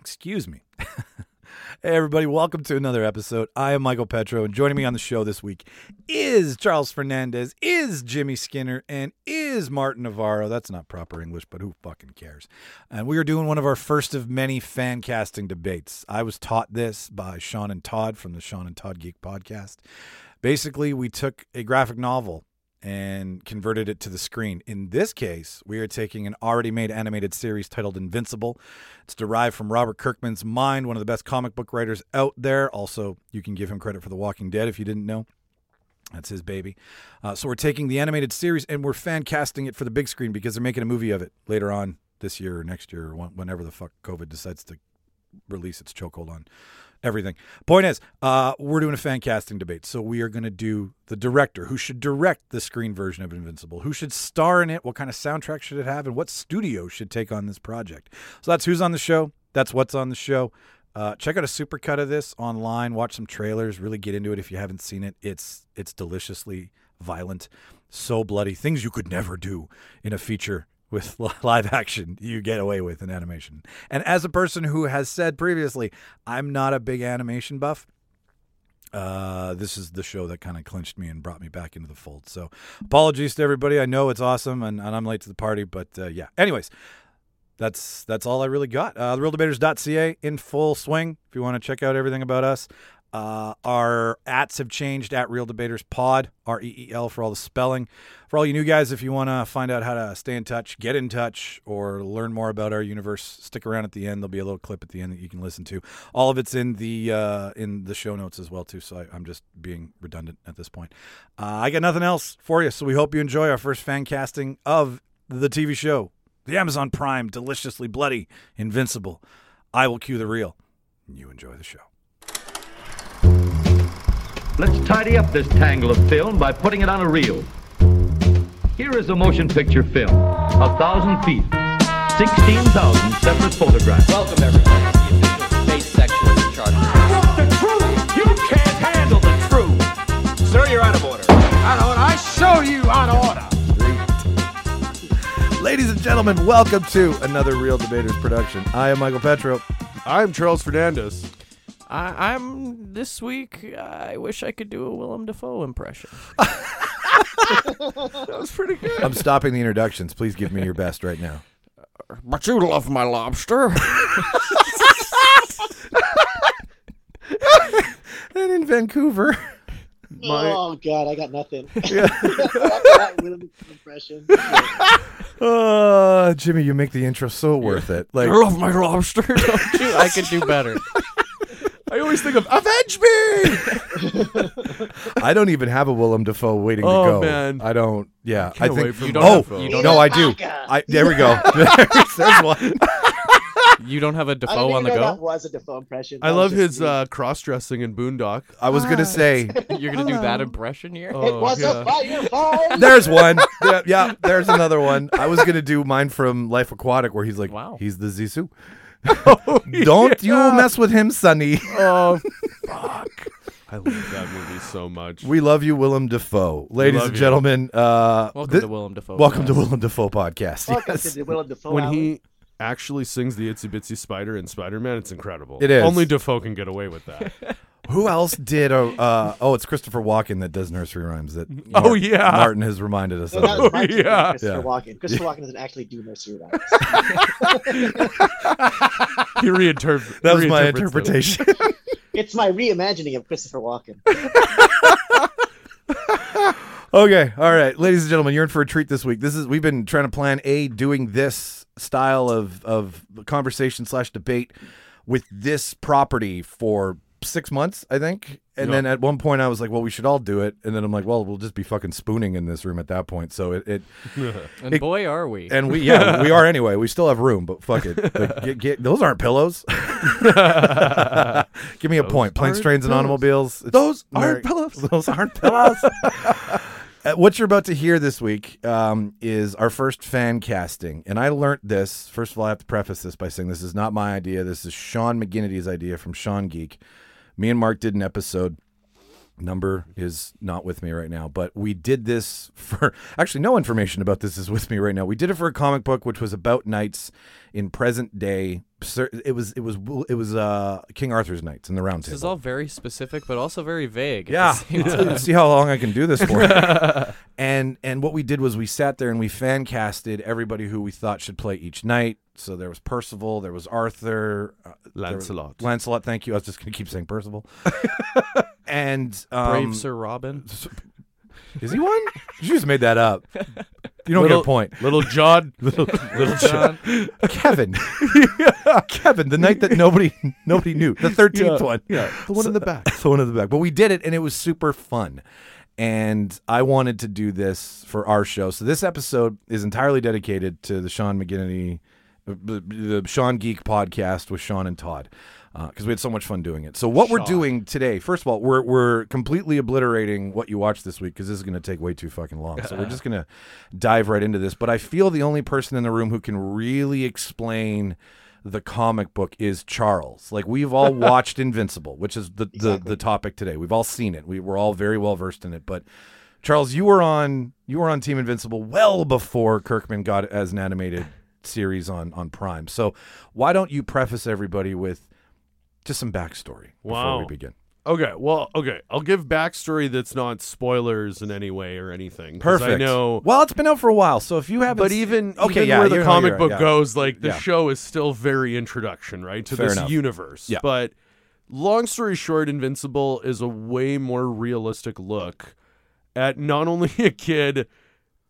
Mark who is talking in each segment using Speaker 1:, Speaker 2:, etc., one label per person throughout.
Speaker 1: Excuse me. hey, everybody, welcome to another episode. I am Michael Petro, and joining me on the show this week is Charles Fernandez, is Jimmy Skinner, and is Martin Navarro. That's not proper English, but who fucking cares? And we are doing one of our first of many fan casting debates. I was taught this by Sean and Todd from the Sean and Todd Geek podcast. Basically, we took a graphic novel and converted it to the screen. In this case, we are taking an already made animated series titled Invincible. It's derived from Robert Kirkman's mind, one of the best comic book writers out there. Also, you can give him credit for The Walking Dead if you didn't know. That's his baby. Uh, so we're taking the animated series and we're fan casting it for the big screen because they're making a movie of it later on this year or next year or wh- whenever the fuck COVID decides to release its chokehold on everything. Point is, uh, we're doing a fan casting debate. So we are going to do the director who should direct the screen version of Invincible, who should star in it, what kind of soundtrack should it have, and what studio should take on this project. So that's who's on the show. That's what's on the show. Uh, check out a supercut of this online. Watch some trailers. Really get into it if you haven't seen it. It's it's deliciously violent, so bloody. Things you could never do in a feature with li- live action you get away with in animation. And as a person who has said previously, I'm not a big animation buff. Uh, this is the show that kind of clinched me and brought me back into the fold. So, apologies to everybody. I know it's awesome, and, and I'm late to the party, but uh, yeah. Anyways, that's that's all I really got. Uh, TheRealDebaters.ca in full swing. If you want to check out everything about us, uh, our ats have changed at Real Debaters Pod, R E E L for all the spelling. For all you new guys, if you want to find out how to stay in touch, get in touch, or learn more about our universe, stick around at the end. There'll be a little clip at the end that you can listen to. All of it's in the uh, in the show notes as well too. So I, I'm just being redundant at this point. Uh, I got nothing else for you. So we hope you enjoy our first fan casting of the TV show the Amazon Prime, deliciously bloody, invincible. I will cue the reel. You enjoy the show.
Speaker 2: Let's tidy up this tangle of film by putting it on a reel. Here is a motion picture film. A thousand feet. Sixteen thousand separate photographs.
Speaker 3: Welcome, everyone, to the official space section of the Charter.
Speaker 4: want the truth. You can't handle the truth. Sir, you're out of order. Out of order. I show you out of order.
Speaker 1: Ladies and gentlemen, welcome to another Real Debaters production. I am Michael Petro.
Speaker 5: I'm Charles Fernandez.
Speaker 6: I, I'm this week. I wish I could do a Willem Dafoe impression. that was pretty good.
Speaker 1: I'm stopping the introductions. Please give me your best right now.
Speaker 6: But you love my lobster.
Speaker 1: And in Vancouver,
Speaker 7: Oh God, I got nothing. that Willem impression.
Speaker 1: uh, Jimmy, you make the intro so worth it. Like,
Speaker 6: love my lobster, don't you? I could do better.
Speaker 5: I always think of Avenge Me!
Speaker 1: I don't even have a Willem Dafoe waiting
Speaker 5: Oh,
Speaker 1: to go.
Speaker 5: man.
Speaker 1: I don't. Yeah, I,
Speaker 5: can't
Speaker 1: think.
Speaker 5: wait for
Speaker 1: you
Speaker 5: You
Speaker 1: don't
Speaker 5: don't
Speaker 1: oh,
Speaker 5: have Dafoe.
Speaker 6: You don't
Speaker 1: no,
Speaker 6: have-
Speaker 1: I do. I, there we go. There's one.
Speaker 6: You don't have a
Speaker 7: I don't
Speaker 6: Defoe
Speaker 7: even
Speaker 6: on the
Speaker 7: know that
Speaker 6: go.
Speaker 7: was a Defoe impression.
Speaker 5: I
Speaker 7: That was
Speaker 5: love
Speaker 7: just
Speaker 5: his
Speaker 7: me.
Speaker 5: uh, cross dressing in Boondock.
Speaker 1: I was gonna say
Speaker 6: You're gonna do
Speaker 7: Um,
Speaker 6: that impression here.
Speaker 7: it was a fire fire.
Speaker 1: There's one. yeah, yeah, there's another one. I was gonna do mine from Life Aquatic, where he's like,
Speaker 6: Wow. Oh,
Speaker 1: he's the Zisu. Don't you mess with him, Sonny.
Speaker 5: Oh, fuck. I love that movie so much.
Speaker 1: We love you, Willem Dafoe. Ladies
Speaker 5: love
Speaker 1: and
Speaker 5: you.
Speaker 1: gentlemen, uh,
Speaker 5: Oh,
Speaker 6: Welcome
Speaker 1: thi-
Speaker 6: to Willem Dafoe.
Speaker 1: welcome to Willem Dafoe podcast.
Speaker 7: Welcome
Speaker 1: Yes.
Speaker 7: to the Willem Dafoe.
Speaker 5: when
Speaker 7: hour.
Speaker 5: he actually sings the Itsy Bitsy Spider in Spider Man, it's incredible.
Speaker 1: It is.
Speaker 5: Only Defoe can get away with that.
Speaker 1: Who else did a? Uh, oh, it's Christopher Walken that does nursery rhymes. That
Speaker 5: Oh,
Speaker 1: Mar-
Speaker 5: yeah.
Speaker 1: Martin has reminded us
Speaker 7: So
Speaker 1: of.
Speaker 7: that was my take
Speaker 5: yeah.
Speaker 7: on Christopher
Speaker 1: Yeah.
Speaker 7: Walken. Christopher Walken doesn't actually do nursery rhymes.
Speaker 5: He reinterpret.
Speaker 1: That was my interpretation.
Speaker 7: it's my reimagining of Christopher Walken.
Speaker 1: Okay, all right, ladies and gentlemen, you're in for a treat this week. This is we've been trying to plan a doing this style of of conversation slash debate with this property for six months, I think. And then at one point, I was like, "Well, we should all do it." And then I'm like, "Well, we'll just be fucking spooning in this room at that point." So it, it
Speaker 6: And boy, are we.
Speaker 1: and we yeah we are anyway. We still have room, but fuck it. Like, get, get, those aren't pillows. Give me a point. Planes,
Speaker 5: aren't
Speaker 1: trains,
Speaker 5: pillows.
Speaker 1: and automobiles. It's
Speaker 5: Those aren't
Speaker 1: Ameri-
Speaker 5: pillows.
Speaker 1: Those aren't pillows. Uh, what you're about to hear this week um, is our first fan casting, and I learnt this. First of all, I have to preface this by saying this is not my idea. This is Sean McGinnity's idea from Sean Geek. Me and Mark did an episode number is not with me right now, but we did this for actually no information about this is with me right now. We did it for a comic book which was about knights in present day. Cer- It was it was it was uh, King Arthur's knights in the Round
Speaker 5: This is
Speaker 1: Table.
Speaker 5: all very specific, but also very vague. at the
Speaker 1: Yeah,
Speaker 5: same time.
Speaker 1: see how long I can do this for. and and what we did was we sat there and we fan casted everybody who we thought should play each night. So there was Percival, there was Arthur, uh, there was-
Speaker 5: Lancelot.
Speaker 1: Lancelot, thank you. I was just gonna keep saying Percival. and
Speaker 5: Brave
Speaker 1: um,
Speaker 5: Sir Robin.
Speaker 1: is he one? you just made that up. You don't
Speaker 5: Little-
Speaker 1: get a point.
Speaker 5: Little John. little, John.
Speaker 1: Kevin, Kevin, the night that nobody nobody knew, the thirteenth one, yeah, the one in the back, the one in the back. But we did it, and it was super fun. And I wanted to do this for our show, so this episode is entirely dedicated to the Sean McGinnity, the, the Sean Geek podcast with Sean and Todd, because we had so much fun doing it. So what we're doing today, first of all, we're we're completely obliterating what you watched this week because this is going to take way too fucking long. So we're just going to dive right into this. But I feel the only person in the room who can really explain the comic book is Charles. Like we've all watched Invincible, which is the, the the topic today. We've all seen it. We were all very well versed in it. But Charles, you were on you were on Team Invincible well before Kirkman got it as an animated series on on Prime. So why don't you preface everybody with just some backstory before we
Speaker 8: Wow.
Speaker 1: begin?
Speaker 8: Okay, well, okay. I'll give backstory that's not spoilers in any way or anything. 'cause I know,
Speaker 1: Well, it's been out for a while, so if you haven't,
Speaker 8: but
Speaker 1: s-
Speaker 8: even
Speaker 1: okay,
Speaker 8: even
Speaker 1: yeah,
Speaker 8: where
Speaker 1: you're-
Speaker 8: the
Speaker 1: no,
Speaker 8: comic
Speaker 1: you're right,
Speaker 8: book
Speaker 1: yeah.
Speaker 8: goes, like the
Speaker 1: Yeah.
Speaker 8: show is still very introduction, right, to
Speaker 1: Fair
Speaker 8: this
Speaker 1: enough.
Speaker 8: universe.
Speaker 1: Yeah.
Speaker 8: But long story short, Invincible is a way more realistic look at not only a kid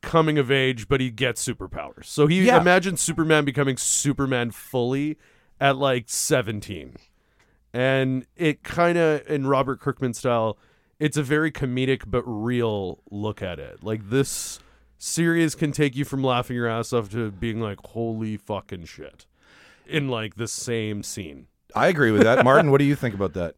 Speaker 8: coming of age, but he gets superpowers. So he
Speaker 1: Yeah.
Speaker 8: imagines Superman becoming Superman fully at like 17. And it kind of, in Robert Kirkman style, it's a very comedic but real look at it. Like this series can take you from laughing your ass off to being like, holy fucking shit. In like the same scene.
Speaker 1: I agree with that. Martin, what do you think about that?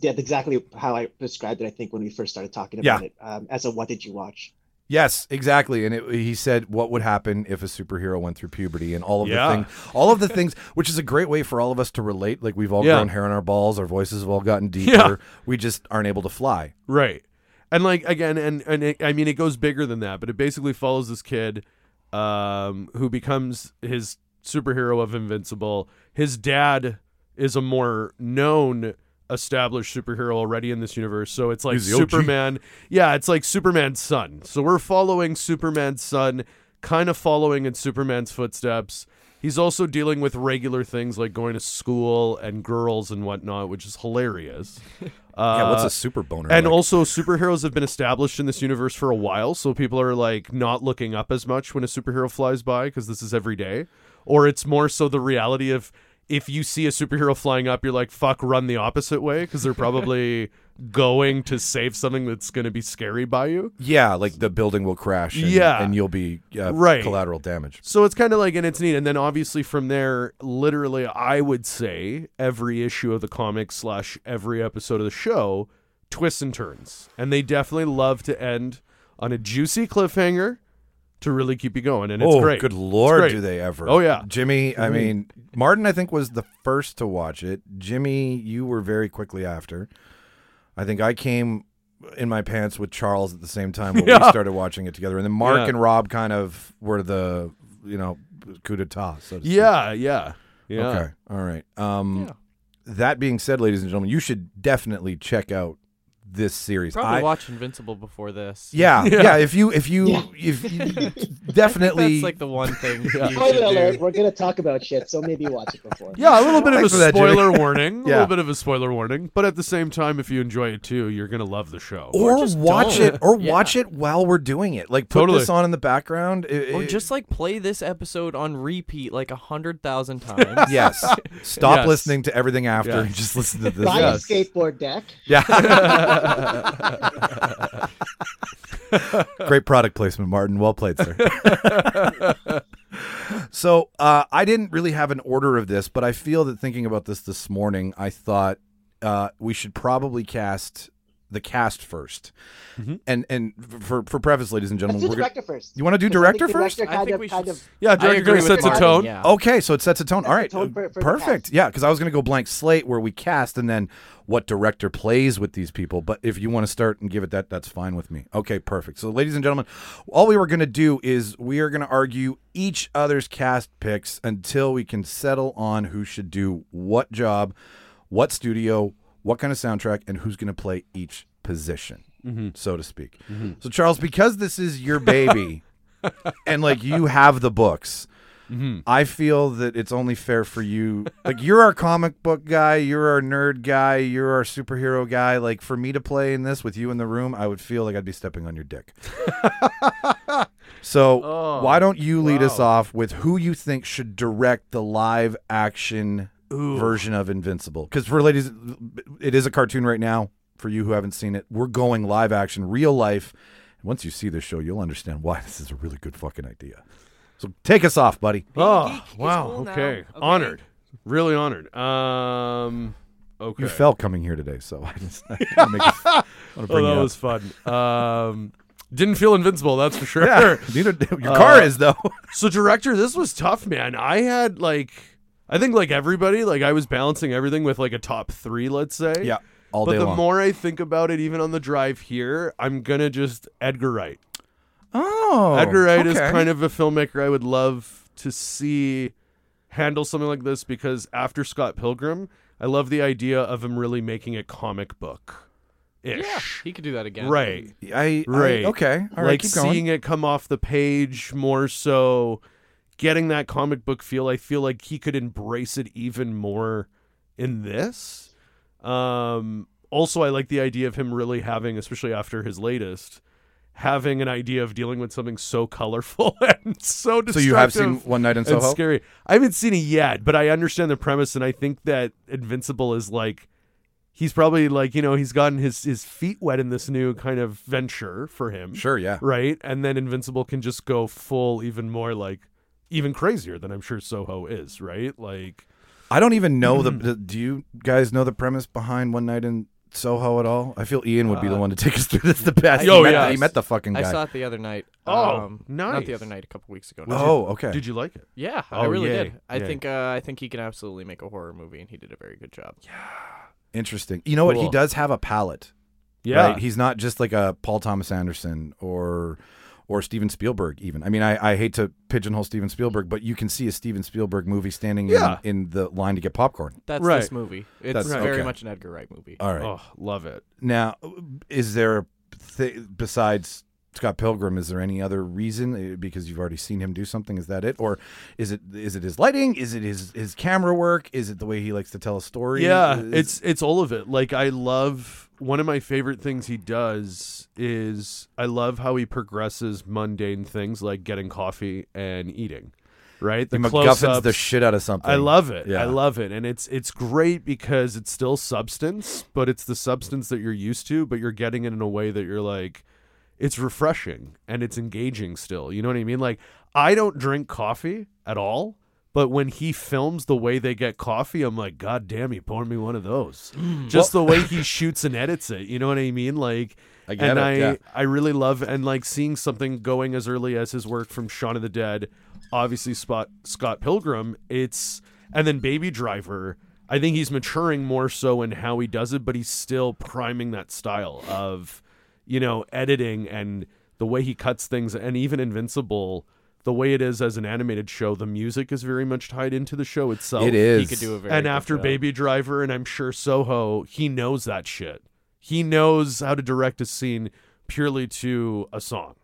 Speaker 7: That's exactly how I described it. I think when we first started talking
Speaker 1: Yeah.
Speaker 7: about it, um, as a what did you watch?
Speaker 1: Yes, exactly. And it, he said, "What would happen if a superhero went through puberty and all of
Speaker 8: Yeah.
Speaker 1: the things, all of the things, which is a great way for all of us to relate. Like we've all
Speaker 8: Yeah.
Speaker 1: grown hair on our balls, our voices have all gotten deeper. We just aren't able to fly.
Speaker 8: Right. And like again, and and it, I mean, it goes bigger than that, but it basically follows this kid, um, who becomes his superhero of Invincible. His dad is a more known, established superhero already in this universe, so it's like
Speaker 1: He's the OG.
Speaker 8: Superman. Yeah, it's like Superman's son. So we're following Superman's son, kind of following in Superman's footsteps. He's also dealing with regular things like going to school and girls and whatnot, which is hilarious.
Speaker 1: yeah, what's
Speaker 8: Uh,
Speaker 1: a super boner?
Speaker 8: and
Speaker 1: like?
Speaker 8: also, superheroes have been established in this universe for a while, so people are like not looking up as much when a superhero flies by because this is every day. Or it's more so the reality of if you see a superhero flying up, you're like, fuck, run the opposite way because they're probably going to save something that's going to be scary by you.
Speaker 1: yeah, like the building will crash. And,
Speaker 8: Yeah.
Speaker 1: and you'll be uh,
Speaker 8: Right.
Speaker 1: collateral damage.
Speaker 8: So it's kind of like, and it's neat. And then obviously from there, literally, I would say every issue of the comic slash every episode of the show twists and turns, and they definitely love to end on a juicy cliffhanger to really keep you going, and it's
Speaker 1: oh,
Speaker 8: great.
Speaker 1: good lord,
Speaker 8: great.
Speaker 1: do they ever?
Speaker 8: Oh, yeah.
Speaker 1: Jimmy. I mean, Martin, I think was the first to watch it. Jimmy, you were very quickly after. I think I came in my pants with Charles at the same time when we
Speaker 8: Yeah.
Speaker 1: started watching it together, and then Mark
Speaker 8: Yeah.
Speaker 1: and Rob kind of were the you know coup d'état. So to speak.
Speaker 8: Yeah, yeah, yeah.
Speaker 1: Okay. All right. Um, That being said, ladies and gentlemen, you should definitely check out this series.
Speaker 5: Probably
Speaker 1: I-
Speaker 5: watch Invincible before this.
Speaker 1: yeah, yeah,
Speaker 8: Yeah.
Speaker 1: If you, if you, if you definitely,
Speaker 5: That's like the one thing. you should
Speaker 7: Spoiler alert:
Speaker 5: do.
Speaker 7: We're gonna talk about shit, so maybe watch it before.
Speaker 8: Yeah, a little bit of a
Speaker 1: Thanks for that, Jimmy.
Speaker 8: spoiler warning. A
Speaker 1: Yeah.
Speaker 8: little bit of a spoiler warning, but at the same time, if you enjoy it too, you're gonna love the show.
Speaker 1: or,
Speaker 5: just
Speaker 1: watch
Speaker 5: don't.
Speaker 1: it or
Speaker 5: Yeah.
Speaker 1: watch it while we're doing it like put
Speaker 8: Totally.
Speaker 1: this on in the background It-
Speaker 5: Or
Speaker 1: it-
Speaker 5: just like play this episode on repeat like a hundred thousand times.
Speaker 1: yes stop
Speaker 8: Yes.
Speaker 1: listening to everything after
Speaker 8: Yeah.
Speaker 1: and just listen to this
Speaker 7: Buy
Speaker 1: yeah.
Speaker 7: a skateboard deck.
Speaker 1: great product placement martin well played sir so uh, i didn't really have an order of this but i feel that thinking about this this morning i thought uh, we should probably cast the cast 1st and and for for preface, ladies and
Speaker 7: Let's
Speaker 1: gentlemen,
Speaker 7: do
Speaker 1: we're
Speaker 7: director
Speaker 1: gonna,
Speaker 7: first.
Speaker 1: you want to do
Speaker 7: Because I
Speaker 1: director
Speaker 7: think
Speaker 1: first?
Speaker 7: Director
Speaker 6: I
Speaker 7: kind
Speaker 6: think
Speaker 7: of,
Speaker 6: we
Speaker 7: kind
Speaker 6: should-
Speaker 7: of
Speaker 8: Yeah,
Speaker 6: I
Speaker 8: director
Speaker 6: agree
Speaker 8: kind of
Speaker 6: with
Speaker 8: sets a
Speaker 6: Martin,
Speaker 8: tone.
Speaker 6: Yeah.
Speaker 1: Okay, so it sets a tone. All right,
Speaker 7: the tone for- for the
Speaker 1: perfect.
Speaker 7: cast.
Speaker 1: Yeah, because I was going to go blank slate where we cast and then what director plays with these people. But if you want to start and give it that, that's fine with me. Okay, perfect. So, ladies and gentlemen, all we were going to do is we are going to argue each other's cast picks until we can settle on who should do what job, what studio, what kind of soundtrack, and who's going to play each position, so to speak. So, Charles, because this is your baby. and like you have the books. I feel that it's only fair for you. Like you're our comic book guy, you're our nerd guy, you're our superhero guy. Like for me to play in this with you in the room, I would feel like I'd be stepping on your dick. so why don't you lead us off with who you think should direct the live action version of Invincible? Because for ladies, it is a cartoon right now. For you who haven't seen it, we're going live action, real life. Once you see this show, you'll understand why this is a really good fucking idea. So take us off, buddy.
Speaker 8: Oh,
Speaker 6: Geek is
Speaker 8: wow.
Speaker 6: cool now,
Speaker 8: okay.
Speaker 6: okay?
Speaker 8: Honored. Really honored. Um okay.
Speaker 1: You felt coming here today, so I just I wanna make it- I wanna
Speaker 8: Oh,
Speaker 1: bring
Speaker 8: that
Speaker 1: you
Speaker 8: was
Speaker 1: up.
Speaker 8: fun. Um didn't feel invincible, that's for sure.
Speaker 1: Neither your
Speaker 8: Uh,
Speaker 1: car is though.
Speaker 8: So director, this was tough, man. I had like I think like everybody, like I was balancing everything with like a top 3, let's say.
Speaker 1: yeah, all
Speaker 8: but
Speaker 1: day
Speaker 8: the
Speaker 1: long.
Speaker 8: more I think about it, even on the drive here, I'm gonna just Edgar Wright.
Speaker 1: oh,
Speaker 8: Edgar Wright is kind of a filmmaker I would love to see handle something like this because after Scott Pilgrim, I love the idea of him really making a comic book
Speaker 5: Yeah,
Speaker 8: ish.
Speaker 5: he could do that again.
Speaker 8: Right.
Speaker 1: I, I-
Speaker 8: Right.
Speaker 1: okay, all right,
Speaker 8: like
Speaker 1: keep going.
Speaker 8: seeing it come off the page more so getting that comic book feel. I feel like he could embrace it even more in this. Um also I like the idea of him really having, especially after his latest, having an idea of dealing with something so colorful and so
Speaker 1: so
Speaker 8: destructive.
Speaker 1: you have seen One Night in
Speaker 8: and
Speaker 1: Soho?
Speaker 8: scary. I haven't seen it yet, but I understand the premise, and I think that Invincible is like he's probably like you know he's gotten his his feet wet in this new kind of venture for him,
Speaker 1: Sure, yeah.
Speaker 8: right? And then Invincible can just go full, even more like even crazier than I'm sure Soho is, right? Like
Speaker 1: I don't even know the, the. Do you guys know the premise behind One Night in Soho at all? I feel Ian would be the one to take us through this the best.
Speaker 8: Uh, Oh,
Speaker 1: he met,
Speaker 8: yeah.
Speaker 1: the, he met the fucking
Speaker 5: I
Speaker 1: guy.
Speaker 5: saw it the other night.
Speaker 8: Oh,
Speaker 5: um, Not
Speaker 8: nice.
Speaker 5: the other night, a couple weeks ago. now.
Speaker 1: oh, okay.
Speaker 8: did you like it?
Speaker 5: Yeah, I
Speaker 8: Oh,
Speaker 5: really
Speaker 8: yay,
Speaker 5: did. I
Speaker 8: yay.
Speaker 5: think uh, I think he can absolutely make a horror movie, and he did a very good job.
Speaker 1: Interesting. You know what? He
Speaker 5: Cool.
Speaker 1: does have a palette.
Speaker 8: Yeah,
Speaker 1: right? he's not just like a Paul Thomas Anderson or or Steven Spielberg. Even I mean, I, I hate to pigeonhole Steven Spielberg, but you can see a Steven Spielberg movie standing
Speaker 8: Yeah.
Speaker 1: in, in the line to get popcorn.
Speaker 5: That's
Speaker 8: Right.
Speaker 5: this movie. It's
Speaker 1: That's-
Speaker 5: very
Speaker 1: okay. Uh,
Speaker 5: much an Edgar Wright movie.
Speaker 1: All right.
Speaker 8: oh, love it.
Speaker 1: Now, is there a th- besides Scott Pilgrim? Is there any other reason? Uh, Because you've already seen him do something. Is that it, or is it is it his lighting? Is it his his camera work? Is it the way he likes to tell a story?
Speaker 8: Yeah,
Speaker 1: Is-
Speaker 8: it's it's all of it. Like I love one of my favorite things he does is I love how he progresses mundane things like getting coffee and eating. Right?
Speaker 1: he
Speaker 8: The
Speaker 1: MacGuffins
Speaker 8: close-ups.
Speaker 1: the shit out of something.
Speaker 8: I love it.
Speaker 1: Yeah.
Speaker 8: I love it. And it's it's great because it's still substance, but it's the substance that you're used to, but you're getting it in a way that you're like it's refreshing and it's engaging still. You know what I mean? Like I don't drink coffee at all, but when he films the way they get coffee, I'm like, God damn, he poured me one of those.
Speaker 1: Mm.
Speaker 8: Just the way he shoots and edits it. You know what I mean? Like
Speaker 1: I get
Speaker 8: and
Speaker 1: it,
Speaker 8: I
Speaker 1: yeah.
Speaker 8: I really love and like seeing something going as early as his work from Shaun of the Dead, obviously Spot Scott Pilgrim. It's and then Baby Driver. I think he's maturing more so in how he does it, but he's still priming that style of, you know, editing and the way he cuts things, and even Invincible, the way it is as an animated show. The music is very much tied into the show itself.
Speaker 1: It is.
Speaker 5: He could do a very
Speaker 8: and
Speaker 5: good
Speaker 8: after
Speaker 5: job.
Speaker 8: Baby Driver, and I'm sure Soho, he knows that shit. He knows how to direct a scene purely to a song,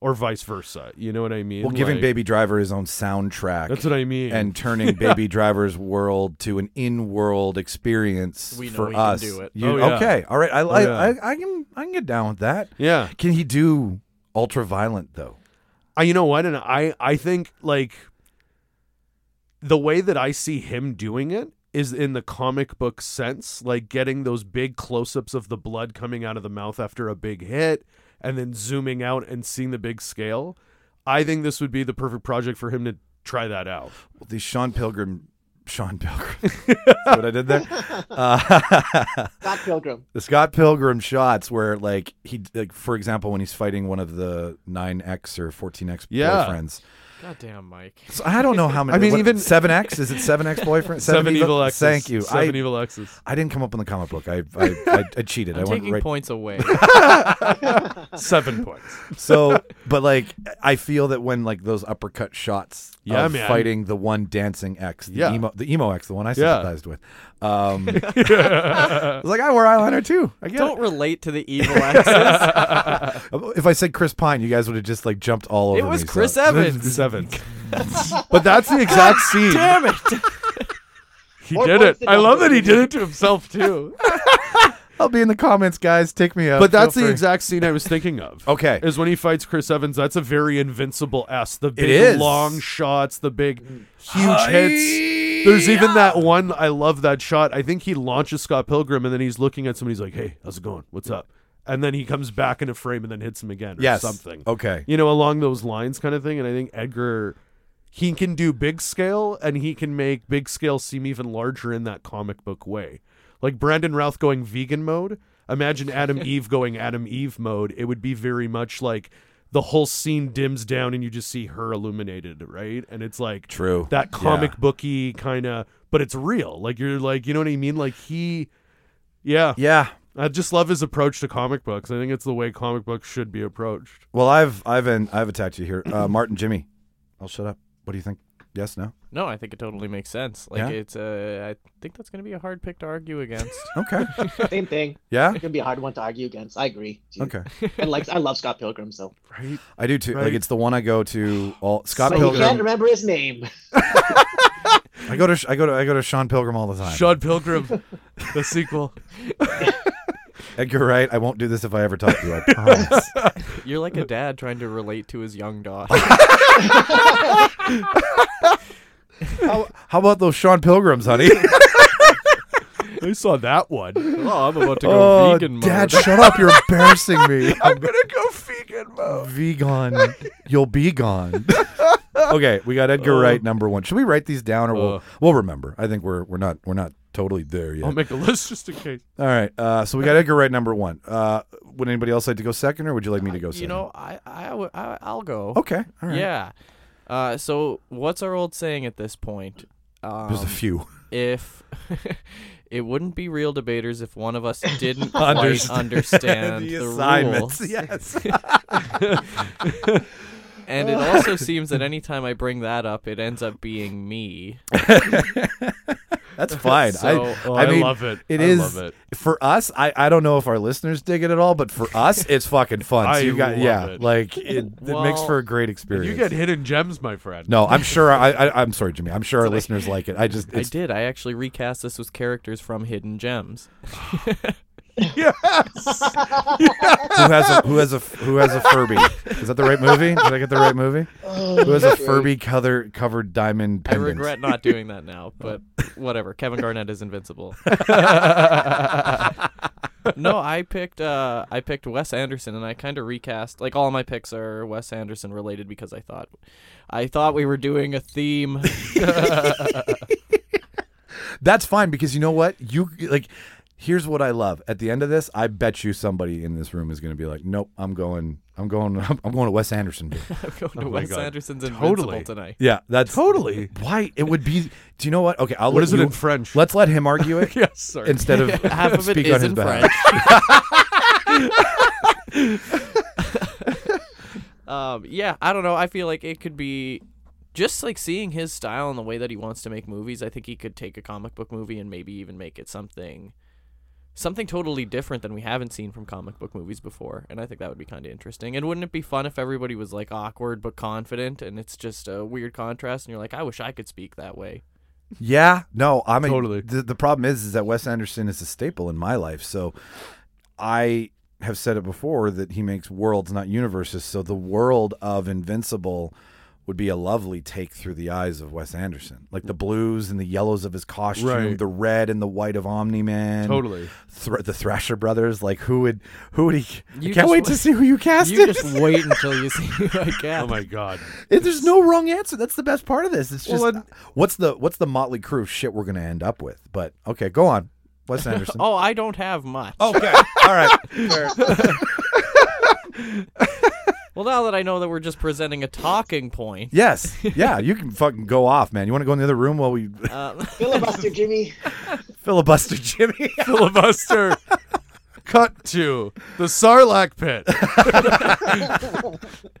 Speaker 8: or vice versa. You know what I mean?
Speaker 1: Well, giving
Speaker 8: Like,
Speaker 1: Baby Driver his own soundtrack.
Speaker 8: That's what I mean.
Speaker 1: and turning Baby Driver's world to an in-world experience
Speaker 5: We know
Speaker 1: for
Speaker 5: he can
Speaker 1: us.
Speaker 5: do it.
Speaker 1: You-
Speaker 8: Oh, yeah.
Speaker 1: Okay, all right. I,
Speaker 8: Oh,
Speaker 1: I,
Speaker 8: yeah.
Speaker 1: I, I can I can get down with that.
Speaker 8: yeah,
Speaker 1: Can he do ultra-violent though?
Speaker 8: I, you know what? And I, I think like the way that I see him doing it is in the comic book sense, like getting those big close-ups of the blood coming out of the mouth after a big hit, and then zooming out and seeing the big scale. I think this would be the perfect project for him to try that out.
Speaker 1: Well, these Sean Pilgrim Sean Pilgrim. That's what I did there. Uh,
Speaker 7: Scott Pilgrim.
Speaker 1: the Scott Pilgrim shots where like he like for example when he's fighting one of the 9x or 14x
Speaker 8: Yeah.
Speaker 1: boyfriends.
Speaker 6: Goddamn, Mike.
Speaker 1: So I don't know how many
Speaker 8: I mean,
Speaker 1: what-
Speaker 8: even-
Speaker 1: 7x is it 7x boyfriend?
Speaker 8: Seven, evil exes.
Speaker 1: Thank you.
Speaker 8: Seven
Speaker 1: I,
Speaker 8: evil exes.
Speaker 1: I didn't come up on the comic book. I I, I, I cheated. I
Speaker 6: I'm
Speaker 1: went
Speaker 6: taking
Speaker 1: right
Speaker 6: points away.
Speaker 8: Seven points.
Speaker 1: So, but like, I feel that when like those uppercut shots,
Speaker 8: Yeah,
Speaker 1: of
Speaker 8: man.
Speaker 1: fighting the one dancing ex, the
Speaker 8: Yeah.
Speaker 1: emo, the emo ex, the one I
Speaker 8: Yeah.
Speaker 1: sympathized with. Um, I was like, I wear eyeliner too. I get
Speaker 6: Don't relate to the evil access.
Speaker 1: it. If I said Chris Pine, you guys would have just like jumped all over.
Speaker 6: it was
Speaker 1: me, so-
Speaker 6: Chris Evans.
Speaker 8: Seven. but that's the exact scene.
Speaker 6: Damn it!
Speaker 8: He
Speaker 7: More
Speaker 8: did it.
Speaker 7: points than
Speaker 8: I love that he
Speaker 7: Doctor
Speaker 8: did it to himself too.
Speaker 1: I'll be in the comments, guys. Take me up.
Speaker 8: But that's
Speaker 1: Feel
Speaker 8: the
Speaker 1: free.
Speaker 8: exact scene I was thinking of.
Speaker 1: Okay.
Speaker 8: Is when he fights Chris Evans. That's a very invincible S. The big
Speaker 1: is.
Speaker 8: long shots, the big huge hits. There's even that one I love that shot. I think he launches Scott Pilgrim and then he's looking at somebody he's like, Hey, how's it going? What's up? And then he comes back in a frame and then hits him again or
Speaker 1: Yes.
Speaker 8: something.
Speaker 1: Okay.
Speaker 8: You know, along those lines kind of thing. And I think Edgar he can do big scale and he can make big scale seem even larger in that comic book way. Like Brandon Routh going vegan mode. Imagine Adam Eve going Adam Eve mode. It would be very much like the whole scene dims down and you just see her illuminated, right? And it's like
Speaker 1: True.
Speaker 8: that
Speaker 1: Yeah.
Speaker 8: comic booky kind of, but it's real. Like you're like, you know what I mean? Like he, yeah,
Speaker 1: Yeah.
Speaker 8: I just love his approach to comic books. I think it's the way comic books should be approached.
Speaker 1: Well, I've I've an, I've attacked you here, uh, Martin Jimmy. I'll shut up. What do you think? Yes. No.
Speaker 6: No, I think it totally makes sense. Like
Speaker 1: Yeah?
Speaker 6: it's uh, I think that's gonna be a hard pick to argue against.
Speaker 1: Okay.
Speaker 7: Same thing.
Speaker 1: yeah.
Speaker 7: It's gonna be a hard one to argue against. I agree. Dude.
Speaker 1: Okay.
Speaker 7: And like, I love Scott Pilgrim, so
Speaker 8: Right?
Speaker 1: I do too. Like
Speaker 8: Right.
Speaker 1: it's the one I go to. All Scott
Speaker 7: but you can't
Speaker 1: Pilgrim.
Speaker 7: remember his name.
Speaker 1: I go to I go to I go to Sean Pilgrim all the time.
Speaker 8: Sean Pilgrim, the sequel.
Speaker 1: Edgar Wright, I won't do this if I ever talk to you. I promise.
Speaker 6: You're like a dad trying to relate to his young daughter.
Speaker 1: how, how about those Sean Pilgrims, honey?
Speaker 8: I saw that one.
Speaker 6: oh, I'm about to go
Speaker 1: oh,
Speaker 6: vegan
Speaker 1: Dad,
Speaker 6: mode.
Speaker 1: shut up! You're embarrassing me.
Speaker 8: I'm gonna go vegan mode.
Speaker 1: vegan. You'll be gone. okay, we got
Speaker 8: Oh.
Speaker 1: Edgar Wright number one. Should we write these down, or we'll
Speaker 8: Uh.
Speaker 1: we'll remember? I think we're we're not we're not totally there yet.
Speaker 8: I'll make a list just in case.
Speaker 1: all right, uh, so we got Edgar Wright number one. Uh, would anybody else like to go second, or would you like me to go second?
Speaker 6: You know, I I w- I I'll go.
Speaker 1: okay, all right.
Speaker 6: Yeah. Uh, so what's our old saying at this point? Um,
Speaker 1: There's a few.
Speaker 6: if it wouldn't be real debaters if one of us didn't quite understand the, rules.
Speaker 1: Yes.
Speaker 6: And it also seems that anytime I bring that up, it ends up being me.
Speaker 1: That's fine.
Speaker 6: So-
Speaker 1: I,
Speaker 8: Oh,
Speaker 1: I,
Speaker 8: I
Speaker 1: mean,
Speaker 8: love it.
Speaker 1: It
Speaker 8: I
Speaker 1: is-
Speaker 8: love it.
Speaker 1: for us. I, I don't know if our listeners dig it at all, but for us, it's fucking fun. So
Speaker 8: I
Speaker 1: you got
Speaker 8: love
Speaker 1: yeah,
Speaker 8: it.
Speaker 1: like it, it makes
Speaker 6: Well,
Speaker 1: for a great
Speaker 8: And
Speaker 1: experience.
Speaker 8: you get hidden gems, my friend.
Speaker 1: no, I'm sure. I, I I'm sorry, Jimmy. I'm sure our listeners like it. I just
Speaker 6: I
Speaker 1: it's,
Speaker 6: did. I actually recast this with characters from Hidden Gems.
Speaker 1: who has a who has a who has a Furby? Is that the right movie? Did I get the right movie? Who has a Furby color covered diamond?
Speaker 6: I
Speaker 1: Pendant?
Speaker 6: regret not doing that
Speaker 8: Oh.
Speaker 6: now, but whatever. Kevin Garnett is invincible. no, I picked uh, I picked Wes Anderson, and I kind of recast. Like all my picks are Wes Anderson related because I thought, I thought we were doing a theme.
Speaker 1: That's fine because you know what? You like here's what I love. At the end of this, I bet you somebody in this room is going to be like, "Nope, I'm going I'm going I'm going to Wes Anderson." dude."
Speaker 6: I'm going to
Speaker 8: Oh my
Speaker 6: Wes
Speaker 8: God.
Speaker 6: Anderson's invincible
Speaker 8: Totally.
Speaker 6: tonight.
Speaker 1: yeah, that's
Speaker 8: Totally.
Speaker 1: Why it would be Do you know what? Okay, I'll
Speaker 8: What
Speaker 1: let
Speaker 8: is it
Speaker 1: you-
Speaker 8: in French?
Speaker 1: Let's let him argue it
Speaker 8: yes, sorry.
Speaker 1: instead of
Speaker 6: Half of it
Speaker 1: speak
Speaker 6: is
Speaker 1: on his
Speaker 6: in
Speaker 1: behalf.
Speaker 6: French. um, yeah, I don't know. I feel like it could be just like seeing his style and the way that he wants to make movies. I think he could take a comic book movie and maybe even make it something something totally different than we haven't seen from comic book movies before. And I think that would be kind of interesting. And wouldn't it be fun if everybody was like awkward but confident and it's just a weird contrast and you're like, I wish I could speak that way.
Speaker 1: Yeah, no, I mean,
Speaker 8: Totally.
Speaker 1: The, the problem is, is that Wes Anderson is a staple in my life. So I have said it before that he makes worlds, not universes. So the world of Invincible would be a lovely take through the eyes of Wes Anderson. Like the blues and the yellows of his costume,
Speaker 8: Right.
Speaker 1: the red and the white of Omni Man.
Speaker 8: Totally.
Speaker 1: Thr- the Thrasher brothers, like who would who would he
Speaker 6: You
Speaker 1: I can't
Speaker 6: just
Speaker 1: wait
Speaker 6: wa-
Speaker 1: to see who you cast
Speaker 6: You
Speaker 1: it.
Speaker 6: just wait until you see who I
Speaker 8: Oh
Speaker 6: cast.
Speaker 8: my god.
Speaker 1: It- There's no wrong answer. That's the best part of this. It's just
Speaker 8: Well, and-
Speaker 1: what's the what's the motley crew shit we're gonna end up with. But okay, go on, Wes Anderson.
Speaker 6: Oh, I don't have much.
Speaker 8: Oh.
Speaker 1: okay, all right.
Speaker 6: Well, now that I know that we're just presenting a talking point,
Speaker 1: Yes, yeah, you can fucking go off, man. You want to go in the other room while we
Speaker 6: um,
Speaker 7: Filibuster Jimmy.
Speaker 1: filibuster Jimmy?
Speaker 8: Filibuster. Cut to the Sarlacc pit.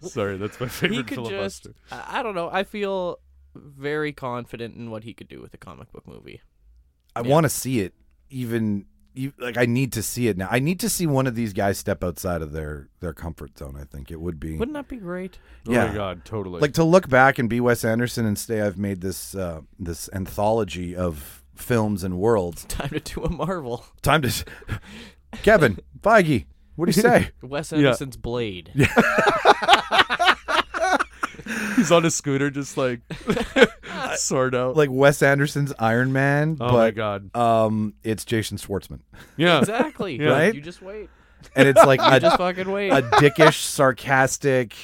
Speaker 8: Sorry, that's my favorite
Speaker 6: he could just.
Speaker 8: filibuster.
Speaker 6: I I don't know. I feel very confident in what he could do with a comic book movie.
Speaker 1: I want to see it. Even you, like I need to see it now. I need to see one of these guys step outside of their their comfort zone. I think it would be
Speaker 6: Wouldn't that be great?
Speaker 1: yeah.
Speaker 8: Oh my god, totally.
Speaker 1: like to look back and be Wes Anderson and say I've made this uh, this anthology of films and worlds.
Speaker 6: Time to do a Marvel.
Speaker 1: Time to Kevin Feige. What do you say?
Speaker 6: Wes Anderson's Blade.
Speaker 8: he's on a scooter just like sort out.
Speaker 1: like Wes Anderson's Iron Man, but
Speaker 8: oh my god.
Speaker 1: um, it's Jason Schwartzman,
Speaker 8: Yeah.
Speaker 6: Exactly.
Speaker 1: Right?
Speaker 6: You just wait.
Speaker 1: and it's like a,
Speaker 6: Just fucking wait.
Speaker 1: a dickish, sarcastic,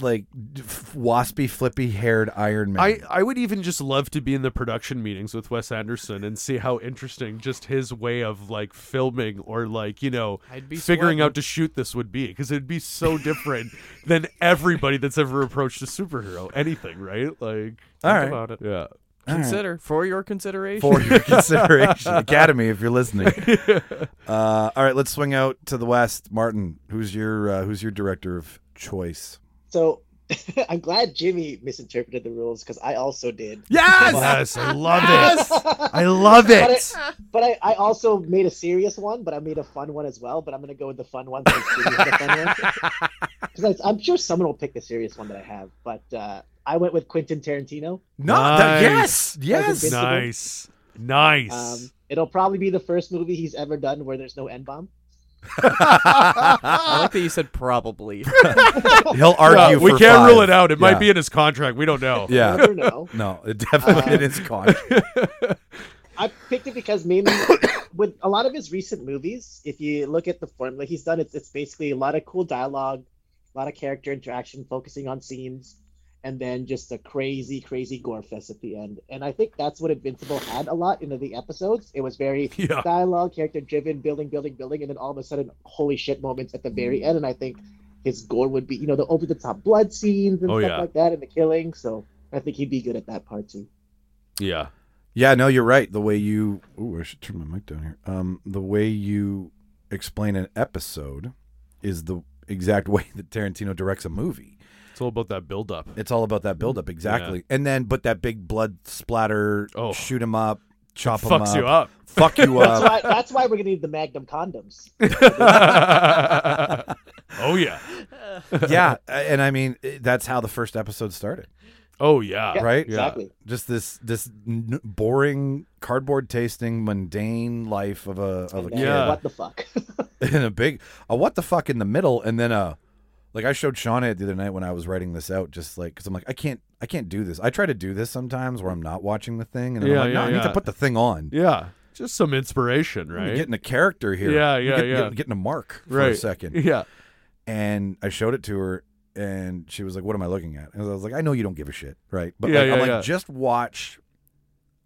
Speaker 1: like f- waspy, flippy-haired Iron Man.
Speaker 8: I, I would even just love to be in the production meetings with Wes Anderson and see how interesting just his way of like filming or like you know
Speaker 6: I'd be
Speaker 8: figuring
Speaker 6: sweating.
Speaker 8: out to shoot this would be because it'd be so different than everybody that's ever approached a superhero anything right like think
Speaker 1: All right.
Speaker 8: about it yeah
Speaker 6: Consider for your consideration.
Speaker 1: for your consideration, Academy, if you're listening. Uh, all right, let's swing out to the west. Martin, who's your uh, who's your director of choice?
Speaker 7: So I'm glad Jimmy misinterpreted the rules because I also did.
Speaker 8: yes I love it I love
Speaker 7: But,
Speaker 8: it
Speaker 7: I, but I, I also made a serious one, but I made a fun one as well. But I'm gonna go with the fun one since Jimmy had a fun one. Because I'm sure someone will pick the serious one that I have. But uh, I went with Quentin Tarantino.
Speaker 1: No,
Speaker 8: Nice.
Speaker 1: that, yes, yes.
Speaker 7: That's a
Speaker 8: nice nice
Speaker 7: Um, it'll probably be the first movie he's ever done where there's no N bomb.
Speaker 6: I like that you said probably.
Speaker 1: He'll argue.
Speaker 8: Well, we
Speaker 1: for
Speaker 8: can't
Speaker 1: five.
Speaker 8: rule it out it
Speaker 1: Yeah.
Speaker 8: might be in his contract we don't know
Speaker 7: I
Speaker 1: Yeah.
Speaker 7: don't know.
Speaker 1: No, it definitely
Speaker 7: Um,
Speaker 1: is con.
Speaker 7: I picked it because mainly with a lot of his recent movies, if you look at the formula he's done, it's, it's basically a lot of cool dialogue, a lot of character interaction, focusing on scenes, and then just a crazy, crazy gore fest at the end. And I think that's what Invincible had a lot in the episodes. It was very
Speaker 8: Yeah.
Speaker 7: dialogue, character driven, building, building, building, and then all of a sudden, holy shit moments at the very
Speaker 8: Mm.
Speaker 7: end. And I think his gore would be, you know, the over the top blood scenes and
Speaker 8: Oh,
Speaker 7: stuff
Speaker 8: yeah.
Speaker 7: like that, and the killing. So I think he'd be good at that part too.
Speaker 8: yeah
Speaker 1: Yeah, no, you're right. The way you ooh, I should turn my mic down here. Um, the way you explain an episode is the exact way that Tarantino directs a movie.
Speaker 8: it's all about that build up
Speaker 1: It's all about that buildup, exactly. And then, but that big blood splatter,
Speaker 8: Oh.
Speaker 1: shoot 'em up, chop 'em
Speaker 8: fucks you up
Speaker 1: fuck you
Speaker 7: That's
Speaker 1: up.
Speaker 7: why, that's why we're gonna need the Magnum condoms.
Speaker 8: oh yeah
Speaker 1: yeah, and I mean that's how the first episode started,
Speaker 8: oh yeah,
Speaker 7: Yeah,
Speaker 1: right?
Speaker 7: Exactly.
Speaker 1: Just this this n- boring cardboard tasting mundane life of a of a
Speaker 7: And
Speaker 1: kid.
Speaker 8: Yeah.
Speaker 7: What the fuck?
Speaker 1: and a big a what the fuck in the middle and then a like I showed Shauna it the other night when I was writing this out just like cuz I'm like I can't I can't do this. I try to do this sometimes where I'm not watching the thing and then
Speaker 8: Yeah,
Speaker 1: I'm like no,
Speaker 8: yeah,
Speaker 1: I need
Speaker 8: yeah.
Speaker 1: to put the thing on.
Speaker 8: Yeah, just some inspiration,
Speaker 1: I'm
Speaker 8: right?
Speaker 1: getting a character here.
Speaker 8: Yeah,
Speaker 1: I'm
Speaker 8: yeah,
Speaker 1: getting,
Speaker 8: yeah.
Speaker 1: Getting, getting a mark for
Speaker 8: right.
Speaker 1: a second.
Speaker 8: Yeah.
Speaker 1: And I showed it to her and she was like what am I looking at? And I was like I know you don't give a shit, right? But
Speaker 8: Yeah,
Speaker 1: like, I'm
Speaker 8: yeah,
Speaker 1: like
Speaker 8: yeah.
Speaker 1: just watch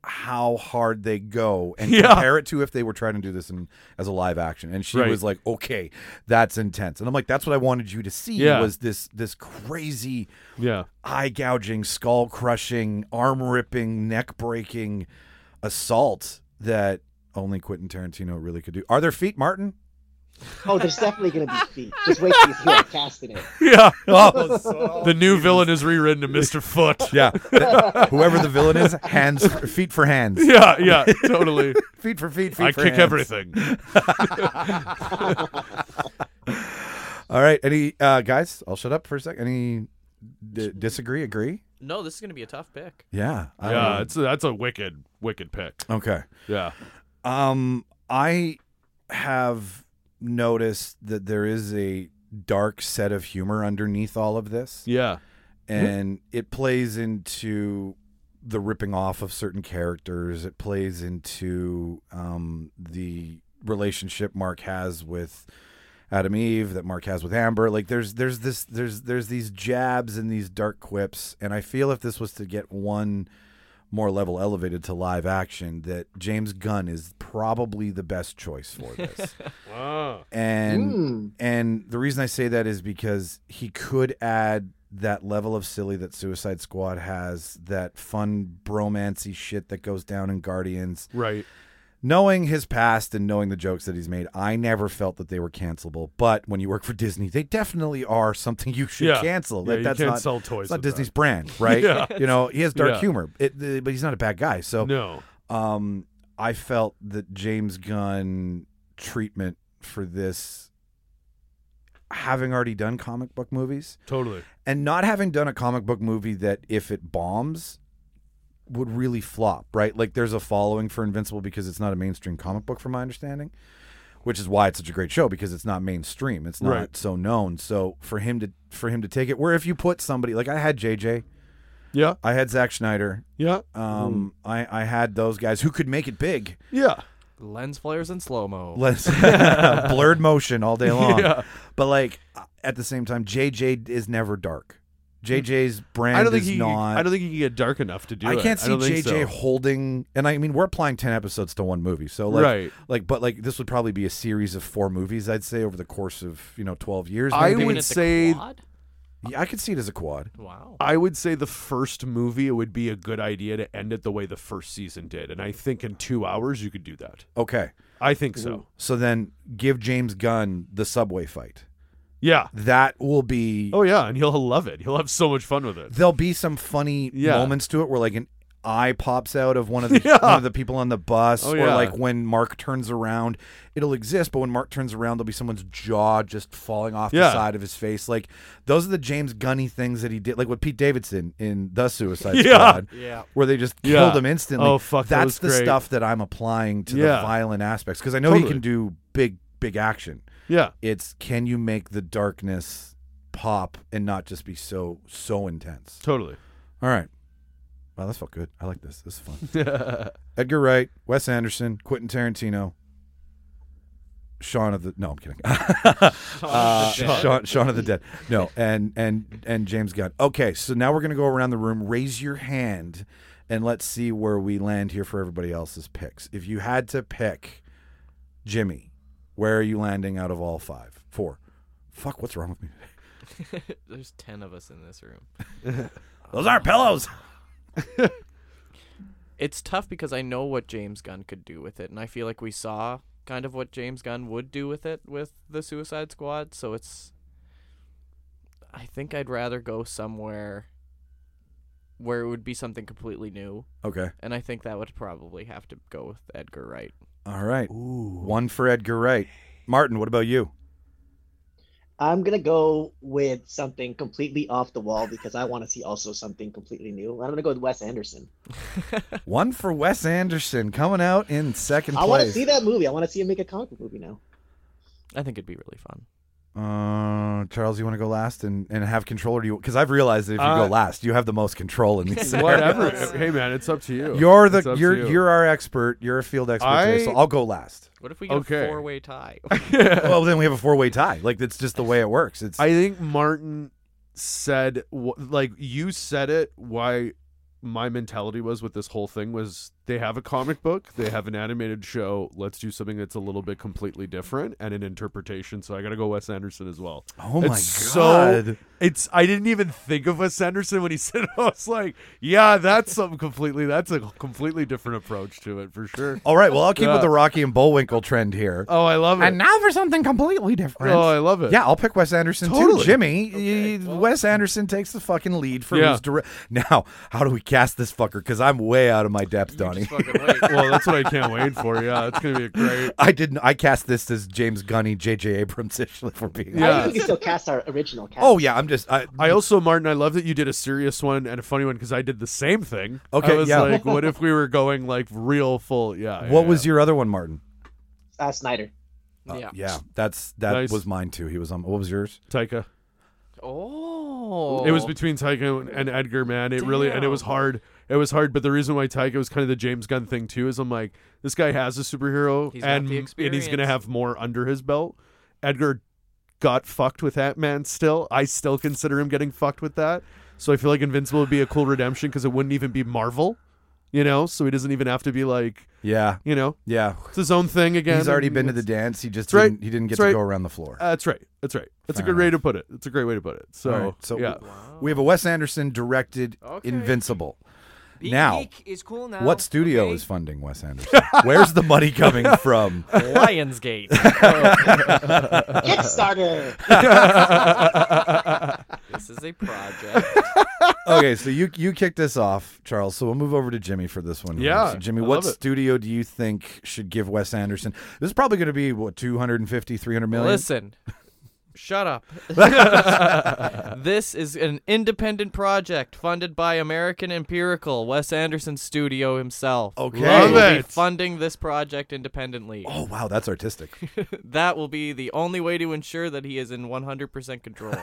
Speaker 1: how hard they go and
Speaker 8: Yeah.
Speaker 1: compare it to if they were trying to do this in, as a live action. And she
Speaker 8: Right.
Speaker 1: was like, "Okay, that's intense." And I'm like, "That's what I wanted you to see
Speaker 8: Yeah.
Speaker 1: was this this crazy
Speaker 8: Yeah.
Speaker 1: eye gouging, skull crushing, arm ripping, neck breaking assault that only Quentin Tarantino really could do." Are there feet, Martin?
Speaker 7: oh, there's definitely gonna be feet. Just wait till you see it casting it.
Speaker 8: Yeah.
Speaker 1: Oh,
Speaker 8: the new villain is rewritten to Mr. Foot.
Speaker 1: Yeah. Whoever the villain is, hands for, feet for hands,
Speaker 8: Yeah, yeah, totally.
Speaker 1: feet for feet, feet
Speaker 8: I
Speaker 1: for
Speaker 8: kick
Speaker 1: hands.
Speaker 8: everything.
Speaker 1: All right, any uh, guys? I'll shut up for a sec. Any d- disagree? Agree?
Speaker 6: no, this is gonna be a tough pick.
Speaker 1: Yeah. I-
Speaker 8: Yeah, it's that's a wicked, wicked pick.
Speaker 1: okay.
Speaker 8: Yeah.
Speaker 1: Um, I have noticed that there is a dark set of humor underneath all of this,
Speaker 8: Yeah.
Speaker 1: and it plays into the ripping off of certain characters. It plays into um, the relationship Mark has with Adam Eve that Mark has with Amber. Like there's there's this there's there's these jabs and these dark quips, and I feel if this was to get one more level elevated to live action, that James Gunn is probably the best choice for this. Ah.
Speaker 8: Wow.
Speaker 1: and
Speaker 7: Mm.
Speaker 1: and the reason I say that is because he could add that level of silly that Suicide Squad has, that fun bromancy shit that goes down in Guardians.
Speaker 8: Right.
Speaker 1: Knowing his past and knowing the jokes that he's made, I never felt that they were cancelable. But when you work for Disney, they definitely are something you should
Speaker 8: Yeah.
Speaker 1: cancel.
Speaker 8: Yeah,
Speaker 1: Like,
Speaker 8: you
Speaker 1: that's
Speaker 8: can't
Speaker 1: not,
Speaker 8: sell toys
Speaker 1: It's not
Speaker 8: with
Speaker 1: Disney's
Speaker 8: that.
Speaker 1: brand, right?
Speaker 8: Yeah.
Speaker 1: You know, he has dark
Speaker 8: Yeah.
Speaker 1: humor, it, uh, but he's not a bad guy. So
Speaker 8: No.
Speaker 1: um, I felt that James Gunn treatment for this, having already done comic book movies
Speaker 8: Totally.
Speaker 1: and not having done a comic book movie that if it bombs would really flop, right? Like there's a following for Invincible because it's not a mainstream comic book, from my understanding, which is why it's such a great show because it's not mainstream, it's not
Speaker 8: Right.
Speaker 1: so known. So for him to for him to take it, where if you put somebody like I had JJ,
Speaker 8: Yeah.
Speaker 1: I had Zack Snyder,
Speaker 8: Yeah.
Speaker 1: um, I I had those guys who could make it big.
Speaker 8: Yeah.
Speaker 6: Lens flares and slow mo.
Speaker 1: Less blurred motion all day long.
Speaker 8: Yeah.
Speaker 1: But like at the same time, JJ is never dark. JJ's brand
Speaker 8: Hmm. I don't think
Speaker 1: is
Speaker 8: he.
Speaker 1: not.
Speaker 8: I don't think he can get dark enough to do
Speaker 1: I
Speaker 8: it.
Speaker 1: can't see
Speaker 8: don't think
Speaker 1: JJ
Speaker 8: so.
Speaker 1: holding, and I mean we're applying ten episodes to one movie, so like,
Speaker 8: Right.
Speaker 1: like, but like this would probably be a series of four movies, I'd say, over the course of you know twelve years.
Speaker 8: I
Speaker 1: maybe.
Speaker 8: would
Speaker 6: Even at the
Speaker 8: say-
Speaker 6: quad?
Speaker 1: yeah, I could see it as a quad.
Speaker 6: Wow.
Speaker 8: I would say the first movie it would be a good idea to end it the way the first season did, and I think in two hours you could do that.
Speaker 1: Okay,
Speaker 8: I think so.
Speaker 1: so then give James Gunn the subway fight.
Speaker 8: Yeah.
Speaker 1: That will be.
Speaker 8: Oh yeah, and he'll love it. He'll have so much fun with it.
Speaker 1: There'll be some funny
Speaker 8: Yeah.
Speaker 1: moments to it where like an eye pops out of one of the
Speaker 8: Yeah.
Speaker 1: one of the people on the bus,
Speaker 8: Oh,
Speaker 1: or
Speaker 8: yeah.
Speaker 1: like when Mark turns around, it'll exist. But when Mark turns around, there'll be someone's jaw just falling off the
Speaker 8: Yeah.
Speaker 1: side of his face. Like those are the James Gunny things that he did, like with Pete Davidson in The Suicide
Speaker 8: Yeah.
Speaker 1: Squad,
Speaker 6: Yeah.
Speaker 1: where they just
Speaker 8: Yeah.
Speaker 1: killed him instantly.
Speaker 8: Oh, fuck, that
Speaker 1: that's
Speaker 8: was
Speaker 1: the
Speaker 8: great.
Speaker 1: stuff that I'm applying to the
Speaker 8: Yeah.
Speaker 1: violent aspects because I know he
Speaker 8: Totally.
Speaker 1: can do big, big action
Speaker 8: Yeah.
Speaker 1: it's can you make the darkness pop and not just be so so intense
Speaker 8: Totally.
Speaker 1: all right wow this felt good i like this this is fun edgar wright wes anderson quentin tarantino Shaun of the no, I'm kidding. Uh, Shaun, Shaun of the Dead. No, and and and James Gunn. Okay, so now we're gonna go around the room. Raise your hand, and let's see where we land here for everybody else's picks. If you had to pick, Jimmy, where are you landing out of all five? Four. Fuck, what's wrong with me?
Speaker 6: There's ten of us in this room.
Speaker 1: Those aren't pillows.
Speaker 6: It's tough because I know what James Gunn could do with it, and I feel like we saw kind of what James Gunn would do with it with the Suicide Squad. So it's. I think I'd rather go somewhere where it would be something completely new,
Speaker 1: Okay.
Speaker 6: and I think that would probably have to go with Edgar Wright.
Speaker 1: All right. One for Edgar Wright. Martin, what about you?
Speaker 7: I'm gonna go with something completely off the wall because I want to see also something completely new. I'm gonna go with Wes Anderson.
Speaker 1: One for Wes Anderson coming out in second
Speaker 7: I
Speaker 1: place.
Speaker 7: want to see that movie. I want to see him make a comic book movie now.
Speaker 6: I think it'd be really fun.
Speaker 1: Uh, Charles, you want to go last and, and have control, or do you? Because I've realized that if you
Speaker 8: Uh,
Speaker 1: go last, you have the most control in these.
Speaker 8: Whatever. hey man, it's up to you.
Speaker 1: You're
Speaker 8: It's
Speaker 1: the
Speaker 8: up to
Speaker 1: you're
Speaker 8: you.
Speaker 1: you. are our expert. You're a field expert, today, so
Speaker 8: I-
Speaker 1: I'll go last.
Speaker 6: What if we get
Speaker 8: Okay. Uh,
Speaker 6: a four-way tie?
Speaker 1: well, then we have a four way tie. Like that's just the way it works. It's
Speaker 8: I think Martin said wh- like you said it why my mentality was with this whole thing was they have a comic book, they have an animated show, let's do something that's a little bit completely different and an interpretation. So I got to go Wes Anderson as well.
Speaker 1: oh my god.
Speaker 8: it's so it's I didn't even think of Wes Anderson when he said it. I was like, yeah, that's something completely that's a completely different approach to it for sure.
Speaker 1: All right. Well, I'll keep
Speaker 8: Yeah.
Speaker 1: with the Rocky and Bullwinkle trend here.
Speaker 8: Oh, I love it.
Speaker 1: now for something completely different.
Speaker 8: oh, I love it.
Speaker 1: Yeah, I'll pick Wes Anderson too.
Speaker 8: Totally.
Speaker 1: Jimmy, y- Wes Anderson takes the fucking lead for
Speaker 8: Yeah.
Speaker 1: who's direct. Now, how do we cast this fucker? Because I'm way out of my depth, Donnie.
Speaker 8: Well, that's what I can't wait for. Yeah, it's going to be a great.
Speaker 1: I didn't. I cast this as James Gunny, J.J. Abrams issue for being.
Speaker 8: Yeah.
Speaker 7: I think we can still cast our original cast.
Speaker 1: Oh yeah, I'm just. I,
Speaker 8: I also, Martin, I love that you did a serious one and a funny one because I did the same thing.
Speaker 1: Okay,
Speaker 8: I was
Speaker 1: yeah.
Speaker 8: like, what if we were going like real full? Yeah.
Speaker 1: what was your other one, Martin?
Speaker 7: uh, Snyder.
Speaker 6: yeah.
Speaker 1: Yeah, that's that
Speaker 8: Nice.
Speaker 1: was mine too. He was on. What was yours?
Speaker 8: Taika?
Speaker 6: Oh. Oh,
Speaker 8: It was between Taika and- and Edgar, man. It really and it was
Speaker 6: Damn.
Speaker 8: hard. It was hard, but the reason why Taika was kind of the James Gunn thing too is I'm like, this guy has a superhero
Speaker 6: He's got
Speaker 8: and
Speaker 6: the
Speaker 8: and he's gonna
Speaker 6: experience.
Speaker 8: have more under his belt. Edgar got fucked with that man. Still, I still consider him getting fucked with that. So I feel like Invincible would be a cool redemption because it wouldn't even be Marvel, you know. So he doesn't even have to be like,
Speaker 1: Yeah,
Speaker 8: you know,
Speaker 1: yeah.
Speaker 8: it's his own thing again.
Speaker 1: He's already
Speaker 8: and
Speaker 1: been to the
Speaker 8: it's-
Speaker 1: dance. He just
Speaker 8: That's right.
Speaker 1: didn't, he didn't get
Speaker 8: That's
Speaker 1: to go
Speaker 8: right.
Speaker 1: around the floor.
Speaker 8: Uh, that's right. That's right. That's a
Speaker 1: Fair
Speaker 8: good way to put it. That's a great way to put it. So,
Speaker 1: All right, so
Speaker 8: yeah.
Speaker 1: we have a Wes Anderson directed
Speaker 6: Okay.
Speaker 1: Invincible.
Speaker 9: Being
Speaker 1: now,
Speaker 9: geek is cool now.
Speaker 6: Oh,
Speaker 1: what studio
Speaker 9: okay?
Speaker 1: is funding Wes Anderson? Where's the money coming from?
Speaker 6: Lionsgate.
Speaker 7: Kickstarter.
Speaker 6: this is a project.
Speaker 1: okay, so you you kicked this off, Charles. So we'll move over to Jimmy for this one. here.
Speaker 8: Yeah,
Speaker 1: So Jimmy,
Speaker 8: I
Speaker 1: what
Speaker 8: love it.
Speaker 1: studio do you think should give Wes Anderson? This is probably going to be what 250, 300 million.
Speaker 6: Listen, shut up. this is an independent project funded by American Empirical, Wes Anderson Studio himself.
Speaker 1: Okay.
Speaker 6: They
Speaker 8: Love
Speaker 6: will be
Speaker 8: it.
Speaker 6: funding this project independently.
Speaker 1: Oh wow, that's artistic.
Speaker 6: That will be the only way to ensure that he is in 100% control.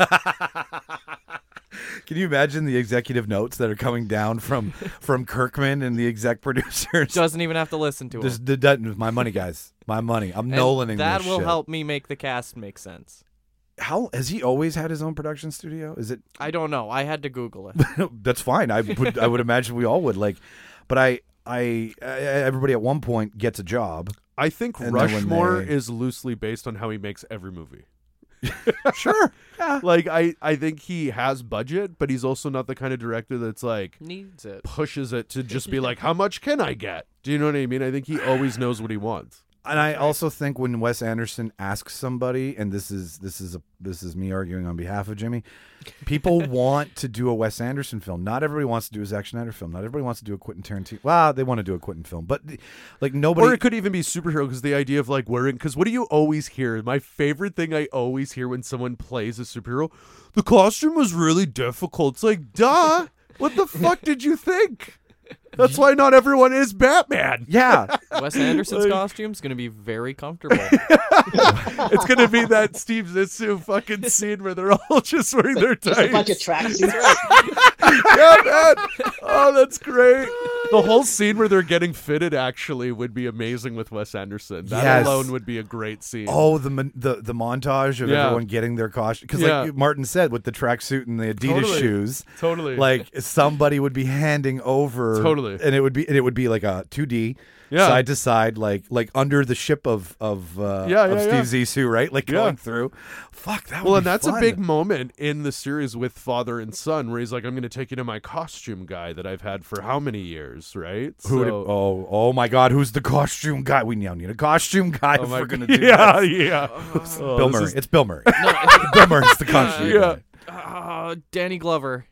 Speaker 1: Can you imagine the executive notes that are coming down from from Kirkman and the exec producers?
Speaker 6: Doesn't even have to listen to him.
Speaker 1: Just the Dutton my money, guys. My money. I'm
Speaker 6: And
Speaker 1: Nolaning
Speaker 6: that
Speaker 1: this
Speaker 6: will
Speaker 1: shit.
Speaker 6: help me make the cast make sense.
Speaker 1: How has he always had his own production studio? Is it?
Speaker 6: I don't know. I had to Google it.
Speaker 1: that's fine. I would. I would imagine we all would like, but I. I, I everybody at one point gets a job.
Speaker 8: I think
Speaker 1: And then when
Speaker 8: Rushmore
Speaker 1: they-
Speaker 8: is loosely based on how he makes every movie.
Speaker 1: Sure.
Speaker 8: Like I, I think he has budget, but he's also not the kind of director that's like
Speaker 6: Needs it.
Speaker 8: pushes it to just be like, how much can I get? Do you know what I mean? I think he always knows what he wants.
Speaker 1: And I also think when Wes Anderson asks somebody, and this is this is a this is me arguing on behalf of Jimmy, people want to do a Wes Anderson film. Not everybody wants to do a Zack Snyder film. Not everybody wants to do a Quentin Tarantino. Well, they want to do a Quentin film, but like nobody.
Speaker 8: or it could even be superhero because the idea of like wearing because what do you always hear? My favorite thing I always hear when someone plays a superhero, the costume was really difficult. It's like, duh, what the fuck did you think? That's why not everyone is Batman.
Speaker 1: yeah,
Speaker 6: Wes Anderson's costume's going to be very comfortable.
Speaker 8: It's gonna be that Steve Zissou fucking scene where they're all just wearing their
Speaker 7: Just a bunch of
Speaker 8: tights.
Speaker 7: tracksuits.
Speaker 8: yeah, man. Oh, that's great. The whole scene where they're getting fitted actually would be amazing with Wes Anderson. That
Speaker 1: Yes.
Speaker 8: alone would be a great scene.
Speaker 1: Oh, the mon- the the montage of
Speaker 8: Yeah.
Speaker 1: everyone getting their costume because,
Speaker 8: Yeah.
Speaker 1: like Martin said, with the tracksuit and the Adidas
Speaker 8: Totally.
Speaker 1: shoes,
Speaker 8: Totally.
Speaker 1: like somebody would be handing over
Speaker 8: Totally.
Speaker 1: and it would be and it would be like a two D,
Speaker 8: Yeah.
Speaker 1: side to side, like like under the ship of of uh,
Speaker 8: Yeah,
Speaker 1: of
Speaker 8: yeah,
Speaker 1: Steve Zissou, right? Like
Speaker 8: Yeah.
Speaker 1: going through. Fuck that.
Speaker 8: Well,
Speaker 1: would
Speaker 8: and
Speaker 1: be
Speaker 8: that's
Speaker 1: fun.
Speaker 8: a big moment in the series with father and son, where he's like, "I'm going to take you to my costume guy that I've had for how many years, right?"
Speaker 1: Who would it-
Speaker 8: So-
Speaker 1: oh oh my God! Who's the costume guy? We now need a costume guy if
Speaker 8: oh my-
Speaker 1: we're gonna do
Speaker 8: yeah,
Speaker 1: this.
Speaker 8: yeah. Oh,
Speaker 1: Bill
Speaker 8: this
Speaker 1: Murray.
Speaker 8: is-
Speaker 1: It's Bill Murray. Bill Murray's the costume.
Speaker 8: Yeah.
Speaker 1: guy.
Speaker 6: Ah, Danny Glover.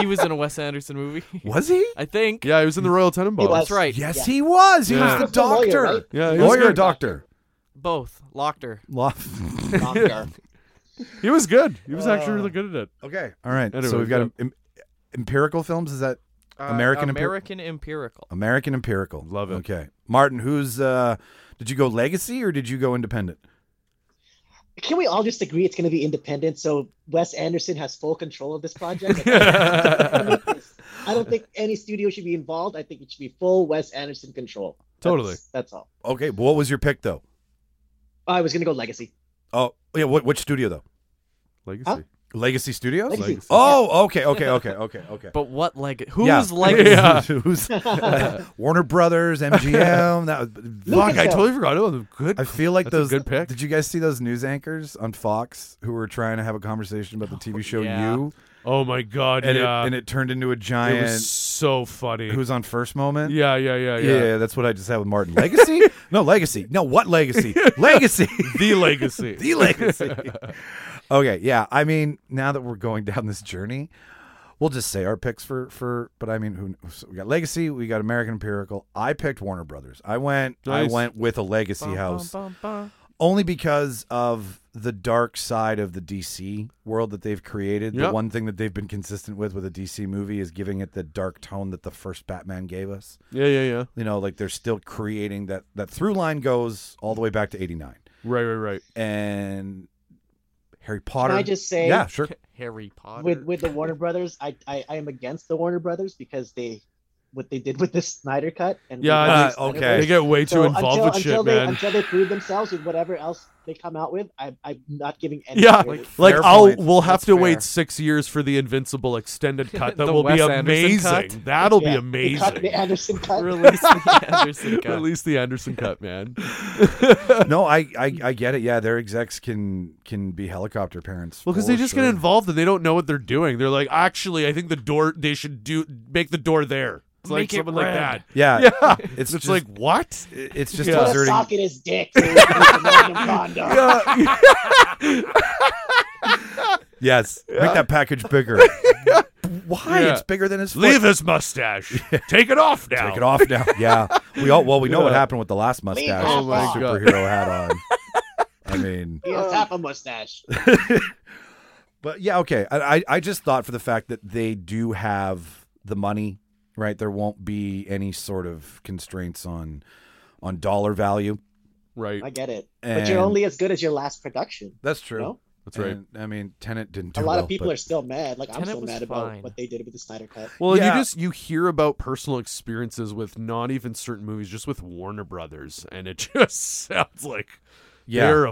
Speaker 6: he was in a Wes Anderson movie.
Speaker 1: Was he?
Speaker 6: I think.
Speaker 8: yeah, he was in the Royal Tenenbaums.
Speaker 7: was.
Speaker 6: That's right.
Speaker 1: Yes,
Speaker 7: Yeah.
Speaker 1: he was. He
Speaker 8: Yeah.
Speaker 1: was the
Speaker 7: He's a lawyer,
Speaker 1: doctor.
Speaker 7: right?
Speaker 8: Yeah, he was
Speaker 1: lawyer
Speaker 8: good.
Speaker 1: doctor.
Speaker 6: Both. Lochter.
Speaker 1: Law.
Speaker 8: He was good. He was actually
Speaker 1: Oh.
Speaker 8: really good at it.
Speaker 1: okay. All right.
Speaker 8: Anyway,
Speaker 1: so we've got
Speaker 8: yeah.
Speaker 1: em- empirical films. Is that American Empir-
Speaker 6: Uh, American Empirical.
Speaker 1: American empirical?
Speaker 8: Love it.
Speaker 1: Okay, Martin. Who's uh? Did you go legacy or did you go independent?
Speaker 7: Can we all just agree it's going to be independent? So Wes Anderson has full control of this project. I don't think any studio should be involved. I think it should be full Wes Anderson control. That's-
Speaker 8: Totally.
Speaker 7: That's all.
Speaker 1: Okay. What was your pick though?
Speaker 7: I was going to go Legacy.
Speaker 1: Oh yeah. What which studio though?
Speaker 8: Legacy.
Speaker 7: Huh?
Speaker 1: Legacy Studios.
Speaker 7: Legacy.
Speaker 8: Legacy.
Speaker 1: Oh, okay, okay, okay, okay, okay.
Speaker 6: But what leg? Who's
Speaker 1: Yeah.
Speaker 6: legacy?
Speaker 8: Yeah.
Speaker 1: Who's
Speaker 8: uh,
Speaker 1: Warner Brothers, MGM? That was,
Speaker 8: Fuck, I
Speaker 7: Lucasfilm.
Speaker 8: totally forgot. Oh, good.
Speaker 1: I feel like
Speaker 8: That's a
Speaker 1: those.
Speaker 8: good pick.
Speaker 1: Did you guys see those news anchors on Fox who were trying to have a conversation about the TV show
Speaker 6: yeah.
Speaker 1: You?
Speaker 8: oh my god.
Speaker 1: And,
Speaker 8: yeah.
Speaker 1: it, and it turned into a
Speaker 8: It
Speaker 1: giant
Speaker 8: was so funny.
Speaker 1: who's on first moment.
Speaker 8: yeah, yeah, yeah,
Speaker 1: Yeah,
Speaker 8: yeah.
Speaker 1: that's what I just had with Martin. Legacy? no, legacy. No, what legacy? legacy.
Speaker 8: The legacy.
Speaker 1: the legacy. okay, yeah. I mean, now that we're going down this journey, we'll just say our picks for for. But I mean, who? So we got legacy. We got American Empirical. I picked Warner Brothers. I went.
Speaker 8: Nice.
Speaker 1: I went with a legacy
Speaker 6: Bum,
Speaker 1: house
Speaker 6: bum, bum, bum.
Speaker 1: only because of the dark side of the DC world that they've created. The
Speaker 8: Yep.
Speaker 1: one thing that they've been consistent with with a DC movie is giving it the dark tone that the first Batman gave us.
Speaker 8: yeah, yeah, yeah.
Speaker 1: You know, like they're still creating that that through line goes all the way back to 89
Speaker 8: Right, right, right.
Speaker 1: and Harry
Speaker 7: Can
Speaker 1: Potter.
Speaker 7: I just say
Speaker 1: yeah, sure.
Speaker 6: Harry Potter.
Speaker 7: with with the Warner Brothers, I, I I am against the Warner Brothers because they what they did with the Snyder cut and
Speaker 8: Yeah,
Speaker 7: with
Speaker 8: I
Speaker 7: the
Speaker 1: think-
Speaker 7: Snyder
Speaker 1: okay.
Speaker 8: They
Speaker 7: Verse.
Speaker 8: get way too
Speaker 7: So
Speaker 8: involved
Speaker 7: until,
Speaker 8: with
Speaker 7: until
Speaker 8: shit,
Speaker 7: they,
Speaker 8: man.
Speaker 7: Until they prove themselves with whatever else they come out with, I, I'm not giving any.
Speaker 8: Yeah,
Speaker 7: credit.
Speaker 8: Like
Speaker 1: Fair
Speaker 8: I'll
Speaker 1: point.
Speaker 8: we'll have
Speaker 6: That's
Speaker 8: to
Speaker 6: fair.
Speaker 8: wait six years for the Invincible extended cut. That
Speaker 6: The
Speaker 8: will be
Speaker 6: Wes Anderson
Speaker 8: amazing.
Speaker 6: cut?
Speaker 8: That'll
Speaker 7: Yeah,
Speaker 8: be
Speaker 7: they cut The
Speaker 8: amazing.
Speaker 7: Anderson cut.
Speaker 6: Release the Anderson cut.
Speaker 8: Release the Anderson cut, man.
Speaker 1: no, I, I I get it. Yeah, their execs can can be helicopter parents.
Speaker 8: Well, because
Speaker 1: for
Speaker 8: they just get
Speaker 1: sure.
Speaker 8: involved and they don't know what they're doing. They're like, actually, I think the door they should do make the door there. It's like
Speaker 6: Make it
Speaker 8: something
Speaker 6: red.
Speaker 8: like
Speaker 1: Yeah,
Speaker 8: that. Yeah,
Speaker 1: It's
Speaker 8: it's,
Speaker 1: just
Speaker 8: like
Speaker 1: like
Speaker 8: what?
Speaker 1: it's just
Speaker 8: Yeah.
Speaker 7: Put a
Speaker 1: deserting.
Speaker 7: sock in his dick. dude, with the Magnum condom.
Speaker 1: Yes, make that package bigger. Why?
Speaker 8: Yeah.
Speaker 1: It's bigger than his. foot.
Speaker 8: Leave his mustache. Take it off now.
Speaker 1: Take it off now. Yeah. We all well we know what
Speaker 8: Yeah.
Speaker 1: happened with the last mustache
Speaker 7: that
Speaker 1: that
Speaker 7: Oh my off.
Speaker 8: God.
Speaker 1: superhero had on. I mean,
Speaker 7: He has half a mustache.
Speaker 1: but yeah, okay. I, I I just thought for the fact that they do have the money, right? There won't be any sort of constraints on on dollar value.
Speaker 8: Right.
Speaker 7: I get it, but
Speaker 1: And-
Speaker 7: you're only as good as your last production.
Speaker 1: That's true.
Speaker 7: No?
Speaker 8: That's right.
Speaker 1: And, I mean, Tenant didn't do
Speaker 7: A lot
Speaker 1: well,
Speaker 7: of people
Speaker 1: but-
Speaker 7: are still mad. Like I'm
Speaker 6: Tenet
Speaker 7: still
Speaker 6: was
Speaker 7: mad
Speaker 6: fine.
Speaker 7: about what they did with the Snyder cut.
Speaker 8: Well,
Speaker 1: Yeah.
Speaker 8: you just you hear about personal experiences with not even certain movies, just with Warner Brothers, and it just sounds like
Speaker 1: yeah.
Speaker 8: they're a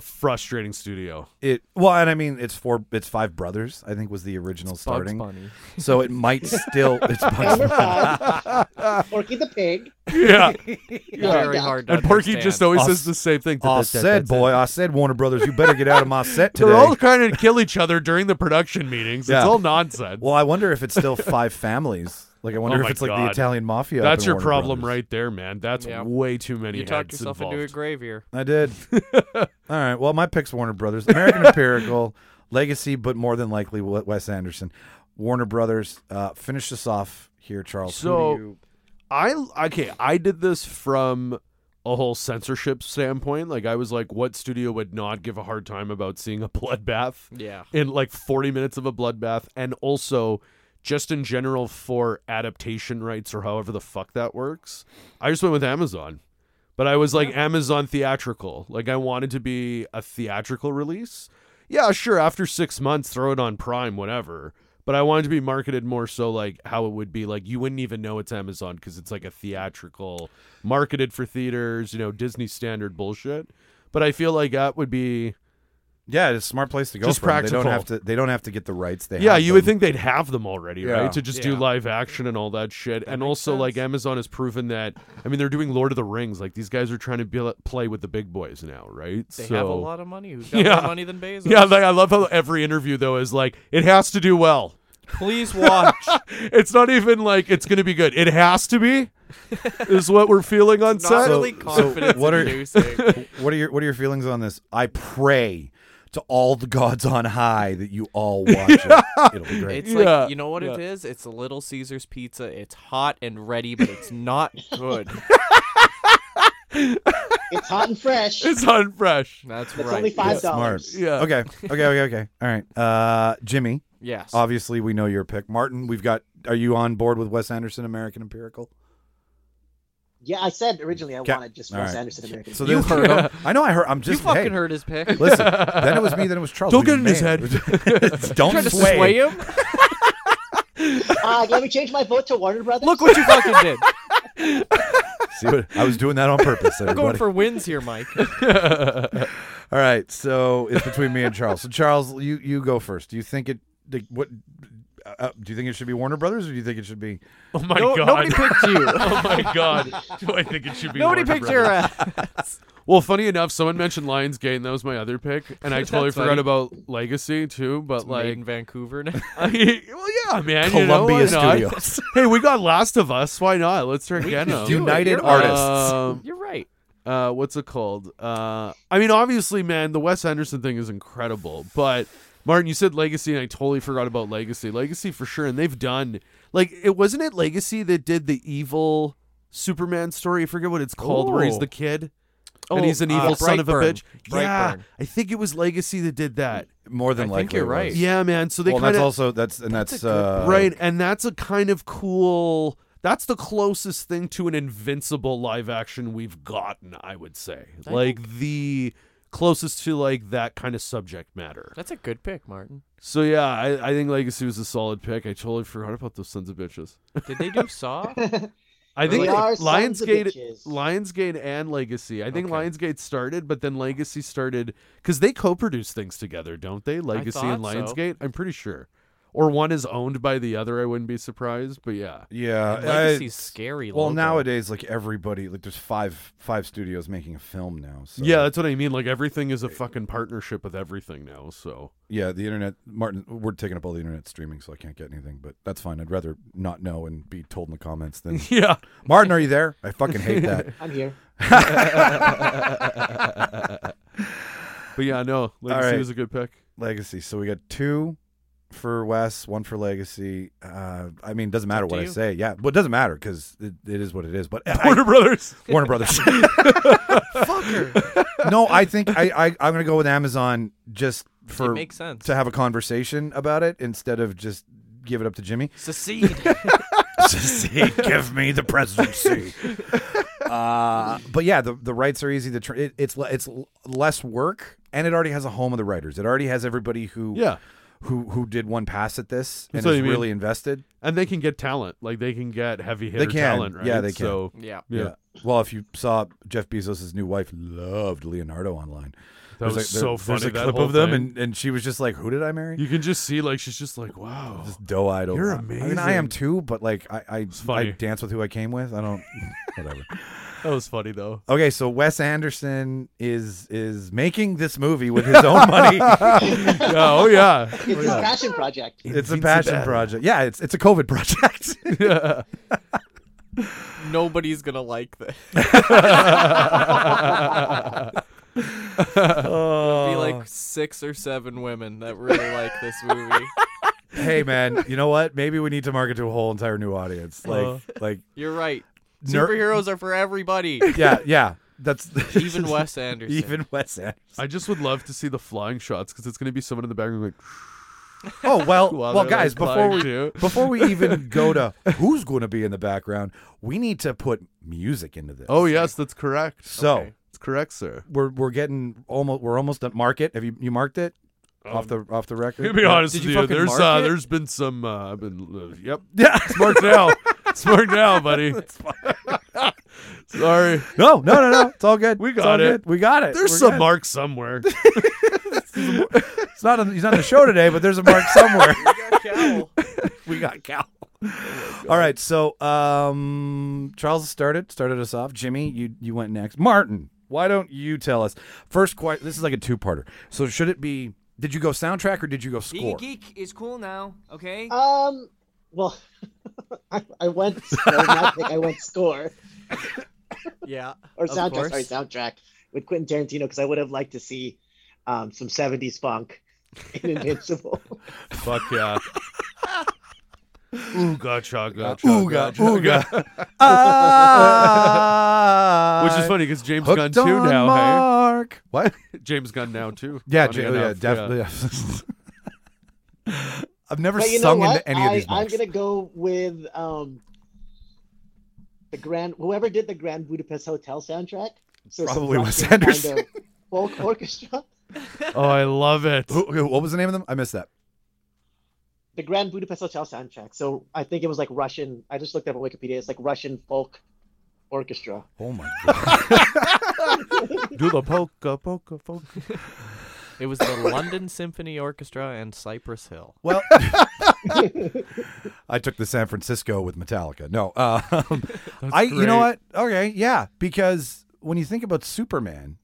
Speaker 8: frustrating studio.
Speaker 1: It well, and I mean, it's four, it's five brothers. I think was the original
Speaker 6: Bugs
Speaker 1: starting.
Speaker 6: Bunny.
Speaker 1: So it might still it's Bugs
Speaker 7: Number
Speaker 1: Bunny.
Speaker 7: five, Porky the Pig.
Speaker 8: Yeah,
Speaker 6: Very hard. To
Speaker 8: and Porky just
Speaker 6: understand.
Speaker 8: always
Speaker 1: Us-
Speaker 8: says the same thing.
Speaker 1: I said, boy, I said, Warner Brothers, you better get out of my set today.
Speaker 8: They're all trying to kill each other during the production meetings.
Speaker 1: Yeah.
Speaker 8: It's all nonsense.
Speaker 1: Well, I wonder if it's still five families. Like, I wonder
Speaker 8: Oh
Speaker 1: if
Speaker 8: my
Speaker 1: it's like the
Speaker 8: God.
Speaker 1: Italian mafia. up
Speaker 8: That's
Speaker 1: in
Speaker 8: your
Speaker 1: Warner
Speaker 8: problem
Speaker 1: Brothers.
Speaker 8: right there, man. That's
Speaker 6: Yeah.
Speaker 8: way too many.
Speaker 6: You talked
Speaker 8: heads
Speaker 6: yourself
Speaker 8: involved.
Speaker 6: into a grave here.
Speaker 1: I did. all right. Well, my pick's Warner Brothers, American Empirical, Legacy, but more than likely Wa- Wes Anderson. Warner Brothers, uh, finish this off here, Charles. Who do
Speaker 7: Oh.
Speaker 8: So-
Speaker 1: you-
Speaker 8: I okay, I did this from a whole censorship standpoint. Like I was like, what studio would not give a hard time about seeing a bloodbath
Speaker 6: Yeah.
Speaker 8: in like 40 minutes of a bloodbath and also just in general for adaptation rights or however the fuck that works. I just went with Amazon. But I was like Amazon theatrical. Like I wanted to be a theatrical release. Yeah, sure, after 6 months throw it on Prime whatever. But I wanted to be marketed more so like how it would be like you wouldn't even know it's Amazon cuz it's like a theatrical marketed for theaters, you know, Disney standard bullshit. But I feel like that would be
Speaker 1: yeah, it's a smart place to go.
Speaker 8: Just
Speaker 1: from. They
Speaker 8: practical.
Speaker 1: don't have to. They don't have to get the rights. They
Speaker 8: yeah,
Speaker 1: have
Speaker 8: you would
Speaker 1: them.
Speaker 8: think they'd have them already,
Speaker 1: Yeah.
Speaker 8: right? To just do
Speaker 6: Yeah.
Speaker 8: live action and all that shit. and also, like Amazon has proven that. I mean, they're doing Lord of the Rings. Like these guys are trying to be, play with the big boys now, right?
Speaker 6: They
Speaker 8: so,
Speaker 6: have a lot of money. Who's got
Speaker 8: Yeah.
Speaker 6: more money than Bezos?
Speaker 8: Yeah, like, I love how every interview though is like it has to do well.
Speaker 6: Please watch.
Speaker 8: It's not even like it's going to be good. It has to be. is what we're feeling on
Speaker 6: Not
Speaker 8: set.
Speaker 6: really
Speaker 1: So- so
Speaker 6: confidence
Speaker 1: what are-
Speaker 6: inducing.
Speaker 1: What are your What are your feelings on this? I pray to all the gods on high that you all watch it. It'll be great.
Speaker 6: It's
Speaker 8: Yeah.
Speaker 6: like you know what it
Speaker 8: Yeah.
Speaker 6: is. It's a Little Caesars pizza. It's hot and ready, but it's not good.
Speaker 7: It's hot and fresh.
Speaker 8: it's unfresh.
Speaker 6: That's
Speaker 7: It's
Speaker 6: right.
Speaker 7: only five
Speaker 1: Smart.
Speaker 7: dollars.
Speaker 8: Yeah.
Speaker 1: Okay. Okay. Okay. Okay. All right. Uh, Jimmy.
Speaker 6: Yes.
Speaker 1: Obviously, we know your pick. Martin, we've got. Are you on board with Wes Anderson, American Empirical?
Speaker 7: Yeah, I said originally I
Speaker 1: Okay.
Speaker 7: wanted just Wes
Speaker 1: Alright.
Speaker 7: Anderson American.
Speaker 1: So
Speaker 6: You
Speaker 1: this-
Speaker 6: heard him.
Speaker 1: I know. I heard. I'm
Speaker 6: you
Speaker 1: just.
Speaker 6: fucking
Speaker 1: hey,
Speaker 6: heard his pick. Trying
Speaker 1: Listen. Then it was me. Then it was Charles.
Speaker 8: Don't
Speaker 1: We
Speaker 8: get in his
Speaker 1: made- Don't
Speaker 6: to sway him.
Speaker 7: uh, let me change my vote to Warner Brothers.
Speaker 6: Look what you fucking did.
Speaker 1: See what, I was doing that on purpose.
Speaker 6: I'm going
Speaker 1: Everybody.
Speaker 6: for wins here, Mike.
Speaker 1: All right. So it's between me and Charles. So Charles, you you go first. Do you think it? the- What? Uh, uh, do you think it should be Warner Brothers, or do you think it should be?
Speaker 8: Oh my
Speaker 6: No-
Speaker 8: god.
Speaker 6: nobody picked you.
Speaker 8: oh my god. Do I think it should be
Speaker 6: Nobody
Speaker 8: Warner
Speaker 6: picked
Speaker 8: Brothers?
Speaker 6: your uh, ass.
Speaker 8: Well, funny enough, someone mentioned Lionsgate, and that was my other pick, and I totally
Speaker 6: That's
Speaker 8: forgot
Speaker 6: funny.
Speaker 8: about Legacy too. But
Speaker 6: Made
Speaker 8: like,
Speaker 6: in Vancouver. now.
Speaker 8: I- well, yeah, man,
Speaker 1: Columbia
Speaker 8: you know, why not?
Speaker 1: Studios.
Speaker 8: hey, we got Last of Us. Why not? Let's try again.
Speaker 6: could
Speaker 8: though.
Speaker 6: do it.
Speaker 1: United
Speaker 6: You're right.
Speaker 1: Artists.
Speaker 8: Um,
Speaker 6: You're right.
Speaker 8: uh, what's it called? Uh, I mean, obviously, man, the Wes Anderson thing is incredible. But Martin, you said Legacy, and I totally forgot about Legacy. Legacy for sure, and they've done like it wasn't it Legacy that did the evil Superman story. I forget what it's called, where he's
Speaker 6: Oh.
Speaker 8: the kid.
Speaker 6: Oh,
Speaker 8: and he's an
Speaker 6: uh,
Speaker 8: evil son of a
Speaker 6: Brightburn.
Speaker 8: bitch. Yeah,
Speaker 6: Brightburn.
Speaker 8: I think it was Legacy that did that.
Speaker 1: More than
Speaker 6: I
Speaker 1: likely,
Speaker 6: think you're
Speaker 1: it was.
Speaker 6: right.
Speaker 8: Yeah, man. So they
Speaker 1: Well,
Speaker 8: kind
Speaker 1: that's
Speaker 8: of
Speaker 1: also that's and that's, uh,
Speaker 8: right, and that's a kind of cool. That's the closest thing to an invincible live action we've gotten, I would say. like the closest to like that kind of subject matter.
Speaker 6: That's a good pick, Martin.
Speaker 8: So yeah, I, I think Legacy was a solid pick. I totally forgot about those sons of bitches.
Speaker 6: Did they do Saw?
Speaker 8: I think
Speaker 7: They are sons of
Speaker 8: Lionsgate,
Speaker 7: bitches.
Speaker 8: Lionsgate, and Legacy. I think
Speaker 6: Okay.
Speaker 8: Lionsgate started, but then Legacy started because they co-produce things together, don't they? Legacy and
Speaker 6: thought so.
Speaker 8: Lionsgate. I'm pretty sure, or one is owned by the other. I wouldn't be surprised, but yeah.
Speaker 1: Yeah,
Speaker 6: Legacy's
Speaker 1: I-
Speaker 6: scary.
Speaker 1: Well,
Speaker 6: logo.
Speaker 1: nowadays, like everybody, like there's five five studios making a film now. So.
Speaker 8: Yeah, that's what I mean. Like everything is a fucking partnership with everything now. So
Speaker 1: yeah. The internet, Martin, we're taking up all the internet streaming, so I can't get anything. But that's fine. I'd rather not know and be told in the comments than
Speaker 8: yeah,
Speaker 1: Martin. Are you there? I fucking hate that.
Speaker 7: I'm here.
Speaker 8: but yeah, no, Legacy
Speaker 1: right.
Speaker 8: was a good pick.
Speaker 1: Legacy. So we got two for Wes, one for Legacy. Uh, I mean, doesn't matter
Speaker 6: to
Speaker 1: what I
Speaker 6: you.
Speaker 1: say. Yeah, but it doesn't matter because it, it is what it is. But I-
Speaker 8: Warner Brothers.
Speaker 1: Warner Brothers. no, I think I, I I'm gonna go with Amazon just for
Speaker 6: it makes sense.
Speaker 1: to have a conversation about it instead of just give it up to Jimmy.
Speaker 6: Secede.
Speaker 1: Secede, give me the presidency. uh, but yeah, the, the rights are easy to. Tr- it, it's le- it's l- less work, and it already has a home of the writers. It already has everybody who
Speaker 8: Yeah,
Speaker 1: who who did one pass at this and
Speaker 8: That's what
Speaker 1: is
Speaker 8: I mean.
Speaker 1: really invested.
Speaker 8: and they can get talent. Like they can get heavy hitter
Speaker 1: They can.
Speaker 8: talent. Right?
Speaker 1: Yeah, they can.
Speaker 8: So
Speaker 6: yeah.
Speaker 8: yeah,
Speaker 1: Well, if you saw Jeff Bezos' new wife loved Leonardo online.
Speaker 8: That
Speaker 1: There's
Speaker 8: was
Speaker 1: a-
Speaker 8: so
Speaker 1: There's
Speaker 8: funny,
Speaker 1: a
Speaker 8: that
Speaker 1: clip
Speaker 8: whole
Speaker 1: of them,
Speaker 8: thing.
Speaker 1: and, and she was just like, "Who did I marry?"
Speaker 8: you can just see like she's just like wow.
Speaker 1: just doe-eyed. over-
Speaker 8: You're
Speaker 1: I mean, I am
Speaker 8: amazing.
Speaker 1: too, but like, I I, I
Speaker 8: funny.
Speaker 1: dance with who I came with. I don't. Whatever.
Speaker 8: That was funny though.
Speaker 1: Okay, so Wes Anderson is is making this movie with his own money.
Speaker 8: Yeah, oh yeah.
Speaker 7: It's a passion project.
Speaker 1: it's a passion project. Yeah, it's it's a COVID project.
Speaker 6: Nobody's gonna like this. It'll
Speaker 1: Oh.
Speaker 6: be like six or seven women that really like this movie.
Speaker 1: hey man, you know what? Maybe we need to market to a whole entire new audience. Like
Speaker 6: Uh-huh.
Speaker 1: like
Speaker 6: You're right.
Speaker 1: Ner-
Speaker 6: Superheroes are for everybody,
Speaker 1: yeah, yeah. That's
Speaker 6: even Wes Anderson.
Speaker 1: even Wes Anderson.
Speaker 8: I just would love to see the flying shots because it's gonna be someone in the background like.
Speaker 1: Oh well, well
Speaker 8: While they're,
Speaker 1: guys,
Speaker 8: like,
Speaker 1: before
Speaker 8: flying
Speaker 1: we
Speaker 8: too.
Speaker 1: before we even go to who's going to be in the background, we need to put music into this.
Speaker 8: Oh yes, that's correct.
Speaker 1: so
Speaker 8: That's correct, sir.
Speaker 1: we're we're getting almost we're almost at market. Have you you marked it off the off the record?
Speaker 8: Um, To be honest
Speaker 6: Did
Speaker 8: with
Speaker 6: you
Speaker 8: you,
Speaker 6: fucking
Speaker 8: there's
Speaker 6: mark
Speaker 8: uh,
Speaker 6: it?
Speaker 8: there's been some. Uh, I've been uh, yep.
Speaker 1: Yeah.
Speaker 8: Smart now. Smart now, buddy. Sorry.
Speaker 1: No, no, no, no. It's all good.
Speaker 8: We
Speaker 1: It's all
Speaker 8: got it.
Speaker 1: good. We got it.
Speaker 8: There's
Speaker 1: We're
Speaker 8: some
Speaker 1: good.
Speaker 8: mark somewhere.
Speaker 1: It's not on, he's not on the show today, but there's a mark somewhere.
Speaker 6: Cal.
Speaker 1: we got Cal. All right, so um, Charles started started us off. Jimmy, you you went next. Martin, why don't you tell us first? Quite this is like a two parter. So should it be? Did you go soundtrack or did you go
Speaker 9: Being
Speaker 1: score?
Speaker 9: a geek is cool now, okay?
Speaker 7: Um, well, I, I went. Score, not pick, I went score
Speaker 6: Yeah.
Speaker 7: or
Speaker 6: Of
Speaker 7: soundtrack.
Speaker 6: course.
Speaker 7: Sorry, soundtrack with Quentin Tarantino because I would have liked to see um, some '70s funk in Invincible.
Speaker 8: Fuck yeah. Ooh, gotcha, gotcha.
Speaker 1: Ooga, ooga, ah,
Speaker 8: Which is funny because James
Speaker 1: Hooked
Speaker 8: Gunn too
Speaker 1: on
Speaker 8: now, hey?
Speaker 1: Mark. What?
Speaker 8: James Gunn now too.
Speaker 1: Yeah,
Speaker 8: Funny
Speaker 1: J-
Speaker 8: enough,
Speaker 1: yeah, definitely. I've never
Speaker 7: But you know
Speaker 1: sung
Speaker 7: what?
Speaker 1: into any of
Speaker 7: I,
Speaker 1: these.
Speaker 7: I'm
Speaker 1: marks.
Speaker 7: gonna go with um, the Grand. Whoever did the Grand Budapest Hotel soundtrack. So some
Speaker 1: Probably
Speaker 7: rock
Speaker 1: Wes
Speaker 7: and
Speaker 1: Anderson.
Speaker 7: Kind of folk orchestra.
Speaker 8: Oh, I love it.
Speaker 1: Who- who- what was the name of them? I missed that.
Speaker 7: the Grand Budapest Hotel soundtrack. So I think it was like Russian. I just looked up on Wikipedia. It's like Russian folk orchestra.
Speaker 1: Oh my god.
Speaker 8: Do the polka, polka, polka.
Speaker 6: It was the London Symphony Orchestra and Cypress Hill.
Speaker 1: Well, I took the San Francisco with Metallica. No, uh, I. You know what?
Speaker 8: great.
Speaker 1: Okay, yeah, because when you think about Superman,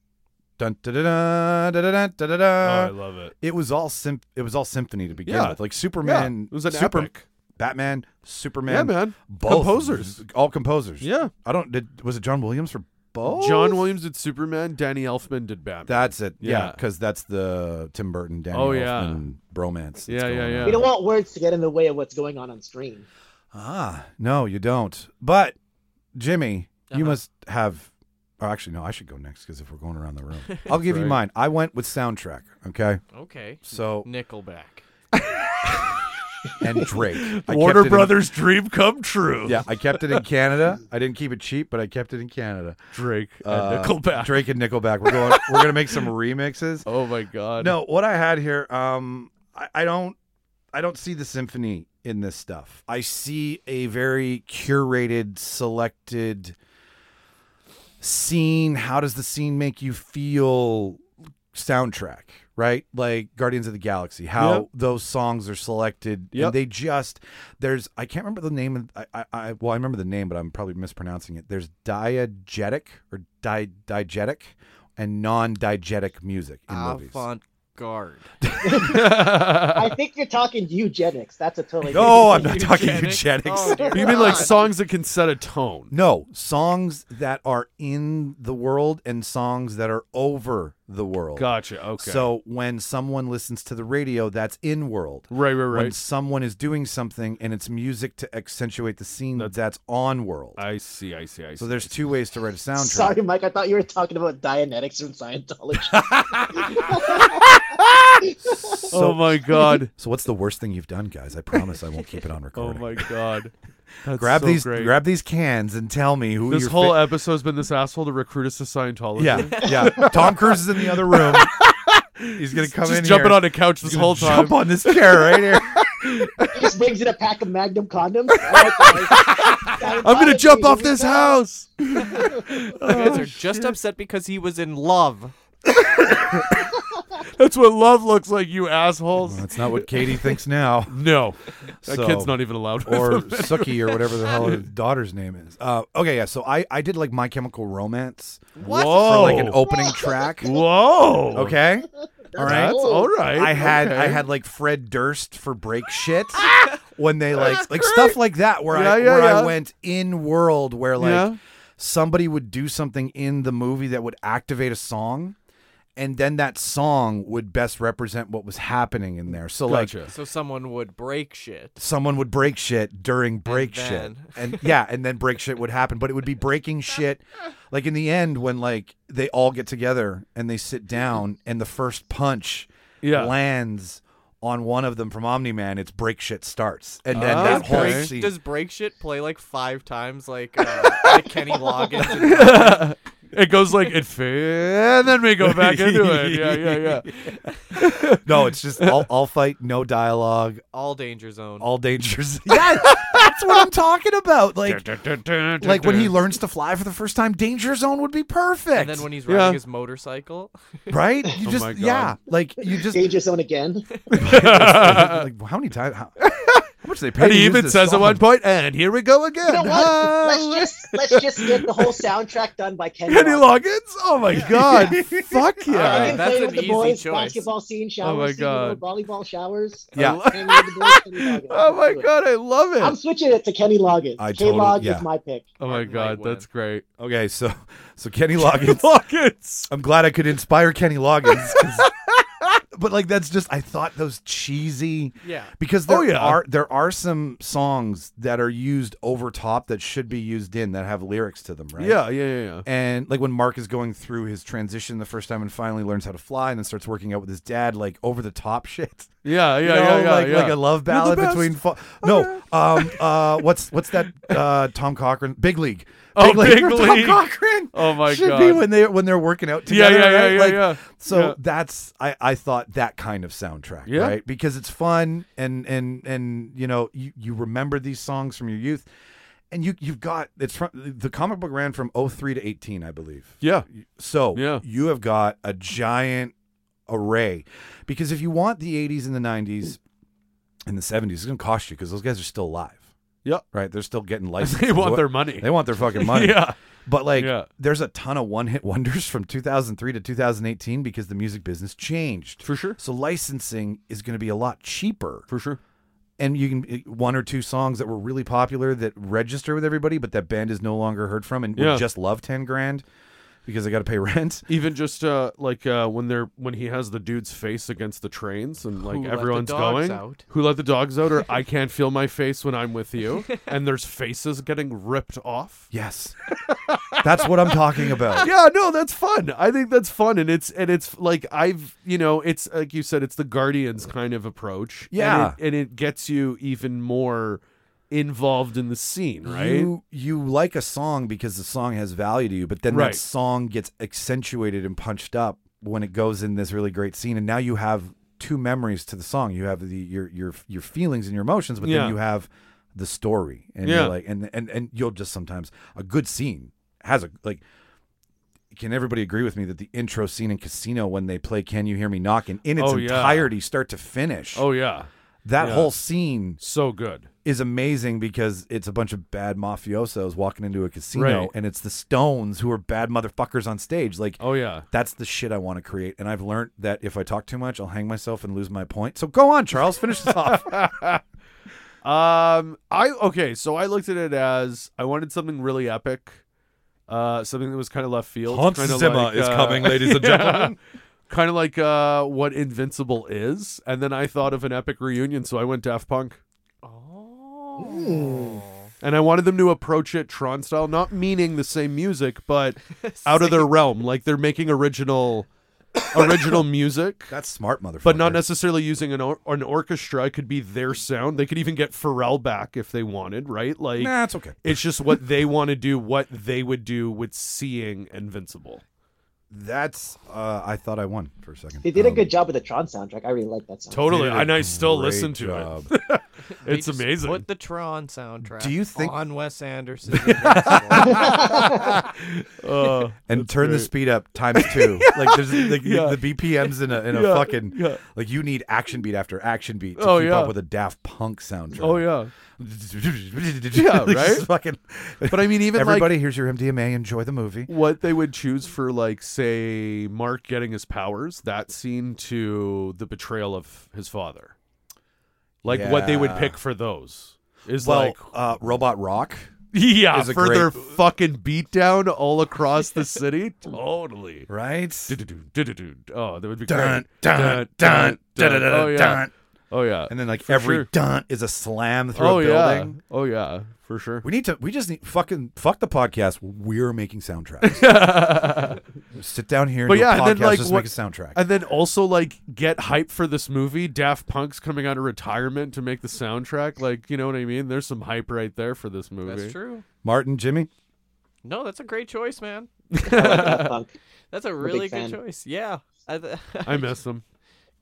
Speaker 1: dun da da da da da da da
Speaker 8: Oh, I
Speaker 1: da.
Speaker 8: love it.
Speaker 1: It was all symp- It was all symphony to begin
Speaker 8: Yeah.
Speaker 1: with. Like Superman,
Speaker 8: Yeah, it was an
Speaker 1: Super-
Speaker 8: epic.
Speaker 1: Batman, Superman,
Speaker 8: Yeah, man.
Speaker 1: both
Speaker 8: Composers.
Speaker 1: all composers.
Speaker 8: Yeah.
Speaker 1: I don't. Did, was it John Williams for both?
Speaker 8: John Williams did Superman. Danny Elfman did Batman.
Speaker 1: That's it. Yeah,
Speaker 8: Yeah.
Speaker 1: because that's the Tim Burton, Danny
Speaker 8: Oh, yeah.
Speaker 1: Elfman bromance. that's
Speaker 8: Yeah,
Speaker 1: going
Speaker 8: yeah,
Speaker 1: on.
Speaker 8: yeah.
Speaker 7: We don't want words to get in the way of what's going on on screen.
Speaker 1: Ah, no, you don't. But Jimmy, you
Speaker 8: Uh-huh.
Speaker 1: must have. Or actually, no, I should go next because if we're going around the room, I'll give you
Speaker 8: Right.
Speaker 1: mine. I went with soundtrack. Okay,
Speaker 6: Okay.
Speaker 1: so
Speaker 6: Nickelback.
Speaker 1: and Drake. I kept
Speaker 8: Warner
Speaker 1: it in-
Speaker 8: Brothers' dream come true.
Speaker 1: yeah, I kept it in Canada. I didn't keep it cheap, but I kept it in Canada.
Speaker 8: Drake and
Speaker 1: Uh,
Speaker 8: Nickelback.
Speaker 1: Drake and Nickelback. We're going. we're gonna make some remixes.
Speaker 8: Oh my god.
Speaker 1: No, what I had here, um, I, I don't, I don't see the symphony in this stuff. I see a very curated, selected scene. How does the scene make you feel? Soundtrack, right? Like Guardians of the Galaxy. How
Speaker 8: Yep.
Speaker 1: those songs are selected.
Speaker 8: Yep.
Speaker 1: And they just there's I can't remember the name. Of, I, I I well I remember the name, but I'm probably mispronouncing it. There's diegetic or di- diegetic and non-diegetic music in movies.
Speaker 6: Avant garde.
Speaker 7: I think you're talking eugenics. That's a totally.
Speaker 1: No, I'm not talking
Speaker 6: Eugenics?
Speaker 1: eugenics.
Speaker 6: Oh, dear
Speaker 8: You mean like
Speaker 6: God.
Speaker 8: songs that can set a tone?
Speaker 1: No, songs that are in the world and songs that are over the world.
Speaker 8: Gotcha. Okay.
Speaker 1: So when someone listens to the radio, that's in world.
Speaker 8: right, right, right.
Speaker 1: When someone is doing something and it's music to accentuate the scene, that's, on world.
Speaker 8: I see. I see. I see.
Speaker 1: so there's two ways to write a soundtrack.
Speaker 7: Sorry, Mike. I thought you were talking about Dianetics from Scientology.
Speaker 8: oh my god.
Speaker 1: So what's the worst thing you've done, guys? I promise I won't keep it on
Speaker 8: Oh
Speaker 1: recording.
Speaker 8: my god. That's
Speaker 1: grab
Speaker 8: so
Speaker 1: these
Speaker 8: Great.
Speaker 1: grab these cans and tell me who
Speaker 8: This
Speaker 1: your
Speaker 8: whole
Speaker 1: fa-
Speaker 8: episode's been this asshole to recruit us to Scientology.
Speaker 1: Yeah, yeah. Tom Cruise is in the other room. He's gonna come
Speaker 8: Just
Speaker 1: in
Speaker 8: jumping
Speaker 1: here.
Speaker 8: on a couch this
Speaker 1: He's gonna
Speaker 8: whole time.
Speaker 1: Jump on this chair right here.
Speaker 7: He just brings in a pack of Magnum condoms. I'm
Speaker 8: I'm gonna jump off this house.
Speaker 1: Oh,
Speaker 6: You guys are just upset because he was in love.
Speaker 8: That's what love looks like, you assholes.
Speaker 1: That's not what Katie thinks now.
Speaker 8: No, that
Speaker 1: So-
Speaker 8: kid's not even allowed. with
Speaker 1: Or
Speaker 8: him.
Speaker 1: Suki or whatever the hell his daughter's name is. Uh, okay, yeah. So I, I did like My Chemical Romance
Speaker 8: Whoa.
Speaker 1: for like an opening track.
Speaker 8: Whoa.
Speaker 1: Okay. All right.
Speaker 8: That's all right.
Speaker 1: I had I
Speaker 8: Okay.
Speaker 1: had like Fred Durst for break shit when they like like stuff like that where I
Speaker 8: Ah, Yeah, yeah,
Speaker 1: where I
Speaker 8: yeah.
Speaker 1: went in world where like
Speaker 8: Yeah.
Speaker 1: somebody would do something in the movie that would activate a song and then that song would best represent what was happening in there. So like
Speaker 8: Gotcha.
Speaker 6: So someone would break shit.
Speaker 1: someone would break shit during break shit
Speaker 6: then-
Speaker 1: and yeah and then break shit would happen but it would be breaking shit like in the end when like they all get together and they sit down and the first punch
Speaker 8: Yeah.
Speaker 1: lands on one of them from omni-man it's break shit starts and then that
Speaker 8: Oh, Okay.
Speaker 1: whole
Speaker 8: Break-
Speaker 1: scene
Speaker 6: Does break shit play like five times like, uh, like Kenny Loggins? And-
Speaker 8: It goes like it, fa- and then we go back into it. Yeah, yeah, yeah.
Speaker 1: no it's just all, all fight no dialogue
Speaker 6: all danger zone.
Speaker 1: all dangers yeah that's what i'm talking about like like when he learns to fly for the first time danger zone would be perfect
Speaker 6: and then when he's
Speaker 8: Yeah.
Speaker 6: riding his motorcycle,
Speaker 1: right you
Speaker 8: Oh
Speaker 1: just
Speaker 8: my God.
Speaker 1: yeah like you just
Speaker 7: Danger Zone again.
Speaker 1: like how many times? How, how much they pay?
Speaker 8: and
Speaker 1: to
Speaker 8: he
Speaker 1: use
Speaker 8: even
Speaker 1: this
Speaker 8: says at
Speaker 1: song?
Speaker 8: one point, and here we go again. Ah.
Speaker 7: You know what? Let's just let's just get the whole soundtrack done by Kenny.
Speaker 8: Kenny
Speaker 7: Loggins.
Speaker 8: Loggins? Oh my god. Fuck
Speaker 6: All
Speaker 7: I
Speaker 6: right,
Speaker 8: yeah.
Speaker 7: can
Speaker 6: that's
Speaker 7: play
Speaker 6: an
Speaker 7: with the
Speaker 6: easy
Speaker 7: boys,
Speaker 6: choice.
Speaker 7: basketball scene, shower
Speaker 8: Oh my
Speaker 7: scene, little
Speaker 8: God.
Speaker 7: volleyball showers.
Speaker 1: Yeah.
Speaker 7: Hang with the boys, Kenny Loggins.
Speaker 8: Oh my
Speaker 7: Let's do it.
Speaker 8: god, I love
Speaker 7: I'm
Speaker 8: it.
Speaker 7: switching it to Kenny Loggins.
Speaker 1: I
Speaker 7: K Log
Speaker 1: totally- yeah.
Speaker 7: is my pick.
Speaker 8: Oh my god, that's great.
Speaker 1: Okay, so so Kenny Loggins.
Speaker 8: Loggins.
Speaker 1: I'm glad I could inspire Kenny Loggins. 'cause- but like that's just I thought those cheesy
Speaker 6: yeah.
Speaker 1: because there
Speaker 8: Oh, yeah.
Speaker 1: are there are some songs that are used over top that should be used in that have lyrics to them, right?
Speaker 8: Yeah, yeah, yeah, yeah.
Speaker 1: And like when Mark is going through his transition the first time and finally learns how to fly and then starts working out with his dad, like over the top shit.
Speaker 8: Yeah, yeah,
Speaker 1: you know,
Speaker 8: yeah, yeah,
Speaker 1: like
Speaker 8: yeah.
Speaker 1: like a love
Speaker 8: You're the
Speaker 1: ballad
Speaker 8: best. Oh,
Speaker 1: between fa- no, um, uh, what's what's that? Uh, Tom Cochran, Big League.
Speaker 8: Oh, Big
Speaker 1: Tom
Speaker 8: League.
Speaker 1: Cochran.
Speaker 8: Oh my
Speaker 1: should
Speaker 8: god.
Speaker 1: be when they when they're working out
Speaker 8: Yeah,
Speaker 1: together.
Speaker 8: yeah, yeah,
Speaker 1: right?
Speaker 8: yeah,
Speaker 1: Like,
Speaker 8: yeah.
Speaker 1: So
Speaker 8: Yeah.
Speaker 1: that's I I thought that kind of soundtrack,
Speaker 8: Yeah.
Speaker 1: right? Because it's fun and and and you know you you remember these songs from your youth. And you you've got it's from the comic book ran from 03 to 18 I believe.
Speaker 8: Yeah.
Speaker 1: So
Speaker 8: Yeah.
Speaker 1: you have got a giant array because if you want the 80s and the 90s and the 70s, it's going to cost you because those guys are still alive.
Speaker 8: Yep.
Speaker 1: Right? They're still getting licensed.
Speaker 8: They want
Speaker 1: What-
Speaker 8: their money.
Speaker 1: They want their fucking money.
Speaker 8: Yeah.
Speaker 1: But like,
Speaker 8: Yeah.
Speaker 1: there's a ton of one hit wonders from 2003 to 2018 because the music business changed.
Speaker 8: For sure.
Speaker 1: So licensing is going to be a lot cheaper
Speaker 8: For sure.
Speaker 1: and you can eh, one or two songs that were really popular that register with everybody, but that band is no longer heard from and
Speaker 8: Yeah.
Speaker 1: would just love ten grand. because I got to pay rent.
Speaker 8: Even just uh, like uh, when they're when he has the dude's face against the trains and like
Speaker 6: Who let the
Speaker 8: everyone's
Speaker 6: dogs
Speaker 8: going,
Speaker 6: out.
Speaker 8: who let the dogs out, or I can't feel my face when I'm with you, and there's faces getting ripped off.
Speaker 1: Yes, that's what I'm talking about.
Speaker 8: Yeah, no, that's fun. I think that's fun, and it's and it's like I've you know it's like you said, it's the Guardians kind of approach.
Speaker 1: Yeah.
Speaker 8: and it, and it gets you even more involved in the scene, right?
Speaker 1: You you like a song because the song has value to you, but then
Speaker 8: Right.
Speaker 1: that song gets accentuated and punched up when it goes in this really great scene, and now you have two memories to the song. You have the your your your feelings and your emotions, but
Speaker 8: Yeah.
Speaker 1: then you have the story, and
Speaker 8: Yeah.
Speaker 1: you're like and and and you'll just sometimes a good scene has a like. Can everybody agree with me that the intro scene in Casino when they play "Can You Hear Me Knocking" in its
Speaker 8: Oh, yeah.
Speaker 1: entirety, start to finish,
Speaker 8: oh yeah,
Speaker 1: that
Speaker 8: yeah.
Speaker 1: whole scene
Speaker 8: so good.
Speaker 1: is amazing because it's a bunch of bad mafiosos walking into a casino
Speaker 8: Right.
Speaker 1: and it's the Stones who are bad motherfuckers on stage. Like,
Speaker 8: Oh yeah.
Speaker 1: that's the shit I want to create. And I've learned that if I talk too much, I'll hang myself and lose my point. So go on, Charles, finish this off.
Speaker 8: Um, I okay, so I looked at it as I wanted something really epic, uh, something that was kind of left field.
Speaker 1: Hans
Speaker 8: kinda
Speaker 1: Zimmer
Speaker 8: like,
Speaker 1: is
Speaker 8: uh,
Speaker 1: coming, ladies and gentlemen.
Speaker 8: Kind of like uh, what Invincible is, and then I thought of an epic reunion, so I went Daft Punk. Oh. And I wanted them to approach it Tron style, not meaning the same music, but out of their realm. Like they're making original, original music
Speaker 1: That's smart, motherfucker.
Speaker 8: but not necessarily using an or- an orchestra. It could be their sound. They could even get Pharrell back if they wanted, right? Like
Speaker 1: Nah, it's okay.
Speaker 8: it's just what they want to do, what they would do with seeing Invincible.
Speaker 1: That's, uh, I thought I won for a second.
Speaker 7: They did a
Speaker 8: Oh.
Speaker 1: Um,
Speaker 7: good job with the Tron soundtrack. I really like that soundtrack.
Speaker 8: Totally,
Speaker 1: did a
Speaker 8: and I still
Speaker 1: great
Speaker 8: listen to
Speaker 1: job.
Speaker 8: it.
Speaker 6: They
Speaker 8: it's
Speaker 6: just
Speaker 8: amazing.
Speaker 6: Put the Tron soundtrack.
Speaker 1: Do you think-
Speaker 6: on Wes Anderson? Invincible.
Speaker 8: Uh,
Speaker 1: and turn the speed up times two. like there's like
Speaker 8: Yeah.
Speaker 1: the BPMs in a in a
Speaker 8: Yeah,
Speaker 1: fucking
Speaker 8: yeah.
Speaker 1: like you need action beat after action beat to
Speaker 8: Oh,
Speaker 1: keep
Speaker 8: yeah.
Speaker 1: up with a Daft Punk soundtrack.
Speaker 8: oh yeah,
Speaker 1: yeah,
Speaker 8: right?
Speaker 1: Fucking.
Speaker 8: but I mean, even
Speaker 1: Everybody,
Speaker 8: like
Speaker 1: here's your MDMA. Enjoy the movie.
Speaker 8: what they would choose for, like say Mark getting his powers, that scene to the betrayal of his father, like what they would
Speaker 1: Yeah.
Speaker 8: pick for those is
Speaker 1: Well,
Speaker 8: like
Speaker 1: uh, Robot Rock.
Speaker 8: Yeah,
Speaker 1: is a
Speaker 8: for
Speaker 1: great-
Speaker 8: their fucking beatdown all across the city. totally.
Speaker 1: Right.
Speaker 8: Du-du-du, du-du-du. Oh, that would be
Speaker 1: Dun,
Speaker 8: great.
Speaker 1: dun, dun, dun,
Speaker 8: Oh
Speaker 1: dun,
Speaker 8: yeah.
Speaker 1: dun.
Speaker 8: Oh yeah.
Speaker 1: And then like
Speaker 8: For
Speaker 1: every
Speaker 8: sure.
Speaker 1: dun is a slam through
Speaker 8: Oh
Speaker 1: a
Speaker 8: yeah.
Speaker 1: building.
Speaker 8: Oh yeah. For sure.
Speaker 1: We need to. We just need fucking fuck the podcast. We're making soundtracks. Sit down here. And
Speaker 8: But
Speaker 1: do a
Speaker 8: yeah, and then
Speaker 1: podcast,
Speaker 8: like
Speaker 1: just
Speaker 8: what-
Speaker 1: make a soundtrack.
Speaker 8: And then also like get hype for this movie. Daft Punk's coming out of retirement to make the soundtrack. Like, you know what I mean? There's some hype right there for this movie.
Speaker 6: that's true.
Speaker 1: Martin, Jimmy.
Speaker 6: No, that's a great choice, man.
Speaker 7: Daft Punk.
Speaker 6: That's a really
Speaker 7: fan.
Speaker 6: good choice. Yeah. I th-
Speaker 8: I miss them.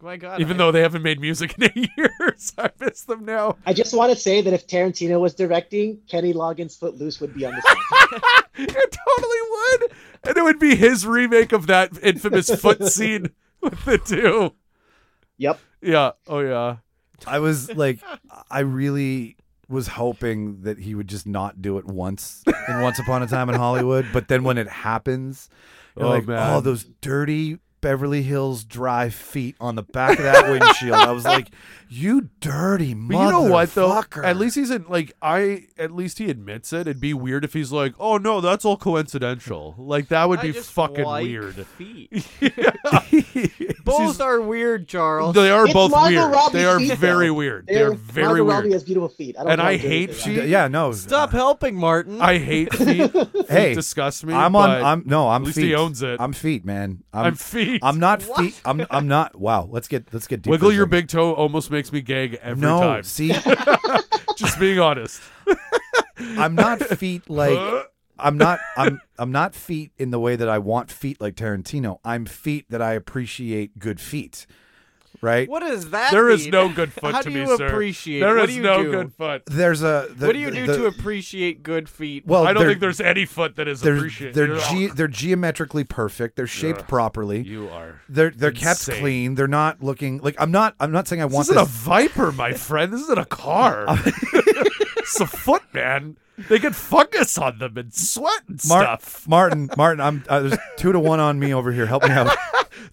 Speaker 6: my God.
Speaker 8: Even
Speaker 6: I-
Speaker 8: though they haven't made music in eight years. I miss them now.
Speaker 7: I just want to say that if Tarantino was directing, Kenny Loggins' Footloose would be on the soundtrack.
Speaker 8: It totally would. And it would be his remake of that infamous foot scene with the two.
Speaker 7: yep.
Speaker 8: Yeah. Oh, yeah.
Speaker 1: I was like, I really was hoping that he would just not do it once in Once Upon a Time in Hollywood. But then when it happens, you're
Speaker 8: Oh,
Speaker 1: like,
Speaker 8: man.
Speaker 1: oh, those dirty Beverly Hills dry feet on the back of that windshield. I was like, you dirty
Speaker 8: But you know what, though?
Speaker 1: motherfucker.
Speaker 8: At least he's in, like, I, at least he admits it. It'd be weird if he's like, oh, no, that's all coincidental. Like, that would
Speaker 6: I
Speaker 8: be
Speaker 6: just
Speaker 8: fucking
Speaker 6: like
Speaker 8: weird.
Speaker 6: Feet.
Speaker 8: She's-
Speaker 6: Both are weird, Charles.
Speaker 8: They are
Speaker 7: It's
Speaker 8: both
Speaker 7: Margot
Speaker 8: weird.
Speaker 7: Robbie's
Speaker 8: they are
Speaker 7: feet, though.
Speaker 8: very weird. They
Speaker 7: They're-
Speaker 8: are very
Speaker 7: Margot Robbie
Speaker 8: weird.
Speaker 7: has beautiful feet. I don't
Speaker 8: And
Speaker 7: know
Speaker 8: I
Speaker 7: how to
Speaker 8: hate
Speaker 7: do it.
Speaker 8: feet.
Speaker 1: D- yeah, no. Uh,
Speaker 6: Stop helping, Martin.
Speaker 8: I hate feet. Feet
Speaker 1: Hey,
Speaker 8: disgust me.
Speaker 1: I'm on.
Speaker 8: but
Speaker 1: I'm no. I'm
Speaker 8: at least
Speaker 1: feet.
Speaker 8: he owns it.
Speaker 1: I'm feet, man. I'm,
Speaker 8: I'm feet.
Speaker 1: I'm not feet. I'm. I'm not. Wow. Let's get. Let's get deep.
Speaker 8: Wiggle
Speaker 1: for a
Speaker 8: your
Speaker 1: second.
Speaker 8: big toe almost makes me gag every
Speaker 1: No.
Speaker 8: time.
Speaker 1: See,
Speaker 8: Just being honest.
Speaker 1: I'm not feet like I'm not I'm I'm not feet in the way that I want feet like Tarantino. I'm feet that I appreciate good feet. Right?
Speaker 6: What does that
Speaker 8: There is
Speaker 6: mean?
Speaker 8: no good foot
Speaker 6: How
Speaker 8: to
Speaker 6: do
Speaker 8: me,
Speaker 6: you
Speaker 8: sir.
Speaker 6: appreciate?
Speaker 8: There
Speaker 6: what
Speaker 8: is
Speaker 6: do you
Speaker 8: no
Speaker 6: do?
Speaker 8: good foot.
Speaker 1: There's a the,
Speaker 6: What do you
Speaker 1: the-
Speaker 6: do
Speaker 1: the-
Speaker 6: to appreciate good feet?
Speaker 1: Well,
Speaker 8: I don't
Speaker 1: Oh, they're-
Speaker 8: think there's any foot that is
Speaker 1: they're
Speaker 8: appreciated.
Speaker 1: they're
Speaker 8: Ugh.
Speaker 1: ge- they're geometrically perfect. They're shaped properly.
Speaker 8: you are.
Speaker 1: They're they're kept
Speaker 8: insane.
Speaker 1: clean. They're not looking like I'm not I'm not saying I want
Speaker 8: This
Speaker 1: this.
Speaker 8: isn't a viper, my friend. This isn't a car. it's a foot, man. They get fungus on them and sweat and
Speaker 1: Mar-
Speaker 8: stuff.
Speaker 1: Martin, Martin, I'm uh, there's two to one on me over here. Help me out.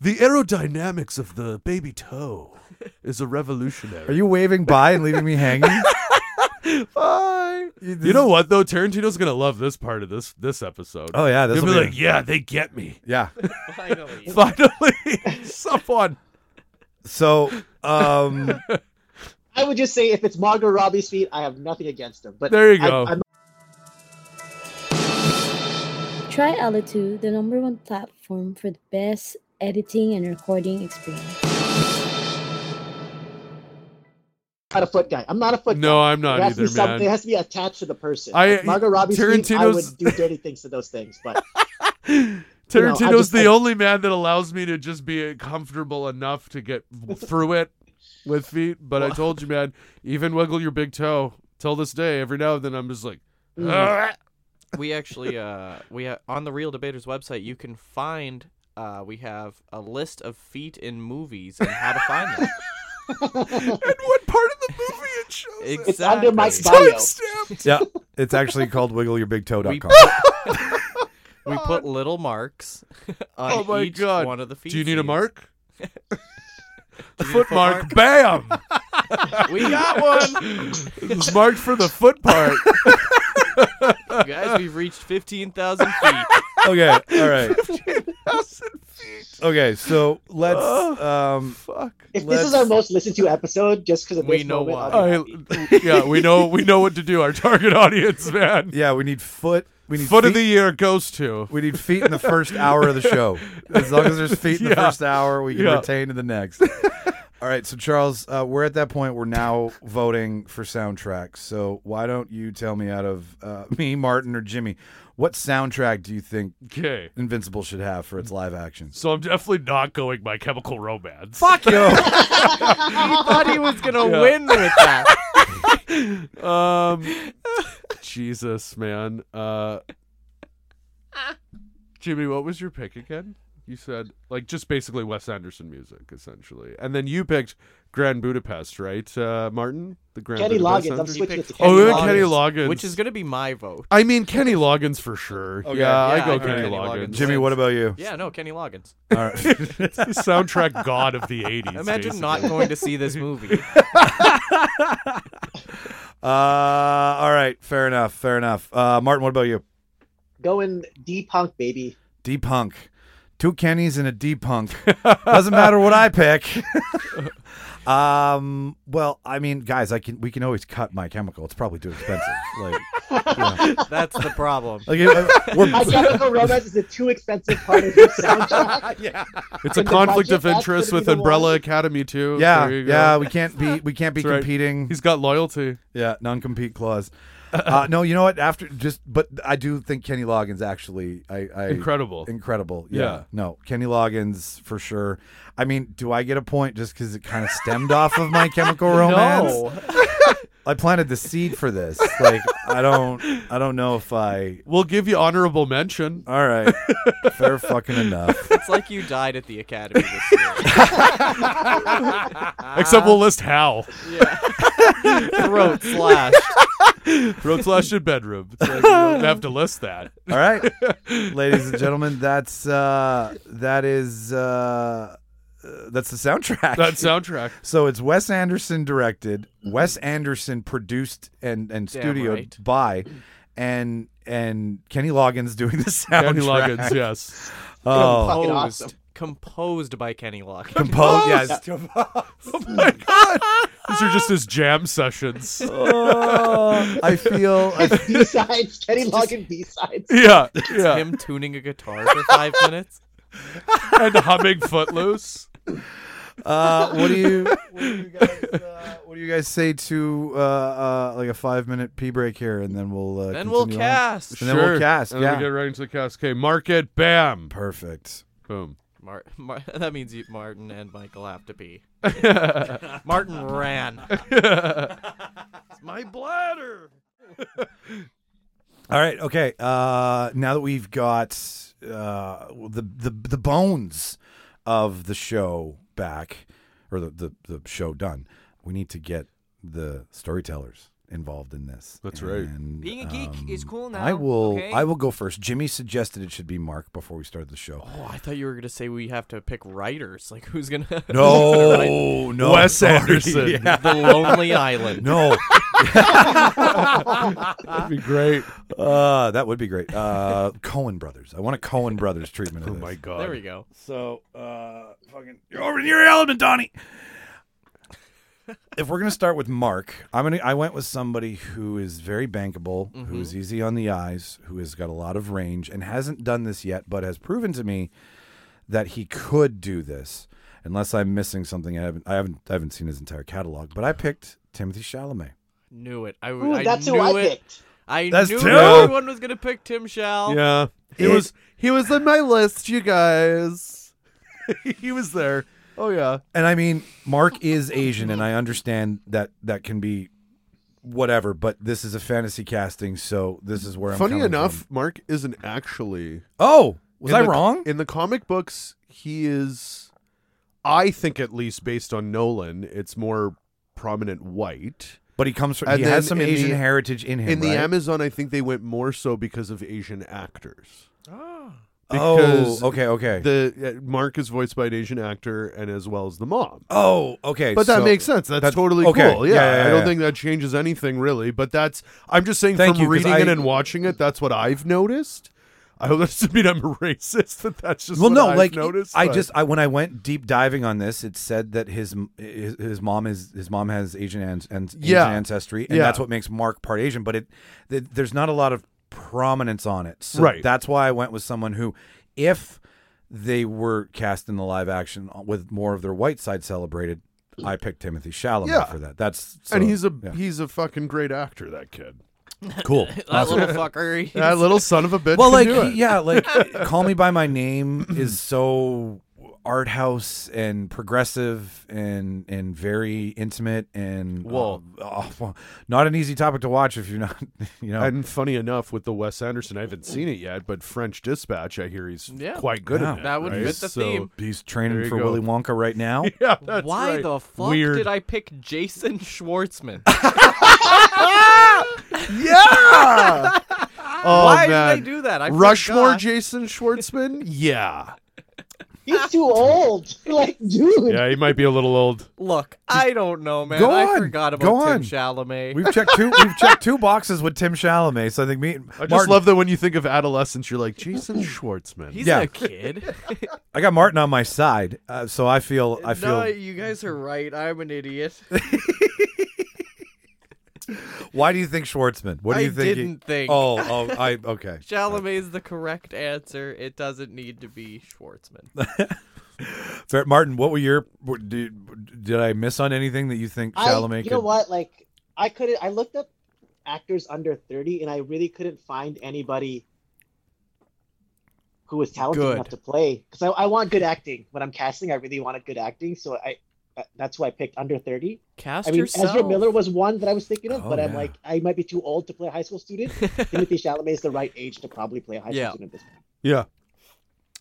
Speaker 8: The aerodynamics of the baby toe is a revolutionary.
Speaker 1: Are you waving by and leaving me hanging?
Speaker 8: Bye. You know what though? Tarantino's gonna love this part of this this episode.
Speaker 1: Oh yeah, this
Speaker 8: He'll
Speaker 1: will
Speaker 8: be
Speaker 1: be,
Speaker 8: like, yeah, they get me.
Speaker 1: yeah.
Speaker 6: Finally.
Speaker 8: Finally, someone.
Speaker 1: So, um,
Speaker 7: I would just say if it's Margot Robbie's feet, I have nothing against them. But
Speaker 8: There you
Speaker 7: I-
Speaker 8: go.
Speaker 7: I'm
Speaker 10: Try Alitu, the number one platform for the best editing and recording experience.
Speaker 7: not a foot guy. I'm not a foot guy.
Speaker 8: No, I'm
Speaker 7: it
Speaker 8: not
Speaker 7: has to
Speaker 8: either,
Speaker 7: be something. It
Speaker 8: man.
Speaker 7: has to be attached to the person.
Speaker 8: I-
Speaker 7: Like Margot Robbie's feet, I
Speaker 8: Tarantino's-
Speaker 7: would do dirty things to those things. But know, I
Speaker 8: Tarantino's
Speaker 7: just-
Speaker 8: the
Speaker 7: I-
Speaker 8: only man that allows me to just be comfortable enough to get through it with feet. But I told you, man, even wiggle your big toe. Till this day, every now and then, I'm just like, "Ah."
Speaker 6: we actually uh we ha- on the real debaters website you can find uh we have a list of feet in movies and how to find them
Speaker 8: and what part of the movie it shows? it?
Speaker 6: exactly
Speaker 7: it's under Mike's bio.
Speaker 8: Timestamped.
Speaker 1: yeah, it's actually called wiggleyourBigToe.com.
Speaker 6: we put, we put little marks on
Speaker 8: Oh my
Speaker 6: each
Speaker 8: God.
Speaker 6: one of the feet
Speaker 8: Do you need a
Speaker 6: scenes.
Speaker 8: mark?
Speaker 6: Do you need a
Speaker 8: Foot mark. Bam.
Speaker 6: we got one
Speaker 8: it's marked for the foot part.
Speaker 6: You guys we've reached 15000 feet
Speaker 1: okay, all right. Okay, so let's. Um,
Speaker 8: Fuck.
Speaker 7: if this is
Speaker 1: Let's-
Speaker 7: our most listened to episode, just because of
Speaker 6: We
Speaker 7: this
Speaker 6: know
Speaker 7: moment,
Speaker 6: why.
Speaker 7: I'll be
Speaker 8: I,
Speaker 7: happy.
Speaker 8: yeah, we know we know what to do. Our target audience, man.
Speaker 1: yeah, we need foot. We need
Speaker 8: Foot
Speaker 1: feet,
Speaker 8: of the year goes to.
Speaker 1: We need feet in the first hour of the show. As long as there's feet in the
Speaker 8: Yeah.
Speaker 1: first hour, we can
Speaker 8: Yeah.
Speaker 1: retain to the next. All right, so Charles, uh, we're at that point. We're now voting for soundtracks. So why don't you tell me out of uh, me, Martin, or Jimmy, what soundtrack do you think
Speaker 8: Okay.
Speaker 1: Invincible should have for its live action?
Speaker 8: So I'm definitely not going my chemical romance.
Speaker 1: Fuck you.
Speaker 6: i thought he was gonna
Speaker 8: Yeah.
Speaker 6: win with that
Speaker 8: Um Jesus, man. Uh Jimmy, what was your pick again? You said like just basically Wes Anderson music, essentially. And then you picked Grand Budapest, right? Uh Martin? The Grand
Speaker 7: Kenny
Speaker 8: Budapest.
Speaker 7: Loggins. I'm
Speaker 8: Soundtrack?
Speaker 7: switching it to Kenny
Speaker 8: Oh, we went
Speaker 7: Loggins.
Speaker 8: Kenny Loggins.
Speaker 6: which is gonna be my vote
Speaker 8: I mean Kenny Loggins for sure.
Speaker 1: Okay.
Speaker 8: Yeah, I
Speaker 6: Yeah,
Speaker 8: go
Speaker 6: I agree.
Speaker 8: Kenny,
Speaker 6: Kenny
Speaker 8: Loggins.
Speaker 6: Loggins.
Speaker 1: Jimmy, what about you?
Speaker 6: yeah no kenny loggins
Speaker 1: All right.
Speaker 8: It's the soundtrack god of the 80s.
Speaker 6: imagine not
Speaker 8: basically.
Speaker 6: going to see this movie
Speaker 1: Uh, all right. Fair enough. Fair enough. Uh, Martin, what about you?
Speaker 7: Going D punk baby.
Speaker 1: D punk. Two Kennys and a D punk. Doesn't matter what I pick. um. Well, I mean, guys, I can. We can always cut my chemical. It's probably too expensive. Like,
Speaker 6: that's the problem
Speaker 1: like uh,
Speaker 7: My
Speaker 1: we're,
Speaker 7: Chemical Romance is a too expensive part of your soundtrack.
Speaker 8: It's a
Speaker 7: And the
Speaker 8: conflict
Speaker 7: budget,
Speaker 8: of
Speaker 7: that's
Speaker 8: interest
Speaker 7: gonna be
Speaker 8: with
Speaker 7: the one.
Speaker 8: Umbrella Academy too.
Speaker 1: yeah,
Speaker 8: There you go.
Speaker 1: yeah. We can't be. We can't be
Speaker 8: That's right.
Speaker 1: competing.
Speaker 8: He's got loyalty.
Speaker 1: Yeah, non compete clause. Uh, no, you know what? After just, but I do think Kenny Loggins actually. I, I
Speaker 8: Incredible.
Speaker 1: incredible. Yeah.
Speaker 8: Yeah.
Speaker 1: No, Kenny Loggins for sure. I mean, do I get a point just because it kind of stemmed off of my Chemical Romance?
Speaker 6: no
Speaker 1: I planted the seed for this. Like, I don't, I don't know if I.
Speaker 8: We'll give you honorable mention.
Speaker 1: All right, fair fucking enough.
Speaker 6: it's like you died at the academy this year
Speaker 8: Except we'll list how.
Speaker 6: throat slashed
Speaker 8: Road slash in bedroom. It's like, you don't have to list that.
Speaker 1: All right, ladies and gentlemen, that's uh, that is uh, uh, that's the soundtrack.
Speaker 8: That soundtrack.
Speaker 1: So it's Wes Anderson directed, Wes Anderson produced and and
Speaker 6: Damn
Speaker 1: studioed
Speaker 6: right.
Speaker 1: by, and and Kenny Loggins doing the soundtrack.
Speaker 8: Kenny Loggins, yes.
Speaker 1: Oh,
Speaker 7: Fucking
Speaker 6: composed,
Speaker 7: awesome.
Speaker 6: composed by Kenny Loggins.
Speaker 1: composed. Yes.
Speaker 8: Oh my god. These are just his jam sessions.
Speaker 1: Oh, I feel. I
Speaker 7: B sides. Kenny Loggins B sides.
Speaker 8: Yeah. Yeah.
Speaker 6: Him tuning a guitar for five minutes.
Speaker 8: And humming footloose.
Speaker 1: Uh, what do you what do you guys uh, what do you guys say to uh, uh, like a five minute pee break here, and then we'll uh,
Speaker 6: Then we'll
Speaker 1: continue on?
Speaker 6: cast.
Speaker 1: And then we'll cast,
Speaker 8: And
Speaker 1: yeah.
Speaker 8: then we get right into the cast. Okay, market, bam.
Speaker 1: Perfect.
Speaker 8: Boom.
Speaker 6: Mar- Mar- that means you, Martin and Michael have to be. Martin ran.
Speaker 8: My bladder.
Speaker 1: All right. Okay. Uh, now that we've got uh, the the the bones of the show back, or the, the the show done, we need to get the storytellers involved in this.
Speaker 8: That's right.
Speaker 1: And, um,
Speaker 9: Being a geek is cool now,
Speaker 1: I will
Speaker 9: okay?
Speaker 1: I will go first. Jimmy suggested it should be Mark before we started the show.
Speaker 6: Oh, I thought you were gonna say we have to pick writers. Like who's gonna?
Speaker 1: No, no,
Speaker 8: Wes
Speaker 1: sorry.
Speaker 8: Anderson.
Speaker 1: Yeah.
Speaker 6: the Lonely Island.
Speaker 1: No, That'd
Speaker 11: be great.
Speaker 1: Uh, that would be great. Uh, Cohen Brothers. I want a Cohen Brothers treatment of
Speaker 11: Oh
Speaker 1: this.
Speaker 11: my god.
Speaker 6: There we go.
Speaker 1: So, uh, fucking, you're over in your element, Donnie. if we're gonna start with Mark, I'm gonna. I went with somebody who is very bankable, who is easy on the eyes, who has got a lot of range, and hasn't done this yet, but has proven to me that he could do this. Unless I'm missing something, I haven't. I haven't. I haven't seen his entire catalog, but I picked Timothy Chalamet.
Speaker 6: Knew it. I,
Speaker 7: Ooh,
Speaker 6: I
Speaker 7: that's
Speaker 6: knew
Speaker 7: who I
Speaker 6: it.
Speaker 7: picked.
Speaker 6: I
Speaker 1: That's
Speaker 6: knew
Speaker 1: two?
Speaker 6: everyone was gonna pick Tim Shal.
Speaker 11: Yeah. He
Speaker 1: It-
Speaker 11: was he was on my list, you guys. he was there. Oh yeah.
Speaker 1: And I mean, Mark is Asian, and I understand that that can be whatever, but this is a fantasy casting, so this is where I'm.
Speaker 8: Funny
Speaker 1: coming
Speaker 8: enough,
Speaker 1: from.
Speaker 8: Mark isn't actually.
Speaker 1: Oh, was
Speaker 8: in
Speaker 1: I
Speaker 8: the-
Speaker 1: wrong?
Speaker 8: In the comic books, he is. I think at least based on Nolan, it's more prominent white.
Speaker 1: But he comes from.
Speaker 8: And
Speaker 1: he has
Speaker 8: then
Speaker 1: some
Speaker 8: in
Speaker 1: Asian
Speaker 8: the-
Speaker 1: heritage in him.
Speaker 8: in the
Speaker 1: right?
Speaker 8: Amazon, I think they went more so because of Asian actors.
Speaker 1: Ah. oh,
Speaker 8: because
Speaker 1: okay, okay.
Speaker 8: The uh, Mark is voiced by an Asian actor, and as well as the mom.
Speaker 1: oh, okay.
Speaker 8: But that
Speaker 1: so-
Speaker 8: makes sense. That's, totally
Speaker 1: okay,
Speaker 8: cool. Yeah,
Speaker 1: yeah,
Speaker 8: I don't
Speaker 1: yeah.
Speaker 8: think that changes anything really. But that's I'm just saying
Speaker 1: Thank
Speaker 8: from
Speaker 1: you, 'cause
Speaker 8: reading it
Speaker 1: I-
Speaker 8: and watching it, that's what I've noticed. I hope that doesn't mean I'm a racist. That that's just
Speaker 1: Well,
Speaker 8: what
Speaker 1: no,
Speaker 8: I've
Speaker 1: like
Speaker 8: noticed.
Speaker 1: I
Speaker 8: but-
Speaker 1: just I when I went deep diving on this, it said that his m- his, his mom is his mom has Asian and, and
Speaker 8: Yeah.
Speaker 1: Asian ancestry, and
Speaker 8: Yeah.
Speaker 1: that's what makes Mark part Asian. But it th- there's not a lot of prominence on it, so
Speaker 8: Right.
Speaker 1: That's why I went with someone who, if they were cast in the live action with more of their white side celebrated, I picked Timothy Chalamet
Speaker 8: Yeah.
Speaker 1: for that. That's so,
Speaker 8: and he's a
Speaker 1: yeah.
Speaker 8: he's a fucking great actor. That kid,
Speaker 1: cool.
Speaker 6: That little fucker. he-
Speaker 8: that little son of a bitch.
Speaker 1: well,
Speaker 8: can
Speaker 1: like
Speaker 8: do it.
Speaker 1: he- yeah, like Call Me by My Name is so art house and progressive and and very intimate and
Speaker 11: Well-
Speaker 1: uh, uh, well, not an easy topic to watch if you're not you know
Speaker 8: And funny enough, with the Wes Anderson, I haven't seen it yet, but French Dispatch, I hear he's
Speaker 6: Yeah.
Speaker 8: quite good
Speaker 1: Yeah.
Speaker 8: at it.
Speaker 6: That would
Speaker 8: right?
Speaker 6: fit the
Speaker 8: So-
Speaker 6: theme.
Speaker 1: he's
Speaker 8: There
Speaker 1: training
Speaker 8: you
Speaker 1: for
Speaker 8: go.
Speaker 1: Willy Wonka right now.
Speaker 8: Yeah, that's
Speaker 6: Why
Speaker 8: right.
Speaker 6: the fuck
Speaker 8: Weird.
Speaker 6: did I pick Jason Schwartzman?
Speaker 8: Yeah. oh
Speaker 6: Why
Speaker 8: man.
Speaker 6: did I do that? I
Speaker 8: Rushmore,
Speaker 6: forgot.
Speaker 8: Jason Schwartzman. Yeah.
Speaker 7: He's too old. Like, dude.
Speaker 8: Yeah, he might be a little old.
Speaker 6: Look, I don't know, man.
Speaker 1: Go
Speaker 6: I
Speaker 1: on,
Speaker 6: forgot about
Speaker 1: go
Speaker 6: Tim
Speaker 1: on.
Speaker 6: Chalamet.
Speaker 1: We've checked two we've checked two boxes with Tim Chalamet, so I think me
Speaker 8: I just
Speaker 1: Martin-
Speaker 8: love that when you think of adolescence, you're like Jason Schwartzman.
Speaker 6: He's
Speaker 1: Yeah.
Speaker 6: a kid.
Speaker 1: I got Martin on my side, uh, so I feel I feel
Speaker 6: No, you guys are right. I'm an idiot.
Speaker 1: Why do you think Schwartzman? What do
Speaker 6: I
Speaker 1: you think? he-
Speaker 6: didn't think.
Speaker 1: Oh, oh, I okay.
Speaker 6: Chalamet's the correct answer. It doesn't need to be Schwartzman.
Speaker 1: Fair. Martin, what were your were- did, did I miss on anything that you think
Speaker 7: I,
Speaker 1: Chalamet
Speaker 7: you
Speaker 1: could?
Speaker 7: know what? Like, I couldn't. I looked up actors under thirty, and I really couldn't find anybody who was talented
Speaker 6: Good.
Speaker 7: enough to play. Because I, I want good acting when I'm casting. I really wanted good acting, so I that- that's why I picked under thirty.
Speaker 6: Cast
Speaker 7: I mean,
Speaker 6: yourself.
Speaker 7: Ezra Miller was one that I was thinking of,
Speaker 1: Oh,
Speaker 7: but I'm
Speaker 1: yeah.
Speaker 7: like, I might be too old to play a high school student. Timothy Chalamet is the right age to probably play a high
Speaker 6: Yeah.
Speaker 7: school student. at This point.
Speaker 8: yeah.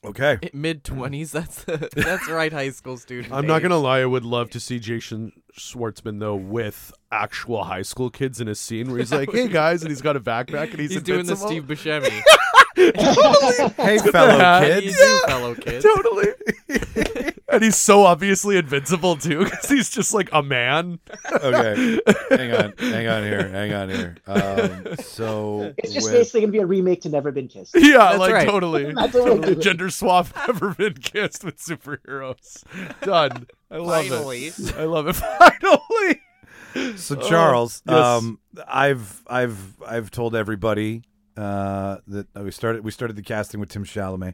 Speaker 1: Okay.
Speaker 6: Mid twenties. That's the, that's right. High school student.
Speaker 8: I'm not
Speaker 6: age.
Speaker 8: gonna lie, I would love to see Jason Schwartzman though with actual high school kids in a scene where he's like, "Hey guys," and he's got a backpack and he's,
Speaker 6: He's doing the
Speaker 8: invincible.
Speaker 6: Steve Buscemi.
Speaker 1: Hey, fellow
Speaker 8: hat.
Speaker 1: kids.
Speaker 6: He's you, fellow kids.
Speaker 8: totally. and he's so obviously invincible too, because he's just like a man.
Speaker 1: Okay. Hang on. Hang on here. Hang on here. Um, so
Speaker 7: It's just
Speaker 1: with-
Speaker 7: basically gonna be a remake to Never Been Kissed.
Speaker 8: Yeah,
Speaker 6: That's
Speaker 8: like
Speaker 6: right.
Speaker 8: totally.
Speaker 7: That's what we're
Speaker 8: totally
Speaker 7: doing.
Speaker 8: gender swap. Never been kissed with superheroes. Done. I love
Speaker 6: Finally.
Speaker 8: it. I love it. Finally.
Speaker 1: so Charles,
Speaker 8: Oh, yes.
Speaker 1: um, I've I've I've told everybody uh, that uh, we started we started the casting with Tim Chalamet.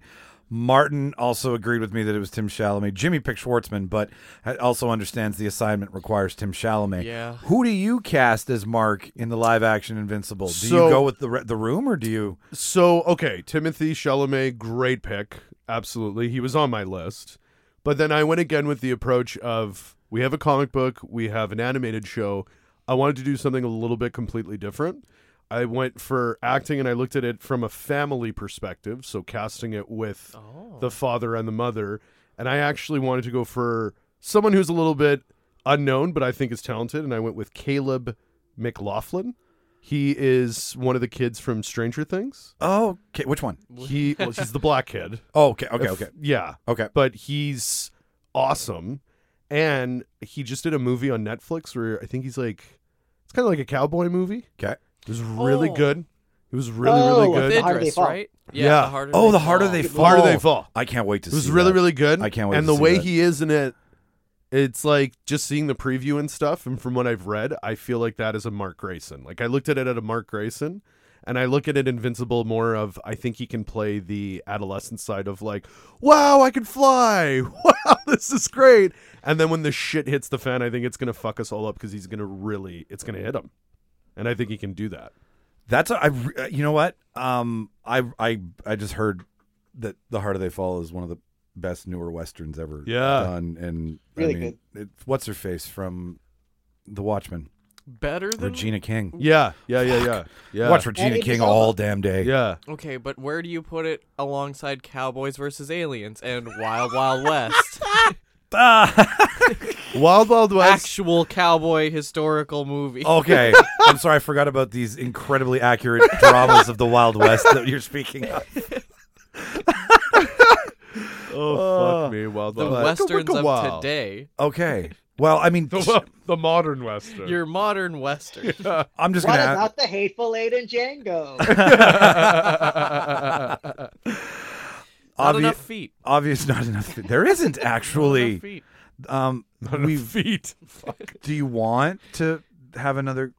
Speaker 1: Martin also agreed with me that it was Tim Chalamet. Jimmy picked Schwartzman, but ha- also understands the assignment requires Tim Chalamet.
Speaker 6: Yeah.
Speaker 1: Who do you cast as Mark in the live action Invincible? Do
Speaker 8: So-
Speaker 1: you go with the re- the room or do you?
Speaker 8: So okay, Timothy Chalamet, great pick. Absolutely, he was on my list. But then I went again with the approach of we have a comic book, we have an animated show. I wanted to do something a little bit completely different. I went for acting and I looked at it from a family perspective, so casting it with the father and the mother. And I actually wanted to go for someone who's a little bit unknown, but I think is talented. And I went with Caleb McLaughlin. He is one of the kids from Stranger Things.
Speaker 1: Oh, okay. Which one?
Speaker 8: He well, he's the black kid.
Speaker 1: Oh, okay, okay,
Speaker 8: If-
Speaker 1: okay,
Speaker 8: Yeah,
Speaker 1: okay.
Speaker 8: but he's awesome, and he just did a movie on Netflix where I think he's like It's kind of like a cowboy movie.
Speaker 1: Okay.
Speaker 8: It was really
Speaker 6: Oh.
Speaker 8: good. It was really, really
Speaker 7: Oh,
Speaker 8: good.
Speaker 7: The harder they
Speaker 6: Idris,
Speaker 7: fall.
Speaker 6: right?
Speaker 8: Yeah.
Speaker 6: The harder
Speaker 1: Oh, the harder they
Speaker 6: fall.
Speaker 1: fall.
Speaker 8: Harder They Fall.
Speaker 1: I can't wait to
Speaker 8: It was
Speaker 1: see.
Speaker 8: really,
Speaker 1: that.
Speaker 8: really good.
Speaker 1: I can't wait
Speaker 8: And
Speaker 1: to
Speaker 8: the
Speaker 1: see
Speaker 8: way
Speaker 1: that.
Speaker 8: he is in it, it's like just seeing the preview and stuff. And from what I've read, I feel like that is a Mark Grayson. Like I looked at it at a Mark Grayson, and I look at it Invincible more of I think he can play the adolescent side of like, wow, I can fly. Wow, this is great. And then when the shit hits the fan, I think it's gonna fuck us all up because he's gonna really, it's gonna hit him. And I think he can do that.
Speaker 1: That's a, I. re- You know what? Um, I I I just heard that the harder they fall is one of the best newer westerns ever.
Speaker 8: Yeah.
Speaker 1: done and
Speaker 7: Really
Speaker 1: I mean, It, what's her face from The Watchmen?
Speaker 6: Better than
Speaker 1: Regina King.
Speaker 8: Yeah, yeah, yeah, yeah, yeah.
Speaker 1: Watch Regina
Speaker 7: Idris
Speaker 1: King
Speaker 7: Elba.
Speaker 1: all damn day.
Speaker 8: Yeah,
Speaker 6: Okay, but where do you put it alongside Cowboys versus Aliens and Wild Wild West?
Speaker 8: Wild Wild West. Oh,
Speaker 6: Actual cowboy historical movie.
Speaker 1: Okay, I'm sorry, I forgot about these incredibly accurate dramas of the Wild West that you're speaking of.
Speaker 8: Oh
Speaker 1: Uh,
Speaker 8: fuck me, Wild
Speaker 6: the
Speaker 8: Wild West.
Speaker 6: westerns
Speaker 8: Wicka
Speaker 6: of
Speaker 8: wild.
Speaker 6: today.
Speaker 1: Okay, well, I mean,
Speaker 8: the, the modern western.
Speaker 6: Your modern western.
Speaker 1: I'm just
Speaker 7: What
Speaker 1: gonna.
Speaker 7: about the hateful eight and Django?
Speaker 6: Not
Speaker 1: obvi-
Speaker 6: enough feet.
Speaker 1: obvious, not enough. There isn't
Speaker 6: Enough
Speaker 1: actually.
Speaker 6: feet.
Speaker 1: Um,
Speaker 8: we feet.
Speaker 1: do you want to have another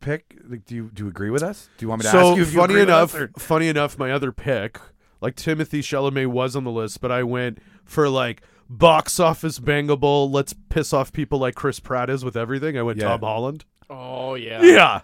Speaker 1: pick? Like, do you do you agree with us? Do you want me to
Speaker 8: So
Speaker 1: ask you? If you
Speaker 8: funny
Speaker 1: agree with
Speaker 8: enough,
Speaker 1: us, or-
Speaker 8: funny enough, my other pick, like Timothy Chalamet was on the list, but I went for like box office bangable. Let's piss off people like Chris Pratt is with everything. I went
Speaker 1: Yeah.
Speaker 8: Tom Holland.
Speaker 6: Oh yeah.
Speaker 8: Yeah.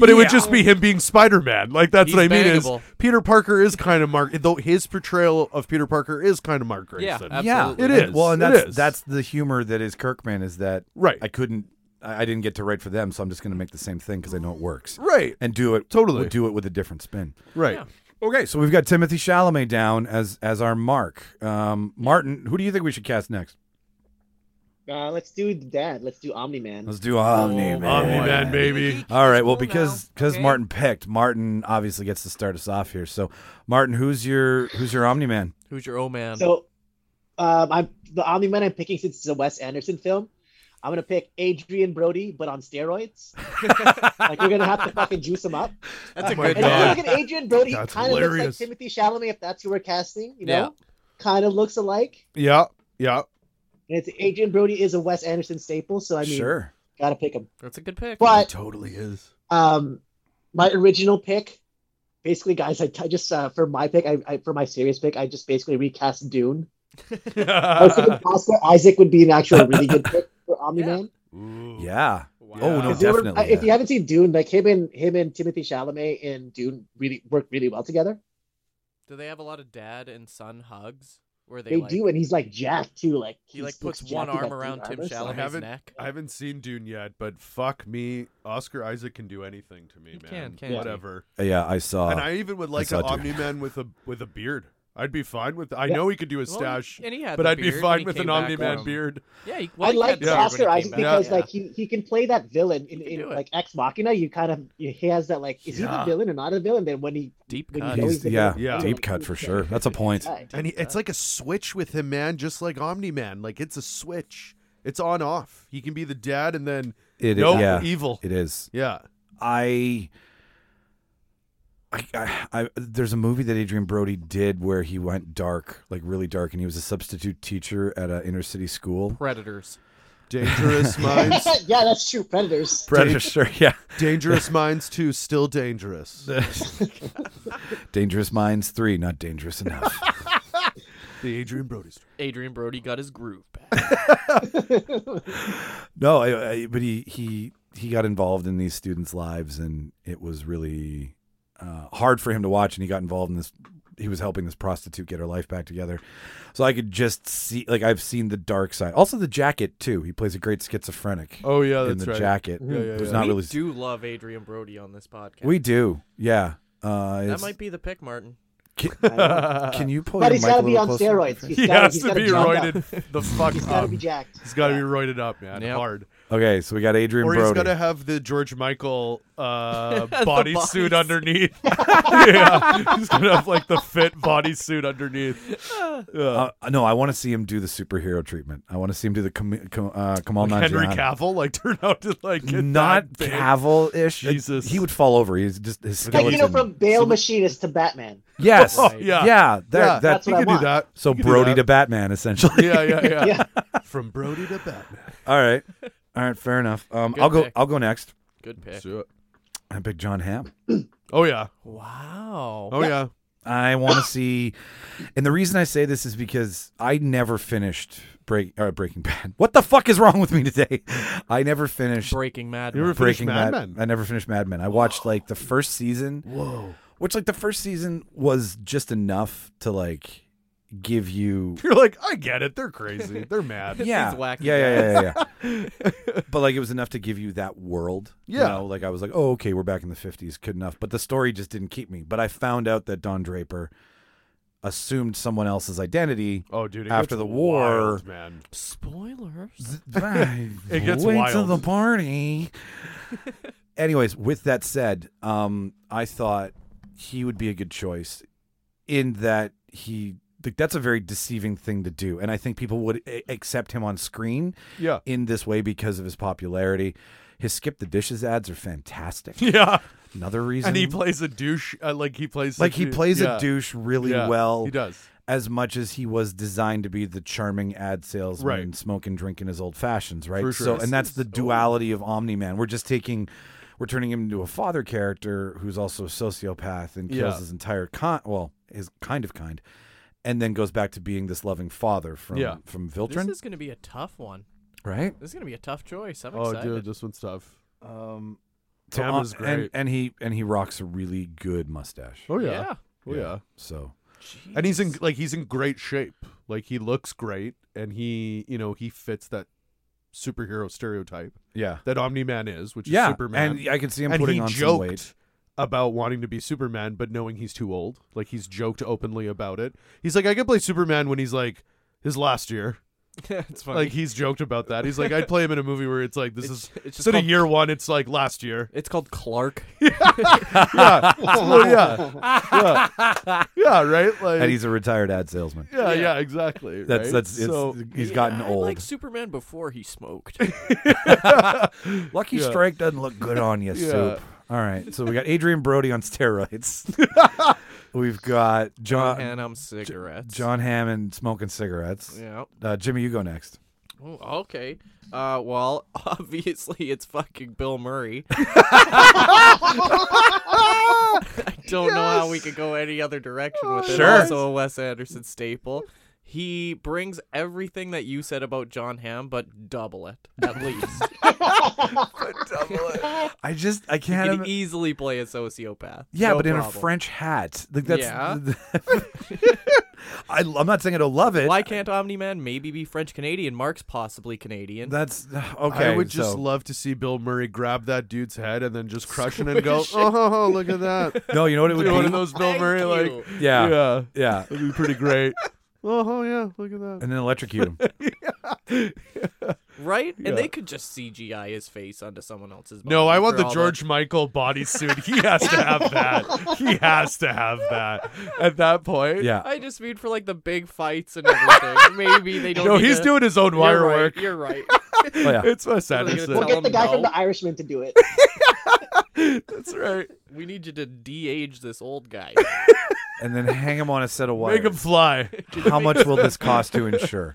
Speaker 8: But it would just be him being Spider Man. Like that's
Speaker 6: He's
Speaker 8: what I mean. Is
Speaker 6: bangable.
Speaker 8: Peter Parker is kind of Mark, though his portrayal of Peter Parker is kind of Mark
Speaker 6: Yeah,
Speaker 8: Grayson.
Speaker 6: absolutely.
Speaker 1: yeah,
Speaker 8: It is.
Speaker 1: Well, and
Speaker 8: It
Speaker 1: that's
Speaker 8: is.
Speaker 1: that's the humor that is Kirkman. Is that
Speaker 8: Right.
Speaker 1: I couldn't. I I didn't get to write for them, so I'm just going to make the same thing because I know it works.
Speaker 8: Right.
Speaker 1: And do it
Speaker 8: Totally.
Speaker 1: Do it with a different spin.
Speaker 8: Right.
Speaker 1: Okay, so we've got Timothy Chalamet down as as our mark. Um, Martin, who do you think we should cast next?
Speaker 7: uh, let's do that. Let's do Omni Man.
Speaker 1: Let's do Omni Man.
Speaker 8: Omni Man, baby.
Speaker 1: All right. Well,
Speaker 12: Cool
Speaker 6: Oh,
Speaker 12: now,
Speaker 1: because because
Speaker 12: okay?
Speaker 1: Martin picked, Martin obviously gets to start us off here. So, Martin, who's your who's your Omni Man?
Speaker 6: Who's your old man?
Speaker 7: So, um, I'm the Omni Man I'm picking since it's a Wes Anderson film. I'm gonna pick Adrian Brody, but on steroids. like we're gonna have to fucking juice him up.
Speaker 6: That's a
Speaker 8: my
Speaker 6: good
Speaker 7: And if
Speaker 8: God.
Speaker 6: name.
Speaker 7: you look at Adrian Brody,
Speaker 8: That's
Speaker 7: kind of looks like
Speaker 8: hilarious.
Speaker 7: Timothy Chalamet if that's who we're casting. You know,
Speaker 6: Yeah.
Speaker 7: kind of looks alike.
Speaker 8: Yeah. Yeah.
Speaker 7: And it's Adrian Brody is a Wes Anderson staple, so I mean,
Speaker 1: sure.
Speaker 7: gotta pick him.
Speaker 6: That's a good pick.
Speaker 7: But
Speaker 8: Totally is.
Speaker 7: um, my original pick, basically, guys, I, I just uh, for my pick, I, I for my serious pick, I just basically recast Dune.
Speaker 1: Uh-huh.
Speaker 7: I was thinking Oscar Isaac would be an actual really good pick for Omni Man.
Speaker 1: Yeah. Oh no,
Speaker 7: If you ever-
Speaker 1: definitely.
Speaker 7: If you
Speaker 1: yeah.
Speaker 7: haven't seen Dune, like him and him and Timothy Chalamet in Dune really work really well together.
Speaker 6: Do they have a lot of dad and son hugs? Where they,
Speaker 7: They
Speaker 6: like,
Speaker 7: do, and he's like jacked too. Like
Speaker 6: he like
Speaker 7: he's-
Speaker 6: puts
Speaker 7: looks
Speaker 6: one
Speaker 7: jacked, he's
Speaker 6: arm
Speaker 7: got
Speaker 6: around
Speaker 7: big
Speaker 6: Tim
Speaker 7: armors.
Speaker 8: I
Speaker 6: Chalamet's
Speaker 8: haven't-
Speaker 6: neck.
Speaker 8: I haven't seen Dune yet, but fuck me, Oscar Isaac can do anything to me,
Speaker 6: He
Speaker 8: man.
Speaker 6: can, can't he?
Speaker 8: Whatever.
Speaker 1: Yeah, I saw.
Speaker 8: and I even would like
Speaker 1: saw
Speaker 8: an
Speaker 1: Dune.
Speaker 8: Omni Man with a with a beard. I'd be fine with. I
Speaker 7: Yeah.
Speaker 8: know he could do a
Speaker 6: Well,
Speaker 8: stash,
Speaker 6: and he had
Speaker 8: but
Speaker 6: the
Speaker 8: I'd be
Speaker 6: beard when
Speaker 8: fine
Speaker 6: he
Speaker 8: with
Speaker 6: came
Speaker 8: an
Speaker 6: back
Speaker 8: Omni Man
Speaker 6: from-
Speaker 8: beard.
Speaker 6: Yeah, he, well,
Speaker 7: I
Speaker 6: he had
Speaker 7: like
Speaker 6: the beard
Speaker 8: Yeah.
Speaker 6: when he
Speaker 7: Oscar
Speaker 6: came
Speaker 7: Isaac
Speaker 6: back.
Speaker 7: because
Speaker 6: Yeah.
Speaker 7: like he, he can play that villain
Speaker 6: can
Speaker 7: in,
Speaker 6: do
Speaker 7: in
Speaker 6: it.
Speaker 7: like Ex Machina. You kind of he has that like is he
Speaker 8: Yeah.
Speaker 7: the villain or not a villain? Then when he
Speaker 6: deep
Speaker 7: when you
Speaker 6: cut.
Speaker 7: know
Speaker 1: He's,
Speaker 7: he's the
Speaker 1: yeah,
Speaker 7: villain,
Speaker 8: Yeah.
Speaker 7: you're
Speaker 1: deep
Speaker 7: like,
Speaker 1: cut for
Speaker 7: okay,
Speaker 1: sure. That's a point.
Speaker 7: all right.
Speaker 8: And he, it's like a switch with him, man. Just like Omni Man, like it's a switch. It's on off. He can be the dad, and then
Speaker 1: It is.
Speaker 8: nope,
Speaker 1: yeah,
Speaker 8: evil.
Speaker 1: it is.
Speaker 8: yeah,
Speaker 1: I, I, I, I, there's a movie that Adrian Brody did where he went dark, like really dark, and he was a substitute teacher at an inner city school.
Speaker 6: Predators.
Speaker 8: dangerous minds.
Speaker 7: yeah, that's true. Predators.
Speaker 1: Predator, sure, yeah.
Speaker 8: dangerous minds too. Still dangerous.
Speaker 1: Dangerous Minds three, not dangerous enough.
Speaker 8: The Adrian Brody story.
Speaker 6: Adrian Brody got his groove back.
Speaker 1: no, I, I, but he he he got involved in these students' lives, and it was really uh, hard for him to watch. And he got involved in this. He was helping this prostitute get her life back together. So I could just see, like, I've seen the dark side. Also, the jacket too. He plays a great schizophrenic.
Speaker 8: Oh yeah,
Speaker 1: in
Speaker 8: that's
Speaker 1: the
Speaker 8: right.
Speaker 1: jacket.
Speaker 8: Yeah, yeah,
Speaker 1: Who's
Speaker 8: yeah.
Speaker 1: not
Speaker 6: we
Speaker 1: really.
Speaker 6: do love Adrian Brody on this podcast.
Speaker 1: we do, yeah. Uh,
Speaker 6: that
Speaker 1: it's-
Speaker 6: might be the pick, Martin.
Speaker 1: Can you pull
Speaker 7: But
Speaker 1: your
Speaker 7: he's
Speaker 1: mic a
Speaker 7: gotta be
Speaker 1: little
Speaker 7: on
Speaker 1: closer?
Speaker 7: steroids. He's
Speaker 8: He
Speaker 7: gotta,
Speaker 8: has
Speaker 7: he's
Speaker 8: to
Speaker 7: gotta
Speaker 8: be
Speaker 7: jack up.
Speaker 8: roided the fuck
Speaker 7: He's gotta
Speaker 8: up.
Speaker 7: be jacked.
Speaker 8: He's got to be roided up, man.
Speaker 6: Yep.
Speaker 8: Hard.
Speaker 1: Okay, so we got Adrian
Speaker 8: Or he's
Speaker 1: Brody.
Speaker 8: gotta have the George Michael uh,
Speaker 6: body
Speaker 8: bodysuit
Speaker 6: suit.
Speaker 8: underneath. yeah, he's gonna have like the fit bodysuit underneath.
Speaker 1: Uh, no, I want to see him do the superhero treatment. I want to see him do the com- com- uh, Kamal
Speaker 8: Like Henry
Speaker 1: Nanjiani.
Speaker 8: Cavill like turned out to like get
Speaker 1: Not
Speaker 8: that big.
Speaker 1: Cavill ish.
Speaker 8: Jesus.
Speaker 1: He would fall over. He's just his skeleton.
Speaker 7: Like, you know, from Bale Machinist to Batman.
Speaker 1: yes.
Speaker 8: Oh,
Speaker 1: Yeah. That,
Speaker 8: yeah. Yeah,
Speaker 1: that-
Speaker 7: That's
Speaker 8: he
Speaker 7: what I
Speaker 8: could do
Speaker 7: want.
Speaker 8: that.
Speaker 1: so
Speaker 8: He could do
Speaker 1: Brody
Speaker 8: that.
Speaker 1: to Batman, essentially.
Speaker 8: Yeah, yeah, yeah.
Speaker 7: Yeah.
Speaker 8: From Brody to Batman.
Speaker 1: All right. All right. Fair enough. Um,
Speaker 6: Good
Speaker 1: I'll go.
Speaker 6: pick.
Speaker 1: I'll go next.
Speaker 6: Good pick.
Speaker 1: I pick John Hamm.
Speaker 8: Oh yeah.
Speaker 6: Wow.
Speaker 8: Oh yeah.
Speaker 1: I want to see, and the reason I say this is because I never finished Break uh, Breaking Bad. What the fuck is wrong with me today? I never finished
Speaker 6: Breaking Mad.
Speaker 8: You ever
Speaker 6: Men.
Speaker 8: finished
Speaker 1: Breaking
Speaker 8: Mad
Speaker 1: Bad.
Speaker 8: Men?
Speaker 1: I never finished Mad Men. I watched like the first season.
Speaker 8: Whoa.
Speaker 1: which like the first season was just enough to like give you
Speaker 8: You're like, I get it. They're crazy. They're mad.
Speaker 1: yeah,
Speaker 6: These wacky
Speaker 1: yeah, yeah, yeah, yeah, yeah. but like it was enough to give you that world. you
Speaker 8: Yeah.
Speaker 1: know? like I was like, oh, okay, we're back in the fifties, good enough. But the story just didn't keep me. But I found out that Don Draper assumed someone else's identity.
Speaker 8: Oh, dude. It
Speaker 1: After
Speaker 8: gets
Speaker 1: the war-
Speaker 8: wild, man.
Speaker 6: Spoilers.
Speaker 1: it
Speaker 8: gets
Speaker 1: Wait till
Speaker 8: wild.
Speaker 1: the party. Anyways, with that said, um, I thought he would be a good choice in that he like, that's a very deceiving thing to do, and I think people would a- accept him on screen
Speaker 8: Yeah.
Speaker 1: in this way because of his popularity. His skip the dishes ads are fantastic.
Speaker 8: Yeah.
Speaker 1: Another reason,
Speaker 8: And he plays a douche. Uh, like he plays.
Speaker 1: like
Speaker 8: a
Speaker 1: he
Speaker 8: dou-
Speaker 1: plays
Speaker 8: yeah.
Speaker 1: a douche really
Speaker 8: Yeah,
Speaker 1: well
Speaker 8: He does.
Speaker 1: as much as he was designed to be the charming ad salesman
Speaker 8: Right.
Speaker 1: and smoking, drinking his old fashions, right?
Speaker 8: For sure.
Speaker 1: So,
Speaker 8: This
Speaker 1: and that's the duality of Omni Man. We're just taking, we're turning him into a father character who's also a sociopath and kills
Speaker 8: Yeah.
Speaker 1: his entire con, well, his kind of kind, and then goes back to being this loving father from
Speaker 8: Yeah.
Speaker 1: from Viltrin,
Speaker 6: This is going to be a tough one.
Speaker 1: right?
Speaker 6: This is going to be a tough choice. I'm
Speaker 8: Oh,
Speaker 6: excited.
Speaker 8: dude, this one's tough.
Speaker 1: Um,
Speaker 8: Tam
Speaker 1: uh,
Speaker 8: is
Speaker 1: and,
Speaker 8: great.
Speaker 1: and he and he rocks a really good mustache.
Speaker 8: Oh yeah.
Speaker 6: yeah.
Speaker 8: Oh yeah.
Speaker 1: So
Speaker 8: And he's in like he's in great shape. Like he looks great, and he you know he fits that superhero stereotype
Speaker 1: yeah,
Speaker 8: that Omni Man is, which is
Speaker 1: yeah,
Speaker 8: Superman.
Speaker 1: and I could see him
Speaker 8: and
Speaker 1: putting
Speaker 8: he
Speaker 1: on
Speaker 8: joked
Speaker 1: some weight.
Speaker 8: about wanting to be Superman, but knowing he's too old. Like he's joked openly about it. He's like, I could play Superman when he's like his last year.
Speaker 6: Yeah, it's funny.
Speaker 8: Like he's joked about that. He's like, I'd play him in a movie where it's like this
Speaker 6: It's-
Speaker 8: is
Speaker 6: it's just
Speaker 8: instead of
Speaker 6: called-
Speaker 8: year one, it's like last year.
Speaker 6: it's called Clark.
Speaker 8: Yeah, Well, yeah, yeah, yeah, right. Like,
Speaker 1: And he's a retired ad salesman.
Speaker 8: yeah, yeah, exactly.
Speaker 1: That's
Speaker 8: right?
Speaker 1: that's it's,
Speaker 8: so.
Speaker 1: he's gotten
Speaker 6: I
Speaker 1: old.
Speaker 6: like Superman before he smoked.
Speaker 1: Lucky
Speaker 8: Yeah.
Speaker 1: Strike doesn't look good on you,
Speaker 8: Yeah.
Speaker 1: Soup. All right, so we got Adrian Brody on steroids. We've got John
Speaker 6: and I'm cigarettes.
Speaker 1: John Hammond smoking cigarettes.
Speaker 6: Yeah.
Speaker 1: Uh, Jimmy, you go next.
Speaker 6: Oh, okay. Uh, well, obviously it's fucking Bill Murray. I don't know how we could go any other direction with it.
Speaker 1: Sure.
Speaker 6: Also a Wes Anderson staple. He brings everything that you said about John Hamm, but double it at least.
Speaker 1: I just I
Speaker 6: he
Speaker 1: can't.
Speaker 6: can
Speaker 1: im-
Speaker 6: easily play a sociopath.
Speaker 1: yeah,
Speaker 6: No
Speaker 1: but in a
Speaker 6: problem.
Speaker 1: French hat. Like that's.
Speaker 6: Yeah.
Speaker 1: I, am not saying I don't love it.
Speaker 6: Why can't Omni Man maybe be French Canadian? Mark's possibly Canadian.
Speaker 1: that's okay.
Speaker 8: I would just
Speaker 1: so-
Speaker 8: love to see Bill Murray grab that dude's head and then just crush it and go, oh, ho, ho, look at that.
Speaker 1: no. You know what it would
Speaker 8: Dude, one of
Speaker 1: be?
Speaker 8: those Bill Murray, like,
Speaker 1: Yeah, yeah,
Speaker 8: yeah, that'd be pretty great. oh, ho, yeah, look at that.
Speaker 1: And then electrocute him.
Speaker 6: right? And they could just CGI his face onto someone else's body.
Speaker 8: No, I want
Speaker 6: for
Speaker 8: the
Speaker 6: all
Speaker 8: George Michael bodysuit. He has to have that. He has to have that. At that point,
Speaker 1: Yeah.
Speaker 6: I just mean for like the big fights and everything. Maybe they don't.
Speaker 8: No,
Speaker 6: need
Speaker 8: he's
Speaker 6: to-
Speaker 8: doing his own
Speaker 6: You're
Speaker 8: wire
Speaker 6: right,
Speaker 8: work.
Speaker 6: You're right.
Speaker 1: Oh, yeah.
Speaker 8: It's Wes
Speaker 6: What are they gonna
Speaker 8: Anderson.
Speaker 6: tell
Speaker 7: We'll get
Speaker 6: him
Speaker 7: the guy from
Speaker 6: no?
Speaker 7: the Irishman to do it.
Speaker 8: That's right.
Speaker 6: We need you to de-age this old guy.
Speaker 1: And then hang him on a set of wires.
Speaker 8: Make him fly.
Speaker 1: How much will this cost to insure?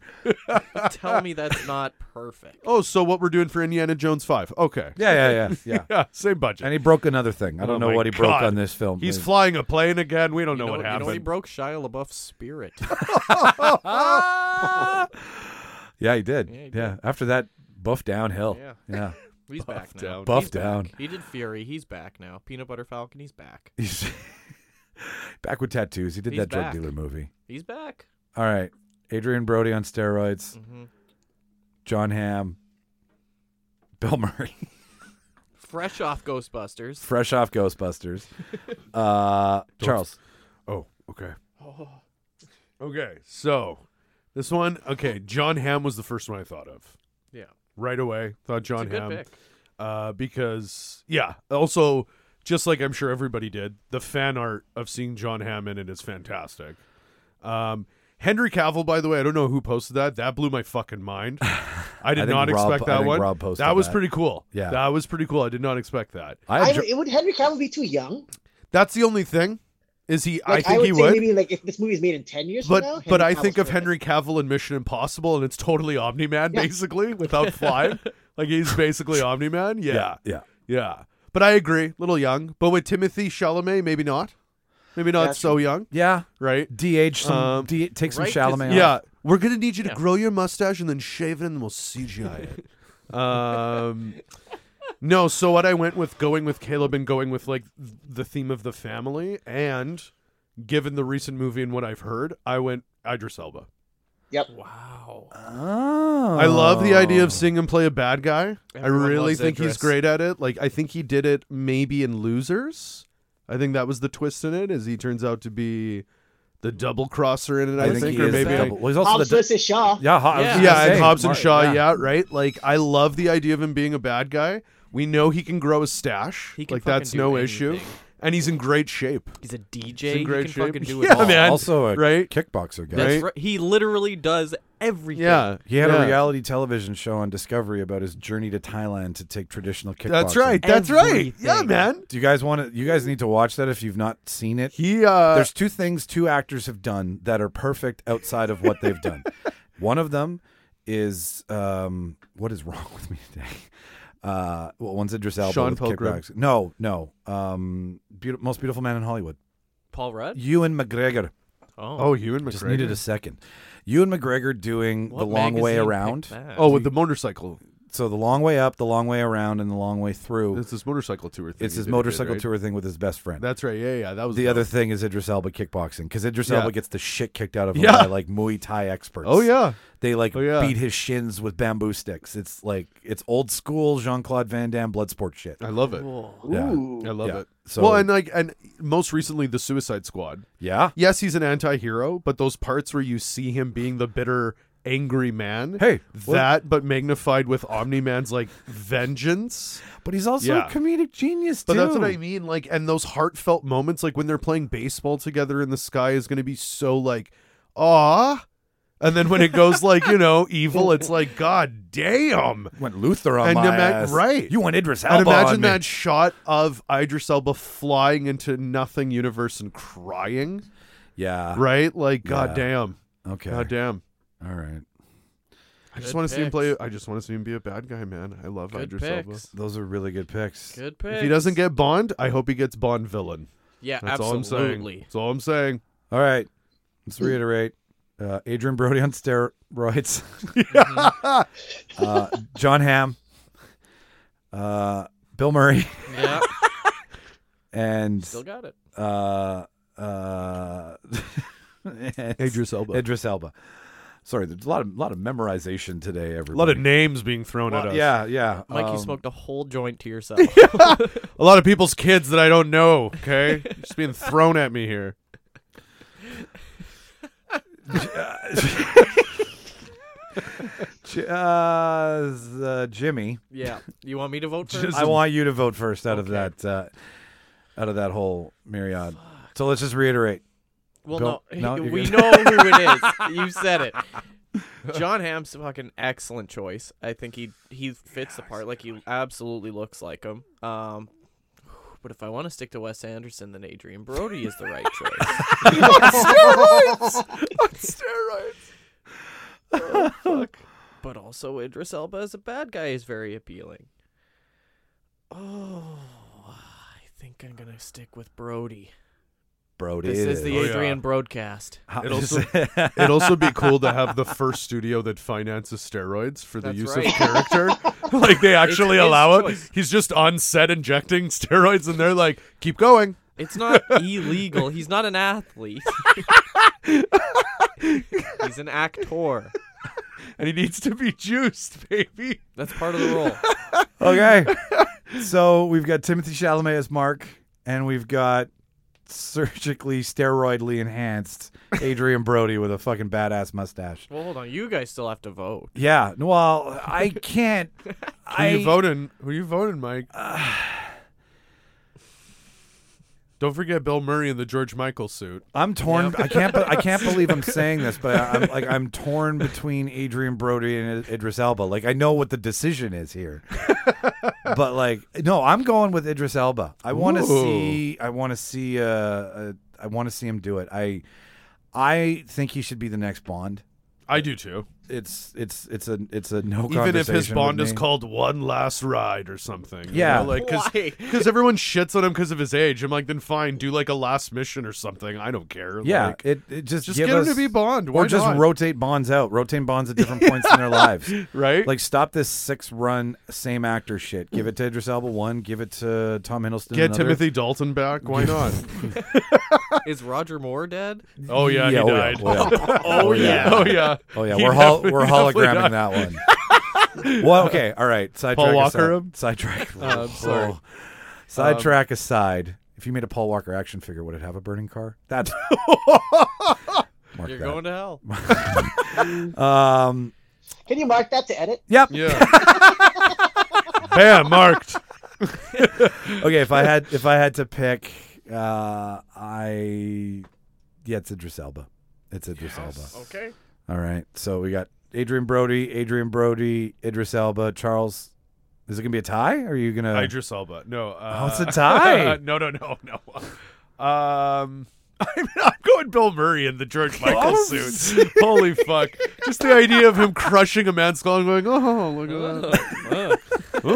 Speaker 6: Tell me that's not perfect.
Speaker 8: Oh, so what we're doing for Indiana Jones Five? Okay.
Speaker 1: Yeah, yeah, yeah, yeah.
Speaker 8: Yeah, same budget.
Speaker 1: And he broke another thing. I
Speaker 8: Oh
Speaker 1: don't know
Speaker 8: my
Speaker 1: what he broke
Speaker 8: God.
Speaker 1: on this film.
Speaker 8: He's
Speaker 1: Maybe-
Speaker 8: flying a plane again. We don't
Speaker 6: you
Speaker 8: know,
Speaker 6: know,
Speaker 8: what
Speaker 6: you
Speaker 8: happened.
Speaker 6: know he broke Shia LaBeouf's spirit.
Speaker 1: Yeah, he did. Yeah,
Speaker 6: he did.
Speaker 1: after that buff downhill.
Speaker 6: Yeah.
Speaker 1: yeah.
Speaker 6: He's back now.
Speaker 8: down.
Speaker 1: Buff
Speaker 6: He's back.
Speaker 1: down.
Speaker 6: He did Fury. He's back now. Peanut Butter Falcon. He's back.
Speaker 1: He's back with tattoos. He did
Speaker 6: He's
Speaker 1: that drug
Speaker 6: back.
Speaker 1: dealer movie.
Speaker 6: He's back.
Speaker 1: All right, Adrian Brody on steroids.
Speaker 8: Mm-hmm.
Speaker 1: John Hamm. Bill Murray,
Speaker 6: Fresh off Ghostbusters.
Speaker 1: fresh off Ghostbusters. Uh, Charles.
Speaker 8: oh, okay. Okay, so this one. Okay, John Hamm was the first one I thought of.
Speaker 6: Yeah.
Speaker 8: right away. Thought John
Speaker 6: Good
Speaker 8: Hamm.
Speaker 6: pick.
Speaker 8: Uh, because yeah, also just like I'm sure everybody did, the fan art of seeing John Hamm in it is fantastic. Um, Henry Cavill, by the way, I don't know who posted that. That blew my fucking mind. I did
Speaker 1: think Rob-
Speaker 8: not expect
Speaker 1: I
Speaker 8: that
Speaker 1: think
Speaker 8: one.
Speaker 1: Rob posted
Speaker 8: that was
Speaker 1: that.
Speaker 8: pretty cool.
Speaker 1: Yeah.
Speaker 8: that was pretty cool. I did not expect that.
Speaker 1: I,
Speaker 7: I,
Speaker 1: obj-
Speaker 7: would Henry Cavill be too young?
Speaker 8: That's the only thing. Is he?
Speaker 7: Like,
Speaker 8: I think
Speaker 7: would
Speaker 8: he
Speaker 7: say
Speaker 8: would.
Speaker 7: maybe like if this movie's made in ten years
Speaker 8: but
Speaker 7: from now.
Speaker 8: but
Speaker 7: Henry
Speaker 8: I think
Speaker 7: Cavill's
Speaker 8: of
Speaker 7: perfect.
Speaker 8: Henry Cavill in Mission Impossible, and it's totally Omni Man
Speaker 7: Yeah.
Speaker 8: basically without flying. like he's basically Omni Man. Yeah,
Speaker 1: yeah.
Speaker 8: yeah. But I agree, little young. But with Timothy Chalamet, maybe not. Maybe not
Speaker 7: That's
Speaker 8: so young,
Speaker 1: Yeah.
Speaker 8: right?
Speaker 1: DH some
Speaker 8: Um,
Speaker 1: D- take some
Speaker 6: right, 'cause-
Speaker 1: Chalamet. off.
Speaker 8: Yeah, we're gonna need you to
Speaker 6: Yeah.
Speaker 8: grow your mustache and then shave it, and then we'll CGI it. um, no, so what I went with going with Caleb and going with like th- the theme of the family, and given the recent movie and what I've heard, I went Idris Elba.
Speaker 6: Wow.
Speaker 1: Oh.
Speaker 8: I love the idea of seeing him play a bad guy. I
Speaker 6: Everyone
Speaker 8: really
Speaker 6: loves
Speaker 8: think he's
Speaker 6: Idris.
Speaker 8: great at it. Like I think he did it maybe in Losers. I think that was the twist in it, is he turns out to be the double crosser in it. I,
Speaker 1: I
Speaker 8: think,
Speaker 1: think, he
Speaker 8: or
Speaker 1: is
Speaker 8: maybe
Speaker 1: double. Well, he's also
Speaker 7: Hobbs
Speaker 1: the
Speaker 7: versus Shaw.
Speaker 1: yeah, Ho- I was
Speaker 6: Yeah.
Speaker 1: gonna
Speaker 8: yeah,
Speaker 1: say,
Speaker 8: and Hobbs and
Speaker 1: Mark-
Speaker 8: Shaw. Yeah. right. Like I love the idea of him being a bad guy. We know he can grow a stash.
Speaker 6: He can
Speaker 8: like that's
Speaker 6: fucking
Speaker 8: no
Speaker 6: do
Speaker 8: issue,
Speaker 6: anything.
Speaker 8: and he's in great shape.
Speaker 6: He's a
Speaker 8: He's
Speaker 6: DJ.
Speaker 8: in
Speaker 6: He
Speaker 8: great
Speaker 6: can
Speaker 8: shape.
Speaker 6: fucking do it
Speaker 8: yeah,
Speaker 6: all.
Speaker 8: man.
Speaker 1: also a
Speaker 8: right?
Speaker 1: kickboxer guy.
Speaker 6: That's
Speaker 8: right?
Speaker 6: right? He literally does everything.
Speaker 8: Yeah,
Speaker 1: He had
Speaker 8: yeah.
Speaker 1: a reality television show on Discovery about his journey to Thailand to take traditional kickboxing.
Speaker 8: That's right. That's right. Yeah,
Speaker 6: Everything.
Speaker 8: man.
Speaker 1: Do you guys want to? You guys need to watch that if you've not seen it.
Speaker 8: He uh,
Speaker 1: There's two things two actors have done that are perfect outside of what they've done. One of them is um, what is wrong with me today? Uh, well, one's Idris Elba.
Speaker 8: Sean
Speaker 1: with
Speaker 8: Pilgrim.
Speaker 1: kickbacks. No, no. Um, beaut- most beautiful man in Hollywood.
Speaker 6: Paul Rudd.
Speaker 1: Ewan McGregor.
Speaker 6: Oh.
Speaker 8: oh, Ewan McGregor.
Speaker 1: Just needed a second. Ewan McGregor doing
Speaker 6: What
Speaker 1: the long way
Speaker 6: magazine picked
Speaker 1: around.
Speaker 6: that?
Speaker 8: Oh, with the motorcycle.
Speaker 1: So the long way up, the long way around, and the long way through.
Speaker 8: It's his motorcycle tour thing.
Speaker 1: It's
Speaker 8: he
Speaker 1: his
Speaker 8: did,
Speaker 1: motorcycle
Speaker 8: right?
Speaker 1: tour thing with his best friend.
Speaker 8: That's right. Yeah, yeah. That was
Speaker 1: the other thing is Idris Elba kickboxing because Idris
Speaker 8: Yeah.
Speaker 1: Elba gets the shit kicked out of him
Speaker 8: Yeah.
Speaker 1: by like Muay Thai experts.
Speaker 8: Oh yeah.
Speaker 1: they like
Speaker 8: Oh, yeah.
Speaker 1: beat his shins with bamboo sticks. It's like it's old school Jean Claude Van Damme blood sport shit.
Speaker 8: I love it.
Speaker 6: Cool.
Speaker 1: Yeah,
Speaker 8: I love
Speaker 1: Yeah.
Speaker 8: it.
Speaker 1: So-
Speaker 8: well, and like, and most recently, the Suicide Squad.
Speaker 1: yeah.
Speaker 8: Yes, he's an anti-hero, but those parts where you see him being the bitter, angry man.
Speaker 1: Hey, well-
Speaker 8: that, but magnified with Omni Man's like vengeance.
Speaker 1: But he's also
Speaker 8: Yeah.
Speaker 1: a comedic genius
Speaker 8: But
Speaker 1: too.
Speaker 8: that's what I mean. Like, and those heartfelt moments, like when they're playing baseball together in the sky, is going to be so like, ah. And then when it goes like you know evil, it's like God damn.
Speaker 1: Went Luther on
Speaker 8: And
Speaker 1: my
Speaker 8: ima-
Speaker 1: ass.
Speaker 8: right.
Speaker 1: You want Idris Elba
Speaker 8: And imagine
Speaker 1: on me.
Speaker 8: that shot of Idris Elba flying into nothing universe and crying,
Speaker 1: Yeah.
Speaker 8: right? Like,
Speaker 1: Yeah.
Speaker 8: God damn,
Speaker 1: Okay.
Speaker 8: God damn.
Speaker 1: All right.
Speaker 8: I just
Speaker 6: Good
Speaker 8: want to see him play.
Speaker 6: picks.
Speaker 8: I just want to see him be a bad guy, man. I love
Speaker 6: Good
Speaker 8: Idris Elba.
Speaker 6: picks.
Speaker 1: Those are really good picks.
Speaker 6: Good picks.
Speaker 8: If he doesn't get Bond, I hope he gets Bond villain.
Speaker 6: Yeah,
Speaker 8: That's all I'm saying.
Speaker 6: absolutely.
Speaker 8: That's all I'm saying.
Speaker 1: All right. Let's reiterate. Uh, Adrian Brody on steroids.
Speaker 8: Mm-hmm.
Speaker 1: uh, John Hamm. Uh, Bill Murray.
Speaker 6: Yeah.
Speaker 1: And
Speaker 6: Still got it.
Speaker 1: uh, uh,
Speaker 8: Idris Elba.
Speaker 1: Idris Elba. Sorry, there's a lot of lot of memorization today.
Speaker 8: A
Speaker 1: Everybody.
Speaker 8: lot of names being thrown at us.
Speaker 1: yeah, yeah.
Speaker 6: Mike, you
Speaker 1: um,
Speaker 6: smoked a whole joint to yourself.
Speaker 8: A lot of people's kids that I don't know. Okay, just being thrown at me here.
Speaker 1: J- uh, uh, Jimmy.
Speaker 6: yeah. You want me to vote for?
Speaker 8: Just-
Speaker 1: I want you to vote first out of that uh, out of that whole myriad. So let's just reiterate.
Speaker 6: well,
Speaker 1: Bill-
Speaker 6: no.
Speaker 1: no, you're
Speaker 6: we
Speaker 1: good.
Speaker 6: know who it is. You said it. John Hamm's a fucking excellent choice. I think he he fits the part. Like he absolutely looks like him. Um, but if I want to stick to Wes Anderson, then Adrian Brody is the right choice. but also Idris Elba as a bad guy is very appealing. Oh, I think I'm gonna stick with Brody.
Speaker 1: Brody.
Speaker 6: This
Speaker 1: it
Speaker 6: is the
Speaker 8: Oh, yeah.
Speaker 6: Adrian Broadcast.
Speaker 1: How-
Speaker 8: It also- It'd also be cool to have the first studio that finances steroids for the
Speaker 6: That's
Speaker 8: use
Speaker 6: right.
Speaker 8: of character. like they actually
Speaker 6: his
Speaker 8: allow it.
Speaker 6: choice.
Speaker 8: He's just on set injecting steroids, and they're like, "Keep going."
Speaker 6: It's not illegal. He's not an athlete. He's an actor.
Speaker 8: And he needs to be juiced, baby.
Speaker 6: That's part of the role.
Speaker 1: okay. So we've got Timothy Chalamet as Mark, and we've got surgically steroidly enhanced Adrian Brody with a fucking badass mustache.
Speaker 6: Well, hold on. You guys still have to vote.
Speaker 1: Yeah. Well, I can't.
Speaker 8: Who you
Speaker 1: I
Speaker 8: voting? Who you voting, Mike? Don't forget Bill Murray in the George Michael suit.
Speaker 1: I'm torn. I can't. be- I can't believe I'm saying this, but I, I'm like I'm torn between Adrian Brody and I- Idris Elba. Like I know what the decision is here, but like no, I'm going with Idris Elba. I want to
Speaker 8: Ooh.
Speaker 1: see. I want to see. Uh, uh, I want to see him do it. I, I think he should be the next Bond.
Speaker 8: I do too.
Speaker 1: It's it's it's a it's a no.
Speaker 8: Even if his
Speaker 1: conversation
Speaker 8: bond
Speaker 1: with
Speaker 8: is
Speaker 1: me.
Speaker 8: called One Last Ride or something. you
Speaker 1: Yeah.
Speaker 8: know, like
Speaker 6: Why?
Speaker 8: because everyone shits on him because of his age. I'm like, then fine, do like a last mission or something. I don't care.
Speaker 1: Yeah,
Speaker 8: Like,
Speaker 1: it, it just
Speaker 8: just
Speaker 1: give
Speaker 8: get him
Speaker 1: us-
Speaker 8: to be Bond. Why
Speaker 1: or just
Speaker 8: not?
Speaker 1: rotate Bonds out, rotate Bonds at different points in their lives,
Speaker 8: right?
Speaker 1: Like stop this six run same actor shit. Give it to Idris Elba one, give it to Tom Hiddleston.
Speaker 8: get
Speaker 1: another.
Speaker 8: Timothy Dalton back. Why not?
Speaker 6: Is Roger Moore dead?
Speaker 8: Oh yeah, he
Speaker 1: Yeah, oh, yeah,
Speaker 8: died.
Speaker 1: oh, yeah. Oh, yeah.
Speaker 8: Oh yeah.
Speaker 1: Oh yeah,
Speaker 8: He
Speaker 1: we're hol-
Speaker 8: definitely-
Speaker 1: we're
Speaker 8: definitely
Speaker 1: hologramming
Speaker 8: died.
Speaker 1: that one. well, okay, all right. Sidetrack
Speaker 8: Walker
Speaker 1: aside.
Speaker 8: him? Uh,
Speaker 1: Sidetrack.
Speaker 6: I'm sorry.
Speaker 1: Oh. Sidetrack
Speaker 8: Um,
Speaker 1: aside. If you made a Paul Walker action figure, would it have a burning car? That's mark that.
Speaker 6: You're going to hell.
Speaker 1: um.
Speaker 7: Can you mark that to edit?
Speaker 1: Yep.
Speaker 8: Yeah. Bam, marked.
Speaker 1: Okay. If I had if I had to pick, uh, I yeah, it's Idris Elba. It's Idris Elba.
Speaker 8: Okay.
Speaker 1: All right. So we got Adrian Brody, Adrian Brody, Idris Elba, Charles. Is it gonna be a tie? Or are you gonna?
Speaker 8: Idris Elba. No. Uh,
Speaker 1: Oh, it's a tie.
Speaker 8: no, no, no, no. Um, I mean, I'm going Bill Murray in the George Michael
Speaker 1: Oh,
Speaker 8: suit. Holy fuck! Just the idea of him crushing a man's skull and going, "Oh, look at that." Ooh,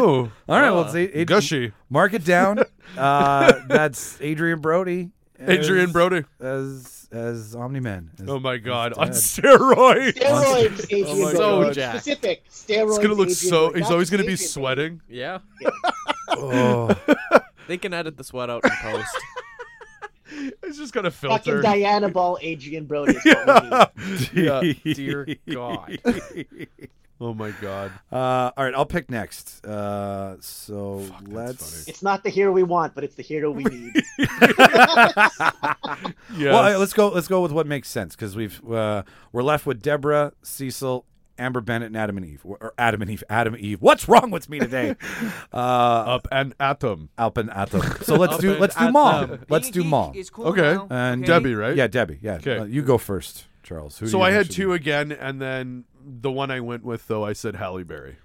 Speaker 1: All right. Well, it's a- Ad-
Speaker 8: Uh, gushy.
Speaker 1: Mark it down. uh, that's Adrian Brody. as-
Speaker 8: Adrian Brody.
Speaker 1: as as Omni Man. As-
Speaker 8: Oh my god,
Speaker 1: dead.
Speaker 8: on steroids.
Speaker 7: Steroids, Adrian
Speaker 8: Oh my
Speaker 7: Brody.
Speaker 8: God.
Speaker 6: Jack.
Speaker 7: Specific. Steroids.
Speaker 8: It's gonna look
Speaker 7: Adrian
Speaker 8: so.
Speaker 7: Brody.
Speaker 8: He's
Speaker 7: Not
Speaker 8: always gonna be
Speaker 7: Adrian Brody.
Speaker 8: sweating.
Speaker 6: Yeah.
Speaker 1: oh.
Speaker 6: They can edit the sweat out in post.
Speaker 8: It's just gonna
Speaker 7: Fucking
Speaker 8: filter.
Speaker 7: Diana Ball, Adrian Brody. is what we need.
Speaker 8: Yeah.
Speaker 6: Dear God.
Speaker 8: Oh my god.
Speaker 1: Uh, all right, I'll pick next. Uh, so let's.
Speaker 7: It's not the hero we want, but it's the hero we need.
Speaker 8: Yeah.
Speaker 1: Well, all right, let's go. Let's go with what makes sense because we've uh, we're left with Deborah, Cecil, Amber Bennett, and Adam and Eve. Or or Adam and Eve. Adam and Eve. What's wrong with me today? uh,
Speaker 8: Up and atom.
Speaker 1: Alp and Atom. So let's do
Speaker 6: and
Speaker 1: let's do
Speaker 6: Atom.
Speaker 1: mom. Let's
Speaker 13: Being
Speaker 1: do
Speaker 13: geek
Speaker 1: mom.
Speaker 13: is cool
Speaker 8: Okay.
Speaker 13: now,
Speaker 1: And
Speaker 8: Debbie, right?
Speaker 1: Yeah, Debbie. Yeah.
Speaker 8: Okay.
Speaker 1: Uh, you go first, Charles. Who do
Speaker 8: So
Speaker 1: you
Speaker 8: I
Speaker 1: think
Speaker 8: had
Speaker 1: should
Speaker 8: two
Speaker 1: be-
Speaker 8: again, and then the one I went with though I said Halle Berry.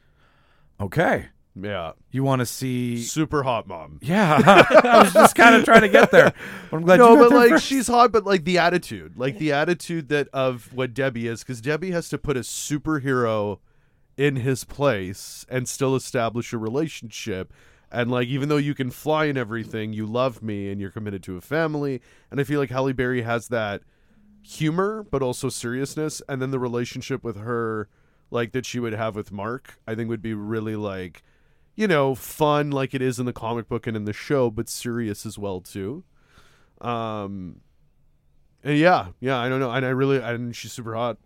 Speaker 1: Okay.
Speaker 8: Yeah,
Speaker 1: You want to see?
Speaker 8: super hot mom.
Speaker 1: Yeah. I was just kind of trying to get there. But I'm glad
Speaker 8: No,
Speaker 1: you got
Speaker 8: but
Speaker 1: there
Speaker 8: like
Speaker 1: first.
Speaker 8: she's hot, but like the attitude, like the attitude that of what Debbie is, because Debbie has to put a superhero in his place and still establish a relationship. And like, even though you can fly and everything, you love me and you're committed to a family. And I feel like Halle Berry has that humor, but also seriousness. And then the relationship with her, like that she would have with Mark, I think would be really like, you know, fun like it is in the comic book and in the show, but serious as well too. Um, and yeah, yeah, I don't know, and I really, and she's super hot.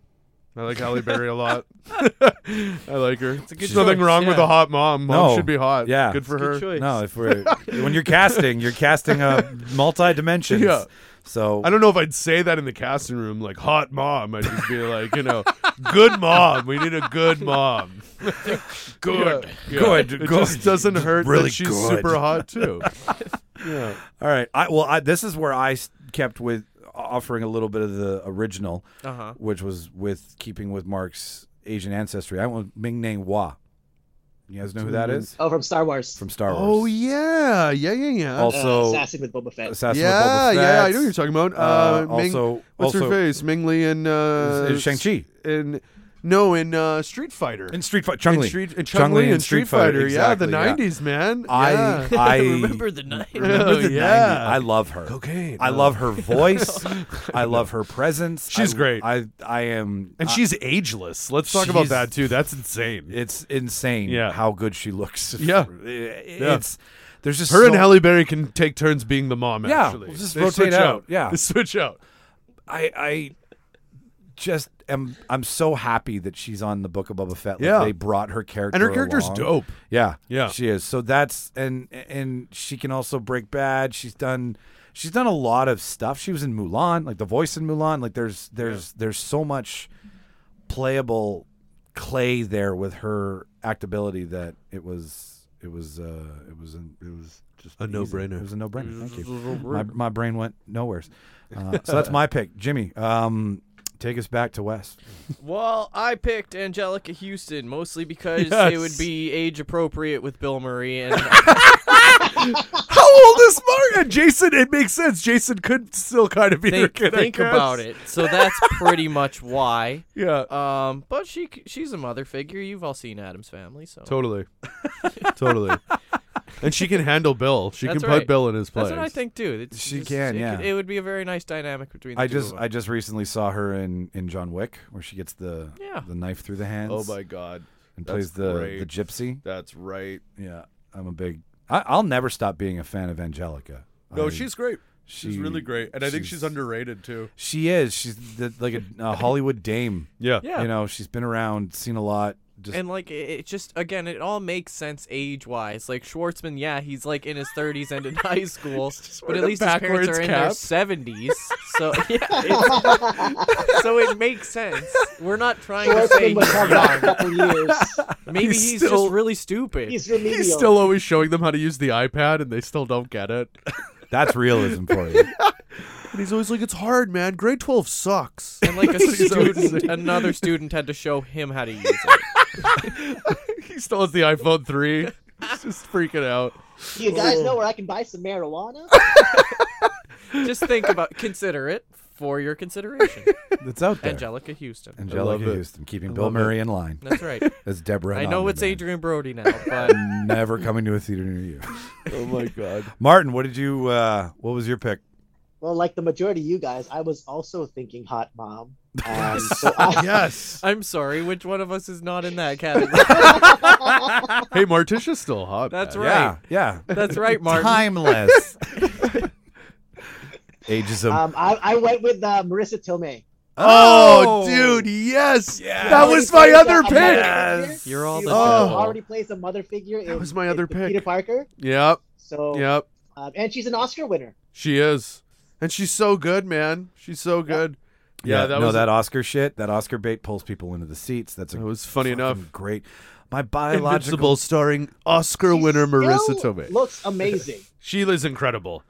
Speaker 8: I like Halle Berry a lot. I like her.
Speaker 6: a good
Speaker 8: There's nothing
Speaker 6: choice,
Speaker 8: wrong with
Speaker 6: yeah.
Speaker 8: a hot mom. Mom
Speaker 1: No.
Speaker 8: should be hot.
Speaker 1: Yeah.
Speaker 8: good for
Speaker 6: Good
Speaker 8: her.
Speaker 6: choice.
Speaker 1: No, if we're when you're casting, you're casting a multi dimensions.
Speaker 8: Yeah.
Speaker 1: So
Speaker 8: I don't know if I'd say that in the casting room, like hot mom. I'd just be like, you know, good mom. We need a good mom. good,
Speaker 1: Good,
Speaker 8: It
Speaker 1: good.
Speaker 8: just doesn't hurt. that
Speaker 1: Really
Speaker 8: she's
Speaker 1: good.
Speaker 8: super hot too.
Speaker 1: all right. I well, I, this is where I s- kept with offering a little bit of the original,
Speaker 6: Uh-huh.
Speaker 1: which was with keeping with Mark's Asian ancestry. I went with Ming Nang Hua. You guys know who that is
Speaker 7: oh, from Star Wars.
Speaker 1: from Star Wars.
Speaker 8: Mm. oh yeah, yeah, yeah, yeah.
Speaker 7: Uh,
Speaker 1: Also,
Speaker 7: Assassin with Boba Fett.
Speaker 1: Assassin with
Speaker 8: yeah,
Speaker 1: Boba
Speaker 8: yeah, I
Speaker 1: Fett.
Speaker 8: know what you're talking about.
Speaker 1: Uh,
Speaker 8: Uh, Ming,
Speaker 1: also-
Speaker 8: what's
Speaker 1: also-
Speaker 8: her face? Ming Lee and uh,
Speaker 1: Is- is Shang-Chi.
Speaker 8: in no in uh, Street Fighter
Speaker 1: In Street Fighter, Chung Li,
Speaker 8: Street,
Speaker 1: Chung Li
Speaker 8: and Street Fighter.
Speaker 1: exactly,
Speaker 8: yeah, the '90s man.
Speaker 1: I,
Speaker 8: yeah.
Speaker 1: I
Speaker 6: Remember the night.
Speaker 1: remember the 90s.
Speaker 8: yeah.
Speaker 1: I love her.
Speaker 8: Cocaine.
Speaker 1: I love her voice. I love her presence.
Speaker 8: She's
Speaker 1: I-
Speaker 8: great.
Speaker 1: I I am.
Speaker 8: and she's ageless. Let's talk about
Speaker 1: she's-
Speaker 8: that too. That's insane.
Speaker 1: It's insane
Speaker 8: Yeah.
Speaker 1: how good she looks.
Speaker 8: Yeah.
Speaker 1: It's there's just
Speaker 8: Her
Speaker 1: so-
Speaker 8: and Halle Berry can take turns being the mom.
Speaker 1: Yeah,
Speaker 8: actually,
Speaker 1: we'll just
Speaker 8: They
Speaker 1: rotate
Speaker 8: switch
Speaker 1: out. Yeah.
Speaker 8: They switch out.
Speaker 1: I I just am. I'm so happy that she's on the Book of Boba Fett. Like,
Speaker 8: Yeah.
Speaker 1: they brought her character,
Speaker 8: And her character's
Speaker 1: along.
Speaker 8: dope.
Speaker 1: Yeah,
Speaker 8: Yeah.
Speaker 1: she is. So that's and and she can also break bad. She's done. She's done a lot of stuff. She was in Mulan, like the voice in Mulan. Like there's there's there's so much playable clay there with her actability that it was it was uh it was an, it was just
Speaker 8: A
Speaker 1: easy.
Speaker 8: no-brainer.
Speaker 1: It was a no brainer. Thank you. My, my brain went nowhere. Uh, so that's my pick, Jimmy. Um, take us back to West.
Speaker 6: Well, I picked Angelica Houston mostly because it would be age appropriate with Bill Murray, and
Speaker 8: How old is Martin? Jason, it makes sense. Jason could still kind of be her
Speaker 6: think,
Speaker 8: kid. I
Speaker 6: think
Speaker 8: guess.
Speaker 6: about it. So that's pretty much why.
Speaker 8: Yeah.
Speaker 6: Um, but she c- she's a mother figure. You've all seen Adam's Family, so
Speaker 8: Totally. totally. And she can handle Bill. She
Speaker 6: That's
Speaker 8: can put
Speaker 6: right.
Speaker 8: Bill in his place.
Speaker 6: that's what I think too. It's
Speaker 1: She
Speaker 6: just-
Speaker 1: can,
Speaker 6: it
Speaker 1: yeah.
Speaker 6: could- it would be a very nice dynamic between. The
Speaker 1: I
Speaker 6: two
Speaker 1: just
Speaker 6: of
Speaker 1: I
Speaker 6: them.
Speaker 1: just recently saw her in in John Wick where she gets the
Speaker 6: Yeah.
Speaker 1: the knife through the hands.
Speaker 8: Oh my god.
Speaker 1: And
Speaker 8: That's
Speaker 1: plays the the
Speaker 8: great.
Speaker 1: gypsy.
Speaker 8: That's right.
Speaker 1: Yeah, I'm a big. I, I'll never stop being a fan of Angelica.
Speaker 8: No,
Speaker 1: I-
Speaker 8: she's great. She's
Speaker 1: she-
Speaker 8: really great. And I think
Speaker 1: she's-
Speaker 8: she's underrated too.
Speaker 1: She is. She's the, like a, a Hollywood dame.
Speaker 8: Yeah.
Speaker 6: Yeah.
Speaker 1: You know, she's been around, seen a lot. Just
Speaker 6: and like it, it just again, it all makes sense age wise. Like Schwartzman, yeah, he's like in his thirties and in high school, but
Speaker 8: wearing
Speaker 6: at
Speaker 8: a
Speaker 6: least his parents
Speaker 8: backwards
Speaker 6: are in their
Speaker 8: cap.
Speaker 6: seventies, so yeah, it's- so it makes sense. We're not trying to say
Speaker 7: Schwartzman was
Speaker 6: he's
Speaker 7: held back
Speaker 6: young.
Speaker 7: a couple years.
Speaker 6: Maybe
Speaker 8: He's
Speaker 6: he's,
Speaker 8: still-
Speaker 6: just really stupid.
Speaker 7: He's remedial.
Speaker 8: He's still always showing them how to use the iPad and they still don't get it.
Speaker 1: that's realism for you.
Speaker 8: And he's always like, It's hard, man. Grade twelve sucks.
Speaker 6: and like a
Speaker 8: always
Speaker 6: student, another student had to show him how to use it.
Speaker 8: he still has the iPhone three. He's just freaking out.
Speaker 7: You guys know where I can buy some marijuana?
Speaker 6: Just think about, consider it for your consideration.
Speaker 1: It's out there.
Speaker 6: Angelica Houston.
Speaker 1: Angelica
Speaker 8: love it.
Speaker 1: Houston keeping Bill Murray in line
Speaker 6: That's right.
Speaker 1: as Deborah.
Speaker 6: I
Speaker 1: and
Speaker 6: know
Speaker 1: Omni
Speaker 6: it's
Speaker 1: Man.
Speaker 6: Adrian Brody now, but
Speaker 1: Never coming to a theater near you.
Speaker 8: Oh my god.
Speaker 1: Martin, what did you? uh What was your pick?
Speaker 7: well, like the majority of you guys, I was also thinking hot mom. Um, so I,
Speaker 8: yes.
Speaker 6: I'm sorry, which one of us is not in that category?
Speaker 8: Hey, Marticia's still hot.
Speaker 6: That's
Speaker 8: man.
Speaker 6: right.
Speaker 1: Yeah, yeah.
Speaker 6: That's right, Martin.
Speaker 1: Timeless. Ageism.
Speaker 8: Uh,
Speaker 7: um, I, I went with uh, Marissa Tomei.
Speaker 8: Oh, dude, yes.
Speaker 1: Yeah.
Speaker 8: That was my other
Speaker 7: Already plays a- a mother
Speaker 8: pick.
Speaker 1: Yes. Oh.
Speaker 7: figure.
Speaker 6: You're all
Speaker 7: She
Speaker 6: the
Speaker 7: also
Speaker 8: devil.
Speaker 7: already plays a mother figure.
Speaker 8: That
Speaker 7: in-
Speaker 8: was my
Speaker 7: in
Speaker 8: other
Speaker 7: the
Speaker 8: pick.
Speaker 7: Peter Parker.
Speaker 8: Yep.
Speaker 7: So,
Speaker 8: Yep.
Speaker 7: um, and she's an Oscar winner.
Speaker 8: She is. And she's so good, man. She's so good. Yeah, that
Speaker 1: no,
Speaker 8: was
Speaker 1: that Oscar shit. That Oscar bait pulls people into the seats. That's a
Speaker 8: That was funny
Speaker 1: fucking
Speaker 8: enough.
Speaker 1: Great. My
Speaker 8: Invincible
Speaker 1: biological.
Speaker 8: starring Oscar
Speaker 7: She
Speaker 8: winner Marissa
Speaker 7: still
Speaker 8: Tomei.
Speaker 7: Looks amazing.
Speaker 8: She is incredible.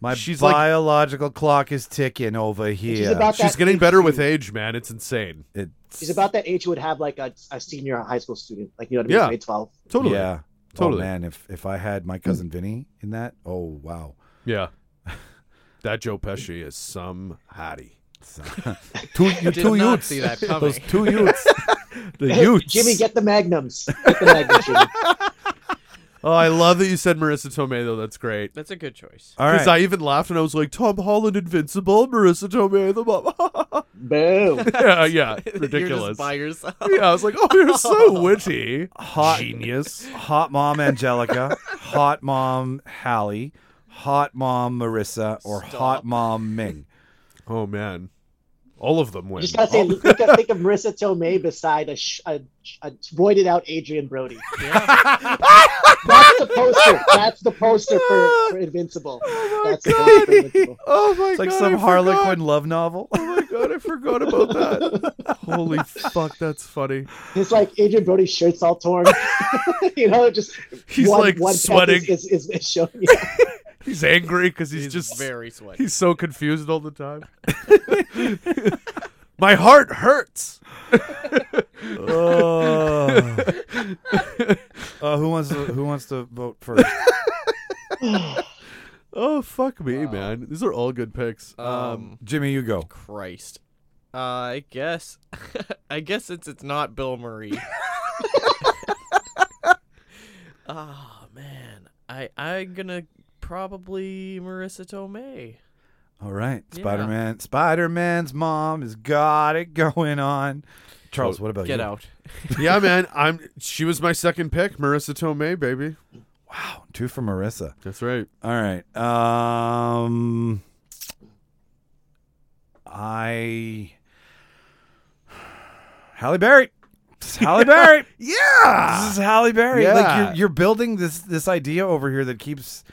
Speaker 1: My
Speaker 8: She's like-
Speaker 1: biological clock is ticking over here.
Speaker 7: She's about
Speaker 8: She's
Speaker 7: that
Speaker 8: getting
Speaker 7: age
Speaker 8: better
Speaker 7: you-
Speaker 8: with age, man. It's insane.
Speaker 1: It's-
Speaker 7: She's about that age you would have like a, a senior high school student, like you know what I mean,
Speaker 8: Yeah.
Speaker 7: grade twelve.
Speaker 8: Totally.
Speaker 1: Yeah.
Speaker 8: Totally.
Speaker 1: Oh, man, if if I had my cousin Vinny in that, oh wow.
Speaker 8: Yeah. That Joe Pesci is some hottie.
Speaker 1: two you
Speaker 6: Did
Speaker 1: two
Speaker 6: not
Speaker 1: youths.
Speaker 6: see that
Speaker 1: Those
Speaker 6: coming.
Speaker 1: two youths. the youths.
Speaker 7: Jimmy, get the magnums. Get the magnums, Jimmy.
Speaker 8: Oh, I love that you said Marissa Tomei though. That's great.
Speaker 6: That's a good choice.
Speaker 1: All
Speaker 8: Because
Speaker 1: right.
Speaker 8: I even laughed and I was like, Tom Holland invincible, Marissa Tomei the mom.
Speaker 7: Boom.
Speaker 8: yeah, yeah, ridiculous.
Speaker 6: You're just by yourself.
Speaker 8: yeah, I was like, oh, you're so witty.
Speaker 1: Hot-
Speaker 8: Genius.
Speaker 1: hot mom Angelica, hot mom Hallie, hot mom Marissa, or hot
Speaker 6: Stop.
Speaker 1: mom Ming.
Speaker 8: Oh, man. All of them
Speaker 7: You
Speaker 8: win.
Speaker 7: just gotta say, you gotta think of Marissa Tomei beside a, sh- a, a roided out Adrian Brody. That's the poster. That's the poster for, for Invincible. That's the poster for Invincible.
Speaker 8: Oh, my
Speaker 1: It's like
Speaker 8: God,
Speaker 1: some
Speaker 8: I
Speaker 1: Harlequin
Speaker 8: forgot.
Speaker 1: love novel.
Speaker 8: Oh, my God. I forgot about that. Holy fuck, that's funny.
Speaker 7: It's like Adrian Brody's shirt's all torn. you know, just
Speaker 8: He's
Speaker 7: one,
Speaker 8: like
Speaker 7: one
Speaker 8: sweating.
Speaker 7: pec Is, is, is showing.
Speaker 8: He's angry because he's,
Speaker 6: He's
Speaker 8: just
Speaker 6: very sweaty.
Speaker 8: He's so confused all the time. My heart hurts.
Speaker 1: Oh. Uh, who wants to, who wants to vote first?
Speaker 8: Oh fuck me, man. These are all good picks.
Speaker 6: Um,
Speaker 1: Jimmy, you go.
Speaker 6: Christ. Uh, I guess. I guess it's it's not Bill Murray. oh man, I I'm gonna probably Marissa Tomei.
Speaker 1: All right,
Speaker 6: Yeah.
Speaker 1: Spider Man. Spider Man's mom has got it going on. Charles, what about
Speaker 6: Get
Speaker 1: you?
Speaker 6: out.
Speaker 8: Oh, yeah, man. I'm. She was my second pick, Marissa Tomei, baby.
Speaker 1: Wow, two for Marissa.
Speaker 8: That's right.
Speaker 1: All right. Um, I Halle Berry. It's Halle Berry.
Speaker 8: Yeah.
Speaker 1: This is Halle Berry. Like
Speaker 8: Yeah.
Speaker 1: you're, you're building this this idea over here that keeps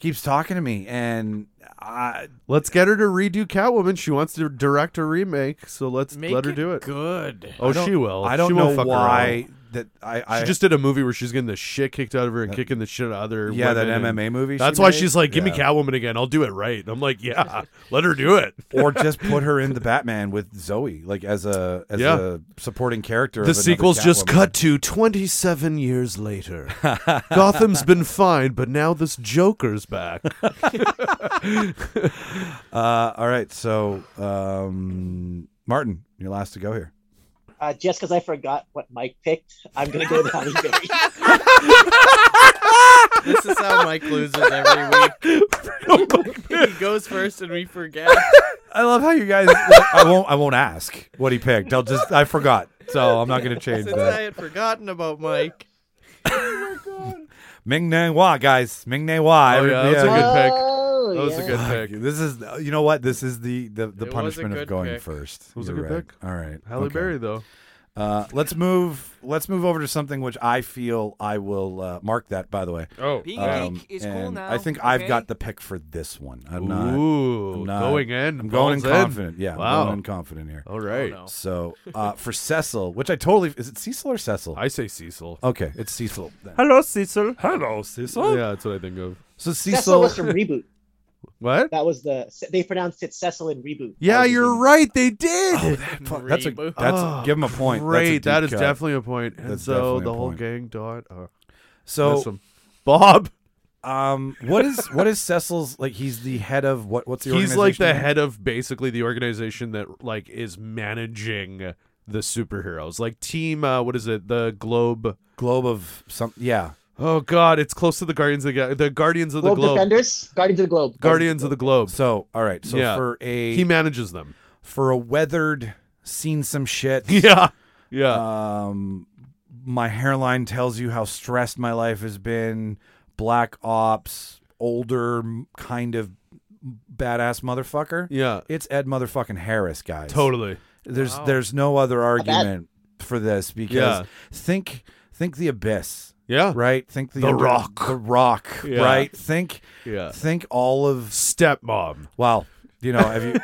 Speaker 1: keeps talking to me, and I,
Speaker 8: Let's get her to redo Catwoman. She wants to direct a remake, so let's
Speaker 6: Make
Speaker 8: let her do it.
Speaker 6: good.
Speaker 8: Oh,
Speaker 1: I don't-
Speaker 8: she will.
Speaker 1: I don't
Speaker 8: She won't
Speaker 1: know
Speaker 8: fuck around.
Speaker 1: why that I, I
Speaker 8: She just did a movie where she's getting the shit kicked out of her and kicking the shit out of other
Speaker 1: yeah that
Speaker 8: women, and
Speaker 1: MMA movie. she
Speaker 8: That's why
Speaker 1: made.
Speaker 8: she's like, "Give me
Speaker 1: Yeah.
Speaker 8: Catwoman again. I'll do it right." And I'm like, "Yeah, let her do it."
Speaker 1: or just put her in the Batman with Zoe, like as a as
Speaker 8: Yeah.
Speaker 1: a supporting character. of
Speaker 8: The
Speaker 1: another
Speaker 8: sequel's just
Speaker 1: Catwoman.
Speaker 8: cut to 27 years later. Gotham's been fine, but now this Joker's back.
Speaker 1: Uh, all right, so um, Martin, you're last to go here.
Speaker 7: Uh, just because I forgot what Mike picked, I'm gonna go with Halle Berry.
Speaker 6: This is how Mike loses every week. he goes first and we forget.
Speaker 1: I love how you guys. I won't. I won't ask what he picked. I'll just. I forgot, so I'm not going to change
Speaker 6: Since
Speaker 1: that.
Speaker 6: I had forgotten about Mike.
Speaker 1: Ming Nay Wah, guys. Ming Nay Wah.
Speaker 8: Oh, yeah, that's a good pick.
Speaker 7: Oh,
Speaker 8: That was a good pick. It
Speaker 1: This is. You know what? This is the the, the
Speaker 6: It was a
Speaker 1: punishment of
Speaker 6: good
Speaker 1: going
Speaker 6: pick.
Speaker 1: first.
Speaker 8: was a
Speaker 1: You're
Speaker 8: good
Speaker 1: right.
Speaker 8: pick.
Speaker 1: All right,
Speaker 8: Halle
Speaker 1: okay.
Speaker 8: Berry, though.
Speaker 1: Uh, let's move. Let's move over to something which I feel I will uh, mark that. By the way,
Speaker 8: Oh,
Speaker 14: Being
Speaker 1: Um,
Speaker 14: geek is cool
Speaker 1: and
Speaker 14: now.
Speaker 1: I think I've
Speaker 14: okay?
Speaker 1: got the pick for this one. I'm not.
Speaker 8: Ooh,
Speaker 1: I'm not-
Speaker 8: going in.
Speaker 1: I'm going in
Speaker 8: balls
Speaker 1: confident. Yeah, I'm
Speaker 8: Wow. Oh,
Speaker 1: going in confident here.
Speaker 8: All right.
Speaker 6: no.
Speaker 1: So uh, for Cecil, which I totally is it Cecil or Cecil?
Speaker 8: I say Cecil.
Speaker 1: okay, it's Cecil. Then.
Speaker 15: Hello, Cecil.
Speaker 8: Hello, Cecil. Yeah, that's what I think of.
Speaker 1: So
Speaker 7: Cecil
Speaker 1: Cecil.
Speaker 7: was from Reboot.
Speaker 8: What?
Speaker 7: That was the they pronounced it Cecil in Reboot. That
Speaker 8: Yeah,
Speaker 7: was the
Speaker 8: you're
Speaker 7: thing.
Speaker 8: right. They did.
Speaker 1: Fuck, Oh, that's a
Speaker 6: Reboot.
Speaker 1: that's
Speaker 8: Oh,
Speaker 1: give him a point.
Speaker 8: Great.
Speaker 1: That's a
Speaker 8: That
Speaker 1: deep
Speaker 8: is
Speaker 1: cut.
Speaker 8: definitely a point. And
Speaker 1: That's
Speaker 8: so
Speaker 1: definitely a
Speaker 8: the whole
Speaker 1: point.
Speaker 8: gang died. Oh, miss
Speaker 1: So
Speaker 8: him. Bob.
Speaker 1: um, what is what is Cecil's like? He's the head of what? What's the
Speaker 8: He's like the
Speaker 1: organization?
Speaker 8: head of basically the organization that like is managing the superheroes. Like team uh what is it? The Globe
Speaker 1: globe of some. Yeah,
Speaker 8: Oh god, it's close to the Guardians of the, Ga- the Guardians of the
Speaker 7: Globe
Speaker 8: Globe.
Speaker 7: Defenders, Guardians of the Globe,
Speaker 8: Guardians of the Globe.
Speaker 1: So all right. So
Speaker 8: Yeah.
Speaker 1: for a
Speaker 8: He manages them.
Speaker 1: for a weathered, seen some shit.
Speaker 8: Yeah. Yeah.
Speaker 1: Um, my hairline tells you how stressed my life has been. Black ops, older m- kind of badass motherfucker.
Speaker 8: yeah.
Speaker 1: It's Ed motherfucking Harris, guys.
Speaker 8: Totally.
Speaker 1: There's there's no other argument for this because
Speaker 8: Yeah.
Speaker 1: think think the abyss,
Speaker 8: Yeah.
Speaker 1: right? Think the,
Speaker 8: The
Speaker 1: under-
Speaker 8: Rock.
Speaker 1: the rock,
Speaker 8: Yeah.
Speaker 1: right? Think
Speaker 8: Yeah.
Speaker 1: think all of
Speaker 8: Stepmom.
Speaker 1: well, you know, have you?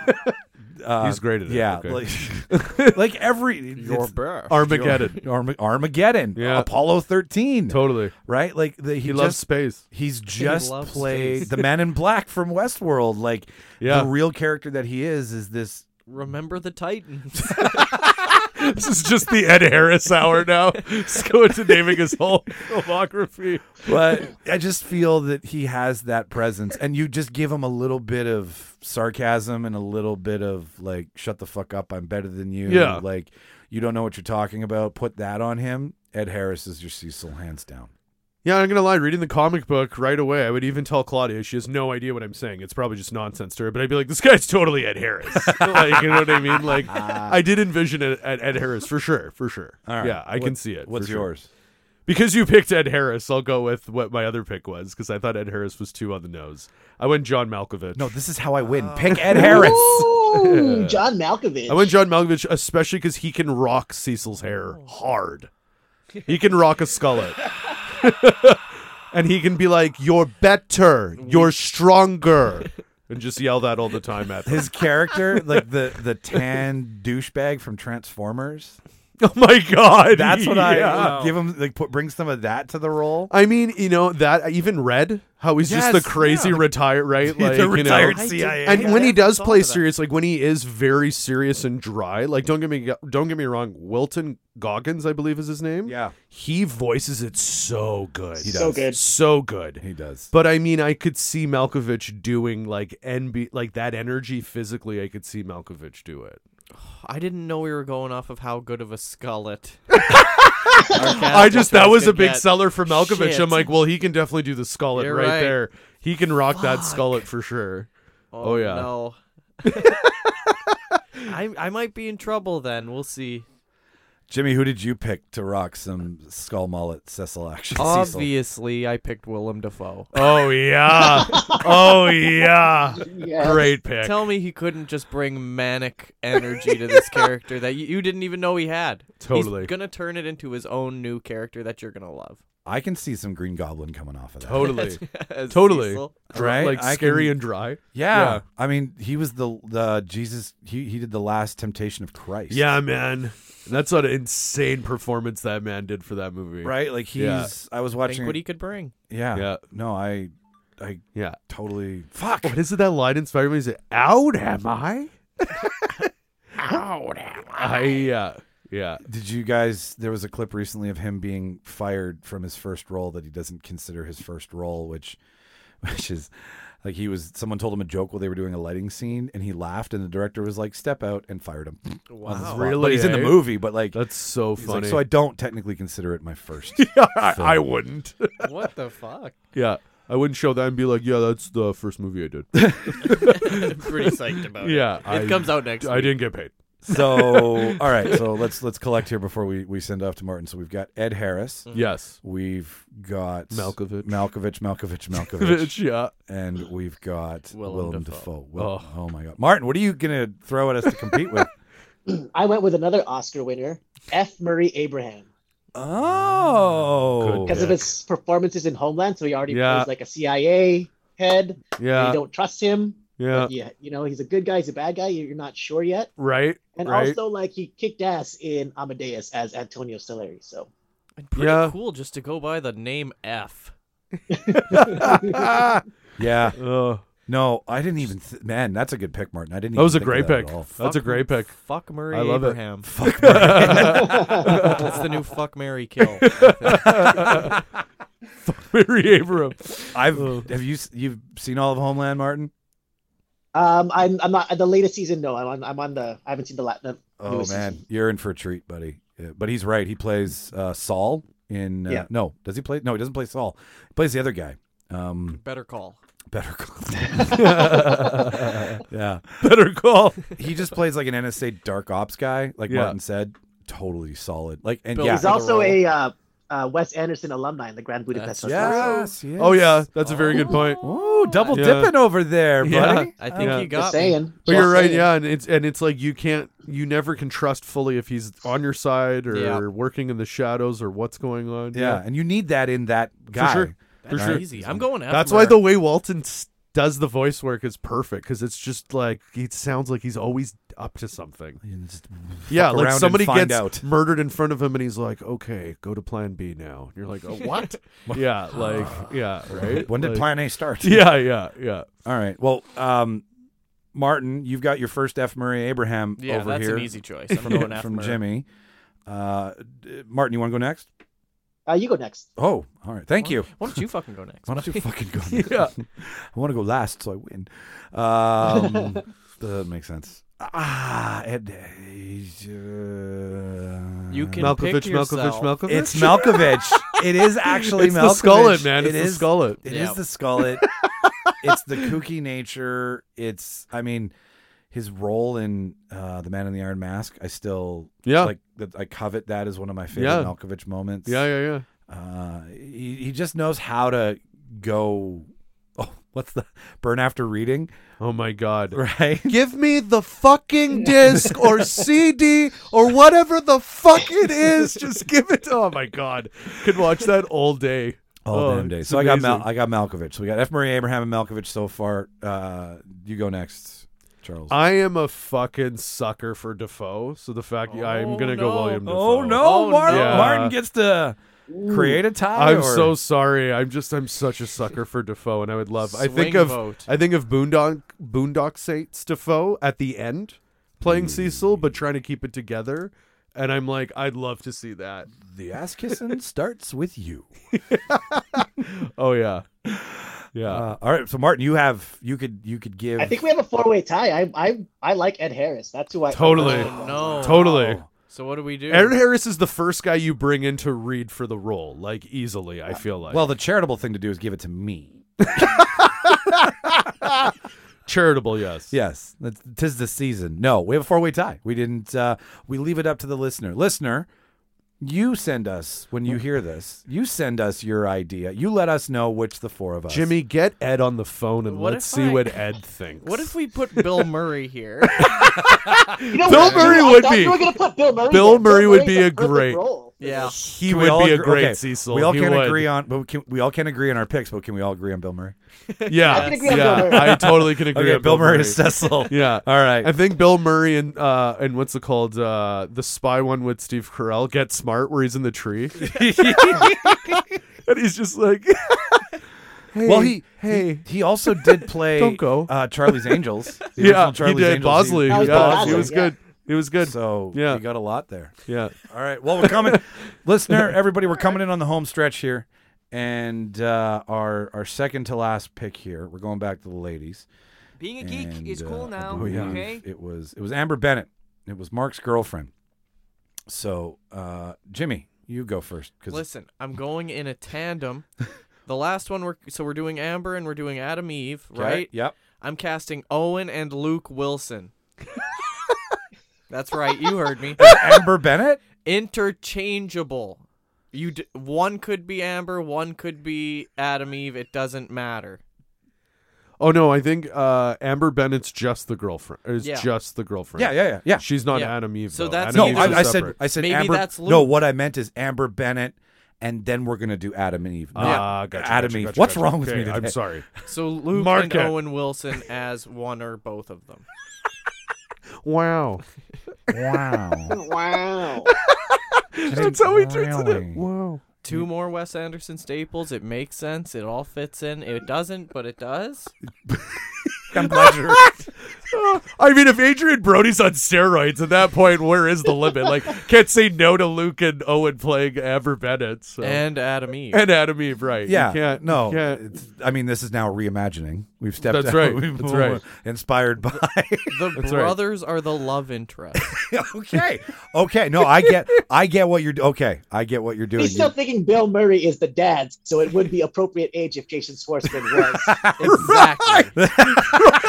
Speaker 1: Uh,
Speaker 8: He's great at it.
Speaker 1: Yeah,
Speaker 8: Okay.
Speaker 1: like, like every it's-
Speaker 6: burr.
Speaker 8: Armageddon.
Speaker 1: Arma- Armageddon,
Speaker 8: Yeah.
Speaker 1: Apollo thirteen,
Speaker 8: totally.
Speaker 1: right? Like the, he,
Speaker 8: He
Speaker 1: just,
Speaker 8: loves space.
Speaker 1: He's just
Speaker 6: loves
Speaker 1: played
Speaker 6: space.
Speaker 1: the Man in Black from Westworld. Like
Speaker 8: Yeah.
Speaker 1: the real character that he is is this.
Speaker 6: Remember the Titans.
Speaker 8: This is just the Ed Harris hour now. Let's go into naming his whole filmography.
Speaker 1: But I just feel that he has that presence, and you just give him a little bit of sarcasm and a little bit of like, "Shut the fuck up, I'm better than you."
Speaker 8: Yeah.
Speaker 1: like you don't know what you're talking about. Put that on him. Ed Harris is your Cecil, hands down.
Speaker 8: Yeah, I'm gonna lie. Reading the comic book right away, I would even tell Claudia she has no idea what I'm saying. It's probably just nonsense to her. But I'd be like, "This guy's totally Ed Harris." like, you know what I mean? Like, I did envision it at Ed Harris for sure, for sure.
Speaker 1: Ah. All right.
Speaker 8: Yeah, I
Speaker 1: What-
Speaker 8: can see it. for
Speaker 1: What's
Speaker 8: sure.
Speaker 1: yours?
Speaker 8: Because you picked Ed Harris, I'll go with what my other pick was because I thought Ed Harris was too on the nose. I went John Malkovich.
Speaker 1: No, this is how I win. Pick Ed Harris.
Speaker 7: Ooh, John Malkovich.
Speaker 8: I went John Malkovich, especially because he can rock Cecil's hair hard. He can rock a skullet. and he can be like, You're better, you're stronger. And just yell that all the time at them.
Speaker 1: His character, like the the tan douchebag from Transformers.
Speaker 8: oh my God.
Speaker 1: That's what
Speaker 8: yeah.
Speaker 1: I would give him. Like, put, bring some of that to the role.
Speaker 8: I mean, you know, that even Red, how he's just the
Speaker 1: Yes,
Speaker 8: crazy retired, right? Like,
Speaker 1: the
Speaker 8: you know,
Speaker 1: retired CIA.
Speaker 8: and when he
Speaker 6: never
Speaker 8: does
Speaker 6: thought
Speaker 8: play
Speaker 6: of that.
Speaker 8: serious, like when he is very serious and dry, like don't get me don't get me wrong, Wilton Goggins, I believe is his name.
Speaker 1: Yeah.
Speaker 8: he voices it so good,
Speaker 1: He
Speaker 7: so
Speaker 1: does.
Speaker 7: good.
Speaker 8: so good.
Speaker 1: He does.
Speaker 8: But I mean, I could see Malkovich doing like NB, like that energy physically. I could see Malkovich do it.
Speaker 6: I didn't know we were going off of how good of a skullet.
Speaker 8: I just that was a big
Speaker 6: sell.
Speaker 8: seller for Malkovich.
Speaker 6: Shit.
Speaker 8: I'm like, well, he can definitely do the skullet
Speaker 6: You're
Speaker 8: right,
Speaker 6: right.
Speaker 8: there. He can rock that skullet for sure. Oh, yeah.
Speaker 6: No. I I might be in trouble then. We'll see.
Speaker 1: Jimmy, who did you pick to rock some skull mullet Cecil action? Cecil.
Speaker 6: Obviously, I picked Willem Dafoe.
Speaker 8: Oh yeah. oh yeah.
Speaker 7: Yeah.
Speaker 8: Great pick.
Speaker 6: Tell me he couldn't just bring manic energy to this character that you, you didn't even know he had.
Speaker 8: Totally.
Speaker 6: He's gonna turn it into his own new character that you're gonna love.
Speaker 1: I can see some Green Goblin coming off of that.
Speaker 8: totally.
Speaker 6: As
Speaker 8: Totally.
Speaker 6: Cecil.
Speaker 1: Right?
Speaker 8: Like
Speaker 1: I
Speaker 8: scary
Speaker 1: can-
Speaker 8: and dry.
Speaker 1: Yeah.
Speaker 8: Yeah.
Speaker 1: I mean, he was the the Jesus. He he did the last temptation of Christ.
Speaker 8: Yeah, man. That's what an insane performance that man did for that movie.
Speaker 1: Right. Like he's.
Speaker 8: Yeah.
Speaker 1: I was
Speaker 6: Think
Speaker 1: watching.
Speaker 6: what he could bring.
Speaker 1: yeah.
Speaker 8: Yeah.
Speaker 1: No, I. I
Speaker 8: Yeah.
Speaker 1: totally. Fuck.
Speaker 8: What is it that line in Spider-Man? Is it out am I? out am I? Yeah. Yeah.
Speaker 1: Did you guys? There was a clip recently of him being fired from his first role that he doesn't consider his first role, which, which is like he was. Someone told him a joke while they were doing a lighting scene, and he laughed, and the director was like, "Step out," and fired him. on the spot. But
Speaker 8: Really,
Speaker 1: he's in the
Speaker 8: eh?
Speaker 1: movie, but like.
Speaker 8: That's so
Speaker 1: he's like,
Speaker 8: funny.
Speaker 1: so I don't technically consider it my first.
Speaker 8: I, I wouldn't.
Speaker 6: What the fuck?
Speaker 8: yeah. I wouldn't show that and be like, yeah, that's the first movie I did.
Speaker 6: Pretty psyched about it.
Speaker 8: yeah.
Speaker 6: It comes out next
Speaker 8: I
Speaker 6: week.
Speaker 8: didn't get paid.
Speaker 1: So, all right. So let's let's collect here before we we send off to Martin. So we've got Ed Harris.
Speaker 8: Mm. Yes.
Speaker 1: We've got
Speaker 8: Malkovich.
Speaker 1: Malkovich, Malkovich, Malkovich,
Speaker 8: Bitch, yeah.
Speaker 1: and we've got
Speaker 6: Willem
Speaker 1: Willem
Speaker 6: Dafoe.
Speaker 1: Dafoe. Will- oh. my God, Martin, what are you gonna throw at us to compete with?
Speaker 7: I went with another Oscar winner, F. Murray Abraham,
Speaker 1: oh,
Speaker 8: Ah, Good.
Speaker 7: because of his performances in Homeland. So he already
Speaker 8: Yeah.
Speaker 7: plays like a CIA head.
Speaker 8: Yeah.
Speaker 7: You don't trust him.
Speaker 8: Yeah.
Speaker 7: Yeah, you know he's a good guy. He's a bad guy. you- You're not sure yet.
Speaker 8: Right.
Speaker 7: And
Speaker 8: right.
Speaker 7: also, like he kicked ass in Amadeus as Antonio Salieri. So
Speaker 6: And pretty
Speaker 8: Yeah.
Speaker 6: cool just to go by the name F.
Speaker 8: Ah,
Speaker 1: yeah.
Speaker 8: uh,
Speaker 1: No, I didn't even. Th- man, that's a good pick, Martin. I didn't.
Speaker 8: that was a
Speaker 1: even think
Speaker 8: great
Speaker 1: of that
Speaker 8: pick.
Speaker 1: at all.
Speaker 8: That's a great pick.
Speaker 6: Fuck Murray
Speaker 8: I love it.
Speaker 6: Abraham.
Speaker 1: Fuck, Martin.
Speaker 6: That's the new fuck Mary kill.
Speaker 8: Mary Abram.
Speaker 1: I've have you s- you've seen all of Homeland, Martin?
Speaker 7: um, I'm I'm not the latest season. No, I'm on I'm on the I haven't seen the Latin.
Speaker 1: Oh man, you're in for a treat, buddy. Yeah, but he's right. He plays uh, Saul in. Uh,
Speaker 7: Yeah.
Speaker 1: No, does he play? No, he doesn't play Saul. He plays the other guy. Um,
Speaker 6: Better call.
Speaker 1: Better Call. yeah,
Speaker 8: Better call.
Speaker 1: he just plays like an NSA dark ops guy, like
Speaker 8: Yeah.
Speaker 1: Martin said. Totally solid. Like and
Speaker 6: Bill-
Speaker 1: yeah,
Speaker 7: He's also a uh, uh, Wes Anderson alumni in the Grand Budapest
Speaker 6: That's-
Speaker 7: Hotel.
Speaker 1: yes, yes.
Speaker 8: Oh yeah, that's a very good point.
Speaker 1: Ooh, double
Speaker 8: Yeah.
Speaker 1: dipping over there,
Speaker 8: Yeah.
Speaker 1: buddy.
Speaker 6: I think
Speaker 8: Yeah.
Speaker 6: you
Speaker 7: Just
Speaker 6: got me.
Speaker 7: saying.
Speaker 8: But
Speaker 7: Just
Speaker 8: you're right,
Speaker 7: saying.
Speaker 8: yeah, and it's and it's like you can't, you never can trust fully if he's on your side or
Speaker 6: Yeah.
Speaker 8: working in the shadows or what's going on.
Speaker 1: Yeah. and you need that in that
Speaker 8: for
Speaker 1: guy.
Speaker 8: sure, for
Speaker 6: That's
Speaker 8: sure.
Speaker 6: easy. I'm going F.
Speaker 8: That's
Speaker 6: Murray.
Speaker 8: why the way Walton s- does the voice work is perfect because it's just like it sounds like he's always up to something. yeah,
Speaker 1: around
Speaker 8: like
Speaker 1: and
Speaker 8: somebody
Speaker 1: find
Speaker 8: gets
Speaker 1: out.
Speaker 8: murdered in front of him and he's like, "Okay, go to Plan B now." And you're like, oh, "What?" yeah, like yeah, right.
Speaker 1: When did
Speaker 8: Like-
Speaker 1: Plan A start?
Speaker 8: Yeah, yeah, yeah.
Speaker 1: All right. Well, um, Martin, you've got your first F. Murray Abraham
Speaker 6: Yeah,
Speaker 1: over
Speaker 6: that's
Speaker 1: here
Speaker 6: an easy choice. I'm going F.
Speaker 1: from
Speaker 6: Murray.
Speaker 1: Jimmy. Uh, d- Martin, you want to go next?
Speaker 7: Uh, you go next.
Speaker 1: Oh, all right. Thank
Speaker 6: Why-
Speaker 1: you.
Speaker 6: Why don't you fucking go next?
Speaker 1: Why don't you fucking go next? I want to go last so I win. Um, that makes sense. Ah, Ed, uh,
Speaker 6: You can
Speaker 8: Malkovich,
Speaker 6: pick
Speaker 8: Malkovich,
Speaker 6: yourself.
Speaker 8: Malkovich.
Speaker 1: It's Malkovich. it is actually
Speaker 8: It's the
Speaker 1: Malkovich.
Speaker 8: skullet, man.
Speaker 1: It
Speaker 8: It's the
Speaker 1: is-
Speaker 8: skullet.
Speaker 1: It is
Speaker 6: Yeah.
Speaker 1: the skullet. it's the kooky nature. It's I mean, his role in uh, the Man in the Iron Mask. I still
Speaker 8: Yeah.
Speaker 1: like that. I covet that as one of my favorite
Speaker 8: Yeah.
Speaker 1: Malkovich moments.
Speaker 8: yeah, yeah, yeah.
Speaker 1: Uh, he he just knows how to go. Oh, what's the burn after reading?
Speaker 8: Oh my god.
Speaker 1: Right.
Speaker 8: Give me the fucking disc or CD or whatever the fuck it is. Just give it. Oh my god, could watch that all day.
Speaker 1: All
Speaker 8: Oh,
Speaker 1: damn day.
Speaker 8: it's
Speaker 1: So I got Mal-
Speaker 8: amazing.
Speaker 1: I got Malkovich. So we got F. Murray Abraham and Malkovich so far. Uh, you go next, Charles.
Speaker 8: I am a fucking sucker for Defoe. So the fact I'm gonna go William Defoe.
Speaker 1: Oh no,
Speaker 6: Oh,
Speaker 1: Martin,
Speaker 8: no.
Speaker 1: Martin gets to create a tie.
Speaker 8: I'm
Speaker 1: or-
Speaker 8: so sorry. I'm just I'm such a sucker for Defoe, and I would love. I think
Speaker 6: Swing
Speaker 8: of
Speaker 6: vote.
Speaker 8: I think of Boondock Boondock Saints Defoe at the end playing Cecil, but trying to keep it together. And I'm like, I'd love to see that.
Speaker 1: the ass kissing starts with you.
Speaker 8: Oh yeah, yeah.
Speaker 1: Uh, all right, so Martin, you have you could you could give.
Speaker 7: I think we have a four-way tie. I I I like Ed Harris. That's who I
Speaker 8: Totally.
Speaker 6: No.
Speaker 8: Totally.
Speaker 6: So what do we do?
Speaker 8: Aaron Harris is the first guy you bring in to read for the role, like easily. I feel like
Speaker 1: well, the charitable thing to do is give it to me.
Speaker 8: charitable, yes,
Speaker 1: Yes, that's- tis the season. No, we have a four way tie. We didn't. Uh, we leave it up to the listener. Listener, You send us when
Speaker 8: Mm.
Speaker 1: you hear this. You send us your idea. You let us know which the four of us.
Speaker 8: Jimmy, get Ed on the phone and
Speaker 6: What
Speaker 8: let's
Speaker 6: if
Speaker 8: see
Speaker 6: I-
Speaker 8: what Ed thinks.
Speaker 6: What if we put Bill Murray here?
Speaker 7: You know
Speaker 8: Bill
Speaker 7: what?
Speaker 8: Murray
Speaker 7: I
Speaker 8: would
Speaker 7: thought
Speaker 8: be-
Speaker 7: you were gonna put Bill Murray.
Speaker 8: Bill
Speaker 7: there.
Speaker 8: Murray
Speaker 7: Murray's
Speaker 8: would be
Speaker 7: the
Speaker 8: a
Speaker 7: perfect
Speaker 8: great-
Speaker 7: role.
Speaker 6: yeah.
Speaker 8: he
Speaker 1: Can
Speaker 8: would
Speaker 1: we all
Speaker 8: be a
Speaker 1: agree-
Speaker 8: great
Speaker 1: okay,
Speaker 8: Cecil?
Speaker 1: We all
Speaker 8: He
Speaker 1: can
Speaker 8: would.
Speaker 1: agree on, but we can, we all can agree on our picks. But can we all agree on Bill Murray?
Speaker 8: Yeah,
Speaker 7: I can agree on
Speaker 8: yeah,
Speaker 7: Bill Murray.
Speaker 8: I totally can agree.
Speaker 1: Okay,
Speaker 8: on
Speaker 1: Bill, Murray is Cecil.
Speaker 8: Yeah.
Speaker 1: All right.
Speaker 8: I think Bill Murray and uh and what's it called uh the spy one with Steve Carell get smart where he's in the tree and he's just like hey,
Speaker 1: well, he
Speaker 8: hey
Speaker 1: he, he also did play
Speaker 8: Don't go.
Speaker 1: Uh, Charlie's Angels. The
Speaker 8: yeah
Speaker 1: original
Speaker 8: he
Speaker 1: Charlie's
Speaker 8: did
Speaker 1: Angels.
Speaker 8: Bosley
Speaker 7: That was
Speaker 8: yeah, he
Speaker 7: Bosley,
Speaker 8: was
Speaker 7: yeah.
Speaker 8: good he was good
Speaker 1: So
Speaker 8: Yeah.
Speaker 1: we got a lot there.
Speaker 8: yeah
Speaker 1: All right. Well, we're coming, listener, everybody. We're coming in on the home stretch here, and uh, our our second to last pick here. We're going back to the ladies.
Speaker 16: Being a geek
Speaker 1: And,
Speaker 16: is
Speaker 1: uh,
Speaker 16: cool
Speaker 8: oh,
Speaker 1: I
Speaker 16: now.
Speaker 1: believe
Speaker 16: Okay.
Speaker 1: It was it was Amber Bennett. It was Mark's girlfriend. So uh, Jimmy, you go first. 'cause-
Speaker 6: Listen, I'm going in a tandem. The last one we're so we're doing Amber and we're doing Adam Eve,
Speaker 1: Okay,
Speaker 6: right?
Speaker 1: Yep.
Speaker 6: I'm casting Owen and Luke Wilson. That's right, you heard me.
Speaker 1: Amber Bennett.
Speaker 6: Interchangeable. You d- one could be Amber, one could be Adam Eve. It doesn't matter.
Speaker 8: oh no I think uh Amber Bennett's just the girlfriend is
Speaker 6: Yeah.
Speaker 8: just the girlfriend
Speaker 1: Yeah, yeah, yeah, yeah.
Speaker 8: she's not
Speaker 6: Yeah.
Speaker 8: Adam Eve
Speaker 6: So
Speaker 8: though.
Speaker 6: that's-
Speaker 8: Adam
Speaker 1: No,
Speaker 6: Eve
Speaker 8: Eve's
Speaker 1: I, I
Speaker 8: is
Speaker 1: said
Speaker 8: separate.
Speaker 1: I said
Speaker 6: Maybe
Speaker 1: Amber.
Speaker 6: that's
Speaker 1: No,
Speaker 6: Luke.
Speaker 1: what I meant is Amber Bennett, and then we're gonna do Adam and Eve. not
Speaker 8: Ah, gotcha,
Speaker 1: Adam
Speaker 8: gotcha,
Speaker 1: Eve.
Speaker 8: gotcha,
Speaker 1: What's
Speaker 8: gotcha.
Speaker 1: wrong with
Speaker 8: Okay,
Speaker 1: me today?
Speaker 8: I'm sorry
Speaker 6: So Luke
Speaker 8: Mark
Speaker 6: and
Speaker 8: it.
Speaker 6: Owen Wilson as one or both of them.
Speaker 8: wow
Speaker 1: Wow.
Speaker 7: Wow.
Speaker 8: that's how we treated
Speaker 1: Really?
Speaker 8: it wow
Speaker 6: Two more Wes Anderson staples. It makes sense. It all fits in. It doesn't, but it does.
Speaker 1: I'm glad you're.
Speaker 8: I mean, if Adrian Brody's on steroids at that point, where is the limit? Like, can't say no to Luke and Owen playing Amber Bennett. So.
Speaker 6: And Adam Eve.
Speaker 8: and Adam Eve, right? You
Speaker 1: Yeah.
Speaker 8: can't-
Speaker 1: no.
Speaker 8: you can't-
Speaker 1: it's- I mean, this is now reimagining. We've stepped.
Speaker 8: That's
Speaker 1: out.
Speaker 8: right,
Speaker 1: We've
Speaker 8: that's right.
Speaker 1: Inspired by.
Speaker 6: The
Speaker 8: right.
Speaker 6: brothers are the love interest.
Speaker 1: okay. Okay. No, I get. I get what you're. Okay. I get what you're doing.
Speaker 7: He's still
Speaker 1: You-
Speaker 7: thinking Bill Murray is the dad, so it would be appropriate age if Jason Schwartzman was.
Speaker 6: exactly.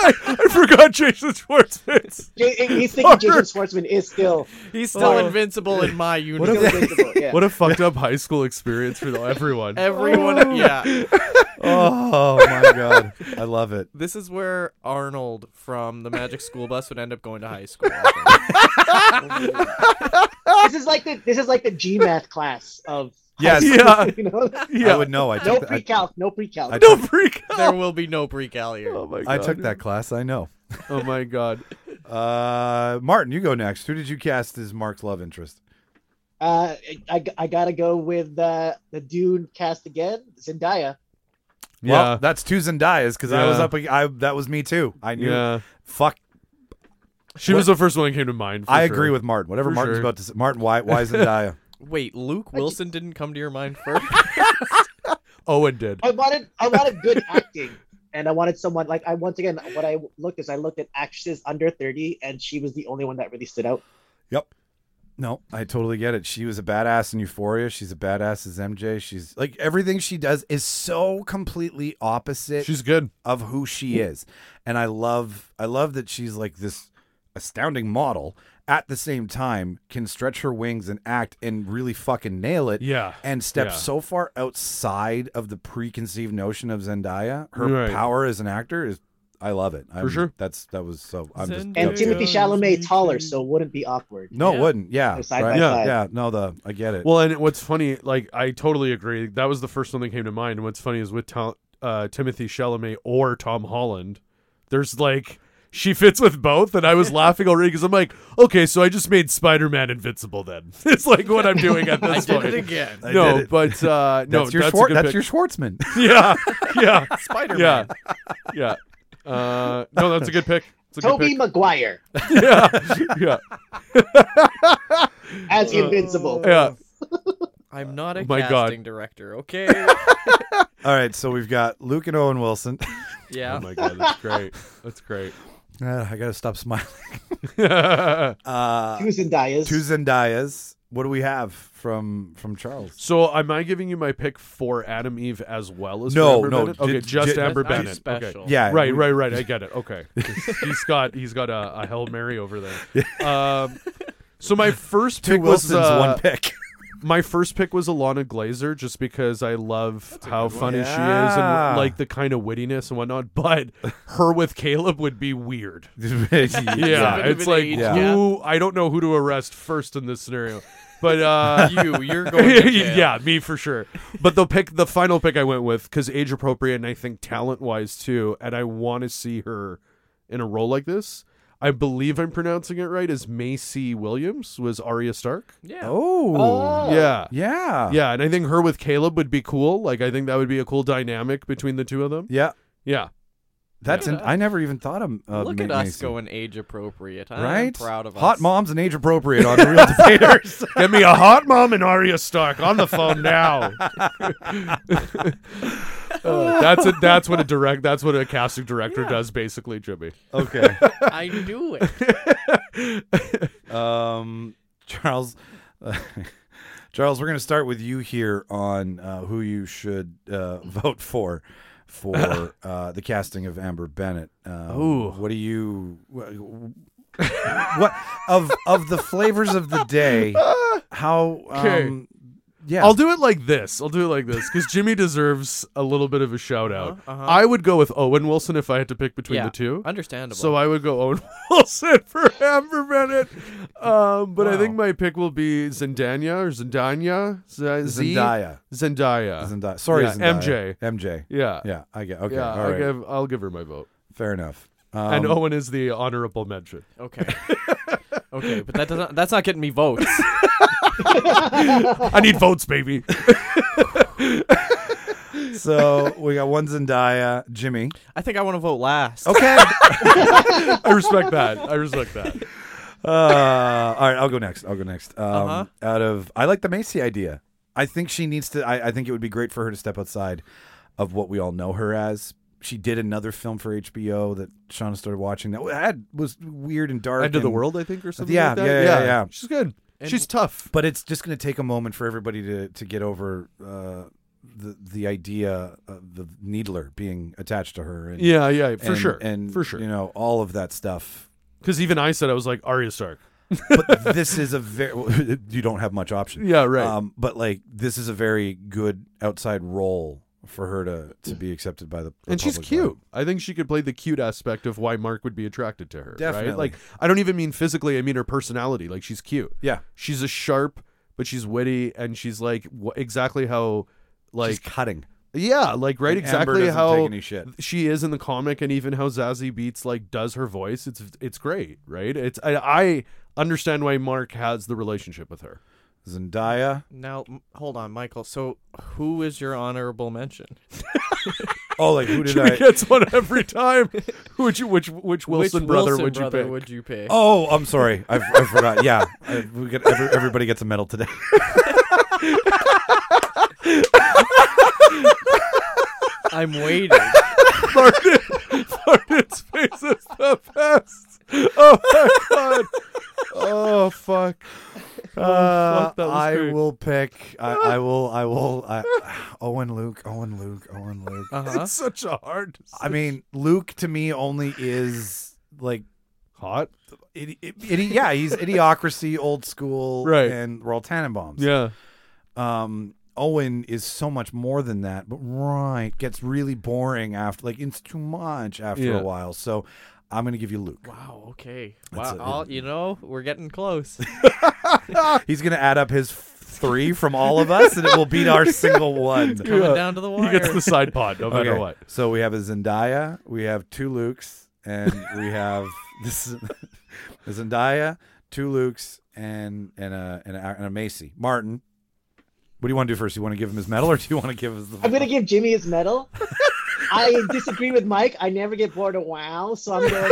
Speaker 8: I forgot Jason Schwartzman.
Speaker 7: J- eh, He's thinking Jason Schwartzman is still
Speaker 6: He's still
Speaker 7: Oh.
Speaker 6: invincible in my
Speaker 7: still
Speaker 6: universe.
Speaker 7: invincible. Yeah.
Speaker 8: What a fucked up high school experience for everyone.
Speaker 6: Everyone, yeah.
Speaker 1: oh my god. I love it.
Speaker 6: This is where Arnold from the Magic School Bus would end up going to high school. I think.
Speaker 7: this is like the this is like the G math class of
Speaker 1: Yes.
Speaker 8: Yeah,
Speaker 7: you know
Speaker 1: I
Speaker 8: yeah.
Speaker 1: would know. I
Speaker 7: no
Speaker 1: took.
Speaker 7: pre
Speaker 1: that,
Speaker 7: calc, no pre calc.
Speaker 1: I, I
Speaker 8: no
Speaker 1: took,
Speaker 8: freak. out.
Speaker 6: there will be no pre-cal here.
Speaker 8: Oh my god.
Speaker 1: I took that class. I know.
Speaker 8: Oh my god.
Speaker 1: Uh, Martin, you go next. Who did you cast as Mark's love interest?
Speaker 7: Uh, I, I gotta go with uh, the dude cast again, Zendaya.
Speaker 1: Well,
Speaker 8: Yeah.
Speaker 1: that's two Zendayas because I was
Speaker 8: Yeah.
Speaker 1: up. ag- I that was me too. I knew.
Speaker 8: yeah.
Speaker 1: Fuck.
Speaker 8: She was the first one that came to mind. for
Speaker 1: I
Speaker 8: sure.
Speaker 1: agree with Martin. Whatever
Speaker 8: For
Speaker 1: Martin's
Speaker 8: sure.
Speaker 1: about to say. Martin, why why Zendaya?
Speaker 6: Wait, Luke Wilson didn't come to your mind first?
Speaker 8: Owen did.
Speaker 1: Oh,
Speaker 7: I wanted I wanted good acting, and I wanted someone like I once again what I looked is I looked at actresses under thirty, and she was the only one that really stood out.
Speaker 1: No, I totally get it. She was a badass in Euphoria. She's a badass as MJ. She's like everything she does is so completely opposite
Speaker 8: She's good.
Speaker 1: of who she is. And I love I love that she's like this astounding model at the same time can stretch her wings and act and really fucking nail it
Speaker 8: Yeah.
Speaker 1: and step
Speaker 8: Yeah.
Speaker 1: so far outside of the preconceived notion of Zendaya. Her
Speaker 8: Right.
Speaker 1: power as an actor is I love it. I'm,
Speaker 8: sure.
Speaker 1: That's that was so I'm just
Speaker 6: Zendaya.
Speaker 7: And
Speaker 1: yeah.
Speaker 7: Timothy Chalamet taller, so it wouldn't be awkward.
Speaker 1: No, it
Speaker 6: Yeah.
Speaker 1: wouldn't. Yeah.
Speaker 7: They're side by
Speaker 1: right?
Speaker 7: side.
Speaker 1: Yeah, no the I get it.
Speaker 8: Well, and what's funny, like I totally agree. That was the first one that came to mind. And what's funny is with Tom, uh, Timothy Chalamet or Tom Holland, there's like she fits with both, and I was laughing already because I'm like, okay, so I just made Spider-Man invincible. Then it's like what I'm doing at this
Speaker 6: Did
Speaker 8: point.
Speaker 6: it again.
Speaker 1: I
Speaker 8: No,
Speaker 1: did it.
Speaker 8: but uh, no,
Speaker 1: that's your
Speaker 8: that's a
Speaker 1: Schwar-
Speaker 8: good
Speaker 1: that's
Speaker 8: pick.
Speaker 1: your Schwartzman.
Speaker 8: yeah, yeah, yeah,
Speaker 6: Spider-Man.
Speaker 8: yeah. Uh, no, that's a good pick. It's a
Speaker 7: Toby
Speaker 8: good
Speaker 7: Maguire
Speaker 8: pick. Yeah, yeah,
Speaker 7: as Invincible.
Speaker 8: yeah.
Speaker 6: I'm not a
Speaker 8: my God.
Speaker 6: casting director, okay?
Speaker 1: Oh All right, so we've got Luke and Owen Wilson.
Speaker 6: Yeah.
Speaker 8: Oh my god, that's great. That's great.
Speaker 1: Uh, I gotta stop smiling. Uh,
Speaker 7: Two Zendayas.
Speaker 1: Two Zendayas. What do we have from from Charles?
Speaker 8: So am I giving you my pick for Adam Eve as well as
Speaker 1: No,
Speaker 8: for Amber
Speaker 1: no,
Speaker 8: Bennett? Okay,
Speaker 1: j-
Speaker 8: just
Speaker 1: j-
Speaker 8: Amber
Speaker 6: That's
Speaker 8: Bennett.
Speaker 6: special.
Speaker 8: Okay.
Speaker 1: Yeah,
Speaker 8: Right,
Speaker 1: we-
Speaker 8: right, right. I get it. Okay, he's got he's got a, a hail mary over there. Um, so my first
Speaker 1: Two
Speaker 8: pick was
Speaker 1: Wilsons,
Speaker 8: uh,
Speaker 1: one pick.
Speaker 8: My first pick was Alana Glazer, just because I love how funny she is
Speaker 1: Yeah.
Speaker 8: and like the kind of wittiness and whatnot. But her with Caleb would be weird. Yeah,
Speaker 6: bit of
Speaker 8: it's
Speaker 6: an
Speaker 8: like
Speaker 6: age
Speaker 8: who I don't know who to arrest first in this scenario, but uh,
Speaker 6: You, you're going to jail.
Speaker 8: yeah, me for sure. But the pick, the final pick I went with because age appropriate and I think talent wise too, and I want to see her in a role like this. I believe I'm pronouncing it right. Is Macy Williams was Arya Stark?
Speaker 6: Yeah.
Speaker 1: Oh.
Speaker 8: Yeah.
Speaker 1: Yeah.
Speaker 8: Yeah, and I think her with Caleb would be cool. Like, I think that would be a cool dynamic between the two of them.
Speaker 1: Yeah.
Speaker 8: Yeah,
Speaker 1: That's an, I never even thought of. Uh,
Speaker 6: Look
Speaker 1: Ma-
Speaker 6: at us
Speaker 1: Macy.
Speaker 6: going age appropriate. I'm
Speaker 1: Right.
Speaker 6: proud of us.
Speaker 1: Hot moms and age appropriate on real debaters.
Speaker 8: get me a hot mom and Arya Stark on the phone now. Uh, that's a, that's what a direct that's what a casting director does basically, Jimmy.
Speaker 1: okay.
Speaker 6: I knew it.
Speaker 1: Um, Charles, Charles, we're going to start with you here on uh, who you should uh, vote for for uh, the casting of Amber Bennett. Um,
Speaker 8: Ooh.
Speaker 1: what do you wh- what of of the flavors of the day? How?
Speaker 8: Ah. Okay.
Speaker 1: Um, yeah,
Speaker 8: I'll do it like this. I'll do it like this because Jimmy deserves a little bit of a shout out. I would go with Owen Wilson if I had to pick between
Speaker 6: Uh-huh, yeah.
Speaker 8: the two.
Speaker 6: Understandable.
Speaker 8: So I would go Owen Wilson for Amber Bennett. Um, but I
Speaker 6: Wow.
Speaker 8: think my pick will be Zendaya or Zendanya. Z- Z-
Speaker 1: Zendaya.
Speaker 8: Zendaya.
Speaker 1: Zendaya. Sorry,
Speaker 8: Yeah,
Speaker 1: Zendaya.
Speaker 8: MJ.
Speaker 1: MJ.
Speaker 8: Yeah.
Speaker 1: Yeah, I get. Okay,
Speaker 8: Yeah,
Speaker 1: all
Speaker 8: I'll,
Speaker 1: right,
Speaker 8: give, I'll give her my vote.
Speaker 1: fair enough. Um,
Speaker 8: and Owen is the honorable mention.
Speaker 6: okay. okay, but that doesn't. That's not getting me votes.
Speaker 8: I need votes, baby.
Speaker 1: Um, so we got one Zendaya, Jimmy.
Speaker 6: I think I want to vote last.
Speaker 1: Okay.
Speaker 8: I respect that. I respect that.
Speaker 1: uh, all right, I'll go next. I'll go next. Um,
Speaker 6: Uh-huh.
Speaker 1: Out of, I like the Macy idea. I think she needs to. I, I think it would be great for her to step outside of what we all know her as. She did another film for HBO that Shauna started watching that had, was weird and dark.
Speaker 8: End of the
Speaker 1: and-
Speaker 8: world, I think, or something
Speaker 1: Yeah,
Speaker 8: like that.
Speaker 1: yeah, yeah, yeah.
Speaker 8: She's good. She's tough.
Speaker 1: But it's just going to take a moment for everybody to to get over uh, the the idea of the needler being attached to her. And,
Speaker 8: Yeah, yeah, for
Speaker 1: and-
Speaker 8: sure.
Speaker 1: And
Speaker 8: for sure.
Speaker 1: you know all of that stuff.
Speaker 8: Because even I said I was like Arya Stark.
Speaker 1: but this is a very you don't have much option.
Speaker 8: Yeah, right.
Speaker 1: Um, but like this is a very good outside role for her to to be accepted by the, the
Speaker 8: and she's
Speaker 1: public
Speaker 8: cute.
Speaker 1: eye.
Speaker 8: I think she could play the cute aspect of why Mark would be attracted to her.
Speaker 1: Definitely.
Speaker 8: Right? Like I don't even mean physically. I mean her personality. Like she's cute.
Speaker 1: Yeah.
Speaker 8: She's a sharp, but she's witty, and she's like wh- exactly how,
Speaker 1: she's
Speaker 8: like
Speaker 1: cutting.
Speaker 8: yeah, like right
Speaker 1: And Amber
Speaker 8: exactly
Speaker 1: doesn't
Speaker 8: how
Speaker 1: take any shit.
Speaker 8: she is in the comic, and even how Zazie Beats like does her voice. It's it's great, right? It's I, I understand why Mark has the relationship with her.
Speaker 1: Zendaya.
Speaker 6: Now, m- hold on, Michael. So, who is your honorable mention?
Speaker 1: Oh, like who did
Speaker 8: Jimmy
Speaker 1: I?
Speaker 8: gets one every time. which which which Wilson
Speaker 6: Which
Speaker 8: brother
Speaker 6: Wilson
Speaker 8: would you
Speaker 6: brother
Speaker 8: pick?
Speaker 6: would you pick?
Speaker 1: Oh, I'm sorry. I, I forgot. Yeah, I, we get every, everybody gets a medal today.
Speaker 6: I'm waiting.
Speaker 8: Martin, Martin's face is the best. Oh my god. Oh fuck.
Speaker 1: Uh,
Speaker 8: that was
Speaker 1: I
Speaker 8: great.
Speaker 1: will pick. I, I will. I will. I, Owen Luke. Owen Luke. Owen Luke.
Speaker 6: Uh-huh.
Speaker 8: It's such a hard.
Speaker 1: I mean, Luke to me only is like
Speaker 8: Hot.
Speaker 1: idi- idi- yeah, he's idiocracy, old school,
Speaker 8: Right.
Speaker 1: and Royal Tannenbaums.
Speaker 8: Yeah.
Speaker 1: Um, Owen is so much more than that, but right gets really boring after like it's too much after
Speaker 8: Yeah.
Speaker 1: a while. So I'm gonna give you Luke.
Speaker 6: Wow. Okay.
Speaker 1: That's
Speaker 6: Wow.
Speaker 1: it.
Speaker 6: all- you know, we're getting close.
Speaker 1: He's gonna add up his f- three from all of us, and it will beat our single one.
Speaker 6: Coming down to the
Speaker 8: He
Speaker 6: wire.
Speaker 8: gets the side pod no matter
Speaker 1: Okay,
Speaker 8: what.
Speaker 1: So we have a Zendaya, we have two Lukes, and we have this is- a Zendaya, two Lukes, and and a and a, and a Macy Martin. What do you want to do first? You want to give him his medal, or do you want to give us the?
Speaker 7: I'm gonna give Jimmy his medal. I disagree with Mike. I never get bored of WoW, so I'm going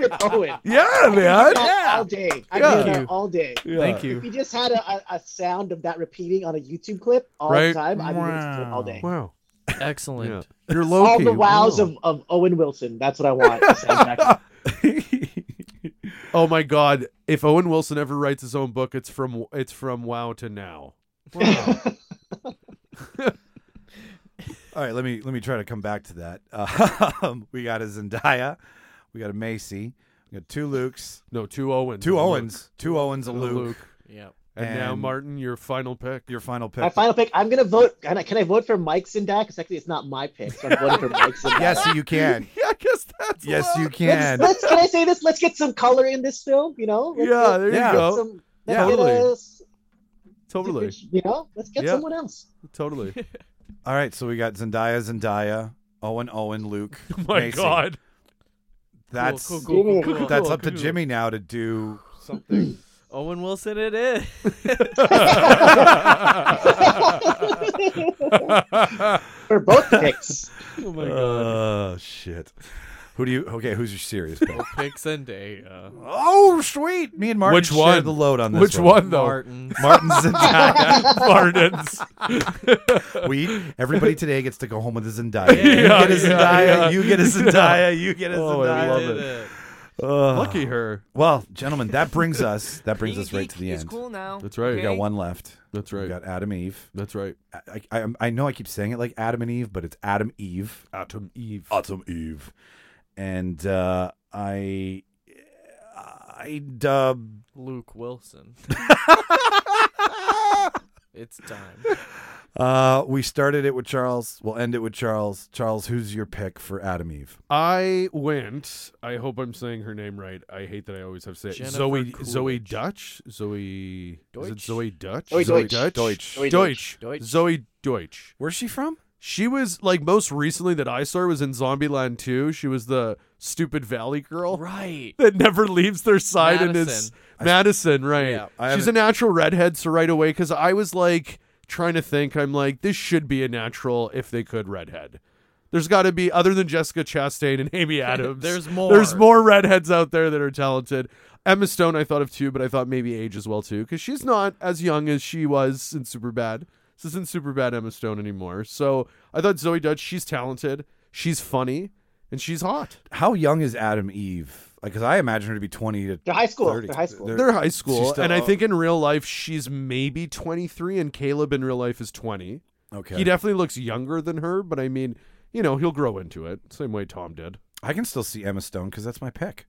Speaker 7: with Owen.
Speaker 8: Yeah, man.
Speaker 7: All- All day. I
Speaker 8: Yeah.
Speaker 7: yeah.
Speaker 6: Thank you.
Speaker 7: all day.
Speaker 6: Thank
Speaker 7: If
Speaker 6: you.
Speaker 7: we just had a, a, a sound of that repeating on a YouTube clip all
Speaker 8: Right?
Speaker 7: the time, I'd be listening to it all day.
Speaker 8: Wow.
Speaker 6: Excellent.
Speaker 8: Yeah. You're low
Speaker 7: All the wows of, of Owen Wilson. That's what I want. soundtrack.
Speaker 8: Oh my god. If Owen Wilson ever writes his own book, it's from it's from wow to now. Wow.
Speaker 1: All right, let me let me try to come back to that. Uh, we got a Zendaya, we got a Macy, we got two Lukes,
Speaker 8: no, two Owens.
Speaker 1: two
Speaker 8: One Luke.
Speaker 1: Owens, two Owens, a
Speaker 8: One
Speaker 1: Luke,
Speaker 8: Luke.
Speaker 6: Yep.
Speaker 8: And, now, Martin, your final pick.
Speaker 1: your final pick.
Speaker 7: My final pick. I'm gonna vote. Can I, can I vote for Mike Sindak? Because actually, it's not my pick. So I'm voting for Mike Sindak.
Speaker 1: yes, you can.
Speaker 8: yeah, I guess that's
Speaker 1: Yes,
Speaker 8: why.
Speaker 1: you
Speaker 7: Let's,
Speaker 1: can.
Speaker 7: let's- can I say this? Let's get some color in this film. You know. Let's,
Speaker 8: Yeah, there
Speaker 7: let's
Speaker 8: you
Speaker 1: Yeah.
Speaker 8: go.
Speaker 7: Some, let's
Speaker 1: Yeah.
Speaker 7: get
Speaker 8: Totally.
Speaker 7: us-
Speaker 8: Totally,
Speaker 7: You know. Let's get
Speaker 8: Yeah.
Speaker 7: someone else.
Speaker 8: totally.
Speaker 1: All right, so we got Zendaya, Zendaya, Owen, Owen, Luke.
Speaker 8: Oh My
Speaker 1: Macy.
Speaker 8: God,
Speaker 1: that's
Speaker 6: cool, cool, cool, cool, cool,
Speaker 1: that's
Speaker 6: cool,
Speaker 1: up to
Speaker 6: cool.
Speaker 1: Jimmy now to do.
Speaker 8: something.
Speaker 6: Owen Wilson, it is.
Speaker 7: For both picks.
Speaker 6: oh my god.
Speaker 1: Oh shit! Who do you? Okay, who's your serious pick?
Speaker 6: Pick Zendaya.
Speaker 1: oh sweet, me and Martin
Speaker 8: Which
Speaker 1: share
Speaker 8: one?
Speaker 1: the load on this.
Speaker 8: uh, Which one though?
Speaker 6: Martin.
Speaker 1: Martin Zendaya.
Speaker 8: Martin's.
Speaker 1: we everybody today gets to go home with a Zendaya. you
Speaker 8: Yeah,
Speaker 1: get a
Speaker 8: yeah,
Speaker 1: Zendaya.
Speaker 8: yeah.
Speaker 1: You get a Zendaya. You get a
Speaker 8: Oh, I
Speaker 1: Zendaya.
Speaker 8: love
Speaker 6: Did
Speaker 8: it.
Speaker 6: it.
Speaker 1: Ugh.
Speaker 8: Lucky her.
Speaker 1: Well, gentlemen, that brings us that brings us
Speaker 9: Being
Speaker 1: right to
Speaker 9: geek
Speaker 1: the
Speaker 9: is
Speaker 1: end.
Speaker 9: cool now.
Speaker 8: That's right.
Speaker 1: We
Speaker 9: okay?
Speaker 1: got one left.
Speaker 8: That's
Speaker 1: We
Speaker 8: right.
Speaker 1: got Adam Eve.
Speaker 8: That's right.
Speaker 1: I, I I know I keep saying it like Adam and Eve, but it's Adam Eve.
Speaker 8: Atom Eve.
Speaker 1: Adam Eve. And uh, I I dub
Speaker 6: Luke Wilson. it's time.
Speaker 1: uh we started it with Charles. We'll end it with Charles. Charles, who's your pick for Adam Eve?
Speaker 8: I went. I hope I'm saying her name right. I hate that I always have to say it.
Speaker 6: Jennifer
Speaker 8: Zoe Zoe
Speaker 6: Coolidge.
Speaker 8: Dutch. Zoe Is it
Speaker 6: Deutsch?
Speaker 8: Zoe Dutch?
Speaker 7: Zoe
Speaker 8: Zoe
Speaker 7: Deutsch.
Speaker 1: Deutsch.
Speaker 8: Dutch.
Speaker 7: Zoe
Speaker 8: Deutsch.
Speaker 7: Deutsch.
Speaker 6: Deutsch.
Speaker 8: Zoe Deutsch.
Speaker 1: Where's she from?
Speaker 8: She was like most recently that I saw her was in Zombieland 2. She was the stupid Valley girl
Speaker 6: Right.
Speaker 8: that never leaves their side and is Madison, right?
Speaker 6: Yeah.
Speaker 1: I
Speaker 8: She's a natural redhead, so right away, because I was like trying to think, I'm like, this should be a natural if they could redhead. There's got to be other than Jessica Chastain and Amy Adams.
Speaker 6: There's more.
Speaker 8: There's more redheads out there that are talented. Emma Stone, I thought of too, but I thought maybe age as well too, because she's not as young as she was in Superbad. This isn't Superbad Emma Stone anymore. So I thought Zoe Dutch. She's talented. She's funny, and she's hot.
Speaker 1: How young is Adam Eve? Like, cause I imagine her to be twenty to
Speaker 7: They're high school.
Speaker 1: 30.
Speaker 7: They're high school.
Speaker 1: They're-
Speaker 8: They're high school,
Speaker 1: She's still-
Speaker 8: and I think in real life she's maybe 23, and Caleb in real life is 20.
Speaker 1: Okay.
Speaker 8: He definitely looks younger than her, but I mean, you know, he'll grow into it, same way Tom did.
Speaker 1: I can still see Emma Stone because that's my pick.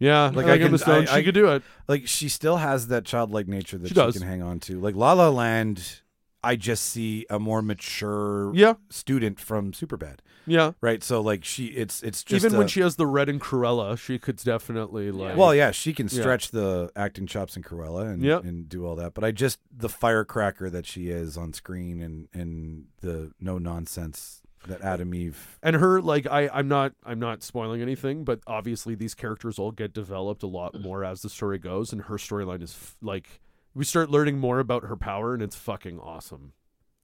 Speaker 8: Yeah,
Speaker 1: Like,
Speaker 8: like,
Speaker 1: I
Speaker 8: I
Speaker 1: can-
Speaker 8: Emma Stone,
Speaker 1: I-
Speaker 8: she
Speaker 1: I-
Speaker 8: could do it.
Speaker 1: Like she still has that childlike nature that she,
Speaker 8: She does.
Speaker 1: can hang on to. Like La La Land, I just see a more mature
Speaker 8: Yeah,
Speaker 1: student from Superbad.
Speaker 8: yeah.
Speaker 1: right? So like she, it's it's just
Speaker 8: Even when
Speaker 1: a-
Speaker 8: she has the red and Cruella, she could definitely like.
Speaker 1: well, yeah, she can
Speaker 8: Yeah.
Speaker 1: stretch the acting chops in Cruella and
Speaker 8: Yep.
Speaker 1: and do all that. But I just the firecracker that she is on screen and and the no nonsense that Adam Eve.
Speaker 8: and her like I I'm not I'm not spoiling anything, but obviously these characters all get developed a lot more as the story goes, and her storyline is f- like we start learning more about her power, and it's fucking awesome.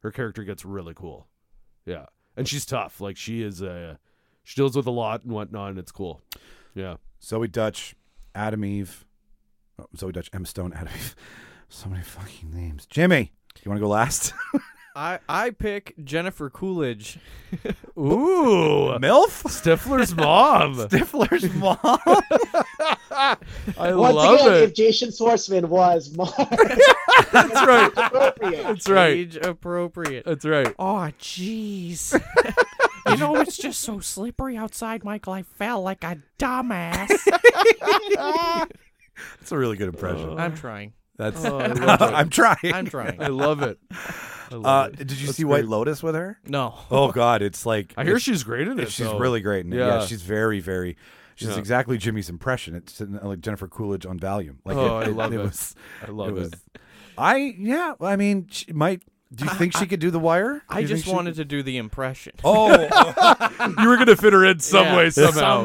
Speaker 8: Her character gets really cool, yeah, and she's tough. Like she is a she deals with a lot and whatnot, and it's cool. Yeah,
Speaker 1: Zoe Dutch, Adam Eve, oh, Zoe Dutch, Emma Stone, Adam Eve. So many fucking names. Jimmy, you want to go last?
Speaker 6: I I pick Jennifer Coolidge.
Speaker 8: ooh,
Speaker 1: Milf,
Speaker 8: Stifler's mom.
Speaker 1: Stifler's mom.
Speaker 8: I
Speaker 7: Once
Speaker 8: love
Speaker 7: again,
Speaker 8: it.
Speaker 7: if Jason Schwartzman was more
Speaker 8: That's right.
Speaker 7: appropriate,
Speaker 8: That's right.
Speaker 6: Age appropriate.
Speaker 8: That's right.
Speaker 6: Oh jeez. you know it's just so slippery outside, Michael. I fell like a dumbass.
Speaker 1: That's a really good impression.
Speaker 6: I'm trying.
Speaker 1: That's.
Speaker 8: Oh, I love it.
Speaker 1: I'm trying.
Speaker 6: I'm trying.
Speaker 8: I love it. I
Speaker 1: uh,
Speaker 8: love it.
Speaker 1: did you
Speaker 8: That's
Speaker 1: see
Speaker 8: great.
Speaker 1: White Lotus with her?
Speaker 6: No.
Speaker 1: Oh God, it's like
Speaker 8: I hear
Speaker 1: it's-
Speaker 8: she's great in it.
Speaker 1: she's
Speaker 8: though.
Speaker 1: really great in it. Yeah.
Speaker 8: Yeah.
Speaker 1: she's very, very. She's
Speaker 8: Yeah.
Speaker 1: exactly Jimmy's impression. It's in- like Jennifer Coolidge on Valium. Like
Speaker 8: Oh, I love it.
Speaker 1: was-
Speaker 8: I love it.
Speaker 1: was- I yeah. I mean, she might. Do you think she could do the wire?
Speaker 6: I
Speaker 1: You think
Speaker 6: just
Speaker 1: she
Speaker 6: wanted
Speaker 1: could-
Speaker 6: to do the impression.
Speaker 1: Oh,
Speaker 8: you were gonna fit her in some
Speaker 6: Yeah,
Speaker 8: way somehow.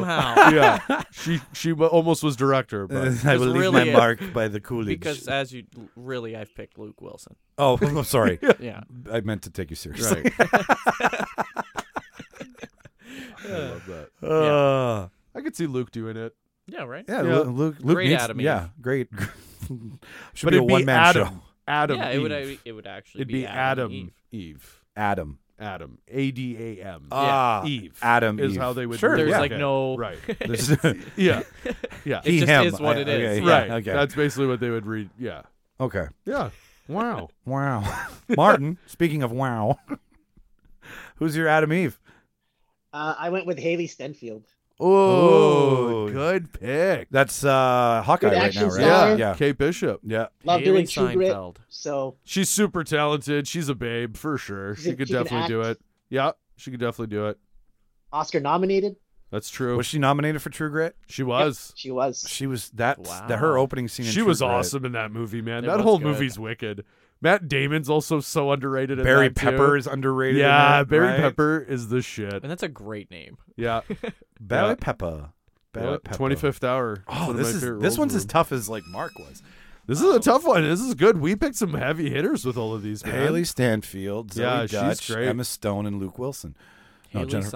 Speaker 6: somehow.
Speaker 8: yeah, she she wa- almost was director, but
Speaker 1: I will leave
Speaker 6: really
Speaker 1: my
Speaker 6: it.
Speaker 1: mark by the Coolidge.
Speaker 6: Because as you really, I've picked Luke Wilson.
Speaker 1: oh, I'm sorry.
Speaker 6: Yeah.
Speaker 1: I meant to take you seriously.
Speaker 8: right. I love that.
Speaker 1: Uh,
Speaker 8: I could see Luke doing it,
Speaker 6: Yeah. Right.
Speaker 1: yeah,
Speaker 8: Yeah.
Speaker 1: Lu- Luke. Luke
Speaker 6: Great
Speaker 1: needs-
Speaker 6: Adam Eve.
Speaker 1: Yeah, great. Should
Speaker 8: but
Speaker 1: be a
Speaker 8: it'd be
Speaker 1: one man
Speaker 8: Adam.
Speaker 1: show.
Speaker 8: Adam.
Speaker 6: yeah. It
Speaker 8: Eve.
Speaker 6: would. It would actually
Speaker 8: It'd
Speaker 6: be, Adam. and Eve.
Speaker 8: Eve.
Speaker 1: Adam.
Speaker 8: Adam. A D A M.
Speaker 1: Ah,
Speaker 8: Eve.
Speaker 1: Adam
Speaker 8: is
Speaker 1: Eve.
Speaker 8: how they would.
Speaker 1: Sure,
Speaker 8: do it.
Speaker 6: There's
Speaker 1: yeah.
Speaker 6: like no.
Speaker 8: right.
Speaker 1: There's-
Speaker 8: Yeah, yeah.
Speaker 6: It just
Speaker 1: him.
Speaker 6: is what
Speaker 1: I-
Speaker 6: it is.
Speaker 1: okay, yeah,
Speaker 8: right.
Speaker 1: Okay.
Speaker 8: That's basically what they would read. Yeah.
Speaker 1: okay.
Speaker 8: Yeah. Wow.
Speaker 1: Wow. Martin, speaking of wow, who's your Adam Eve?
Speaker 7: uh, I went with Haley Stenfield.
Speaker 1: Oh, absolutely.
Speaker 8: Good pick.
Speaker 1: That's uh, Hawkeye
Speaker 7: Good
Speaker 1: right
Speaker 7: action
Speaker 1: now, right?
Speaker 7: star.
Speaker 1: Yeah,
Speaker 8: Kate Bishop.
Speaker 1: yeah.
Speaker 7: Love
Speaker 6: Haley
Speaker 7: doing True Grit.
Speaker 6: Seinfeld.
Speaker 7: So
Speaker 8: She's super talented. She's a babe for sure.
Speaker 7: She
Speaker 8: She
Speaker 7: can-
Speaker 8: could
Speaker 7: she can
Speaker 8: definitely do
Speaker 7: act.
Speaker 8: it. Yeah, she could definitely do it.
Speaker 7: Oscar nominated.
Speaker 8: That's true.
Speaker 1: Was she nominated for True Grit?
Speaker 8: she was.
Speaker 7: She was.
Speaker 1: She was that.
Speaker 6: Wow.
Speaker 1: The, her opening scene. In
Speaker 8: She
Speaker 1: True
Speaker 8: was
Speaker 1: Grit.
Speaker 8: awesome in that movie, man.
Speaker 6: It
Speaker 8: that
Speaker 6: was
Speaker 8: whole
Speaker 6: good.
Speaker 8: movie's wicked. Matt Damon's also so underrated. in
Speaker 1: Barry
Speaker 8: that, too.
Speaker 1: Pepper is underrated. in
Speaker 8: Yeah,
Speaker 1: it,
Speaker 8: Barry
Speaker 1: right?
Speaker 8: Pepper is the shit.
Speaker 6: And that's a great name.
Speaker 8: Yeah,
Speaker 1: Barry
Speaker 8: Yeah.
Speaker 1: Pepper. Barry
Speaker 8: yeah.
Speaker 1: Pepper.
Speaker 8: Twenty Fifth Hour. It's
Speaker 1: Oh,
Speaker 8: one of
Speaker 1: this
Speaker 8: my
Speaker 1: is
Speaker 8: favorite
Speaker 1: this
Speaker 8: roles
Speaker 1: one's Oh.
Speaker 8: of
Speaker 1: as
Speaker 8: him.
Speaker 1: tough as like Mark was.
Speaker 8: This is a tough one. This is good. We picked some heavy hitters with all of these. Man.
Speaker 1: Haley Stanfield, Zoe
Speaker 8: Yeah, she's
Speaker 1: Dutch,
Speaker 8: great.
Speaker 1: Emma Stone, and Luke Wilson. No,
Speaker 6: Haley
Speaker 1: Oh, Jennifer-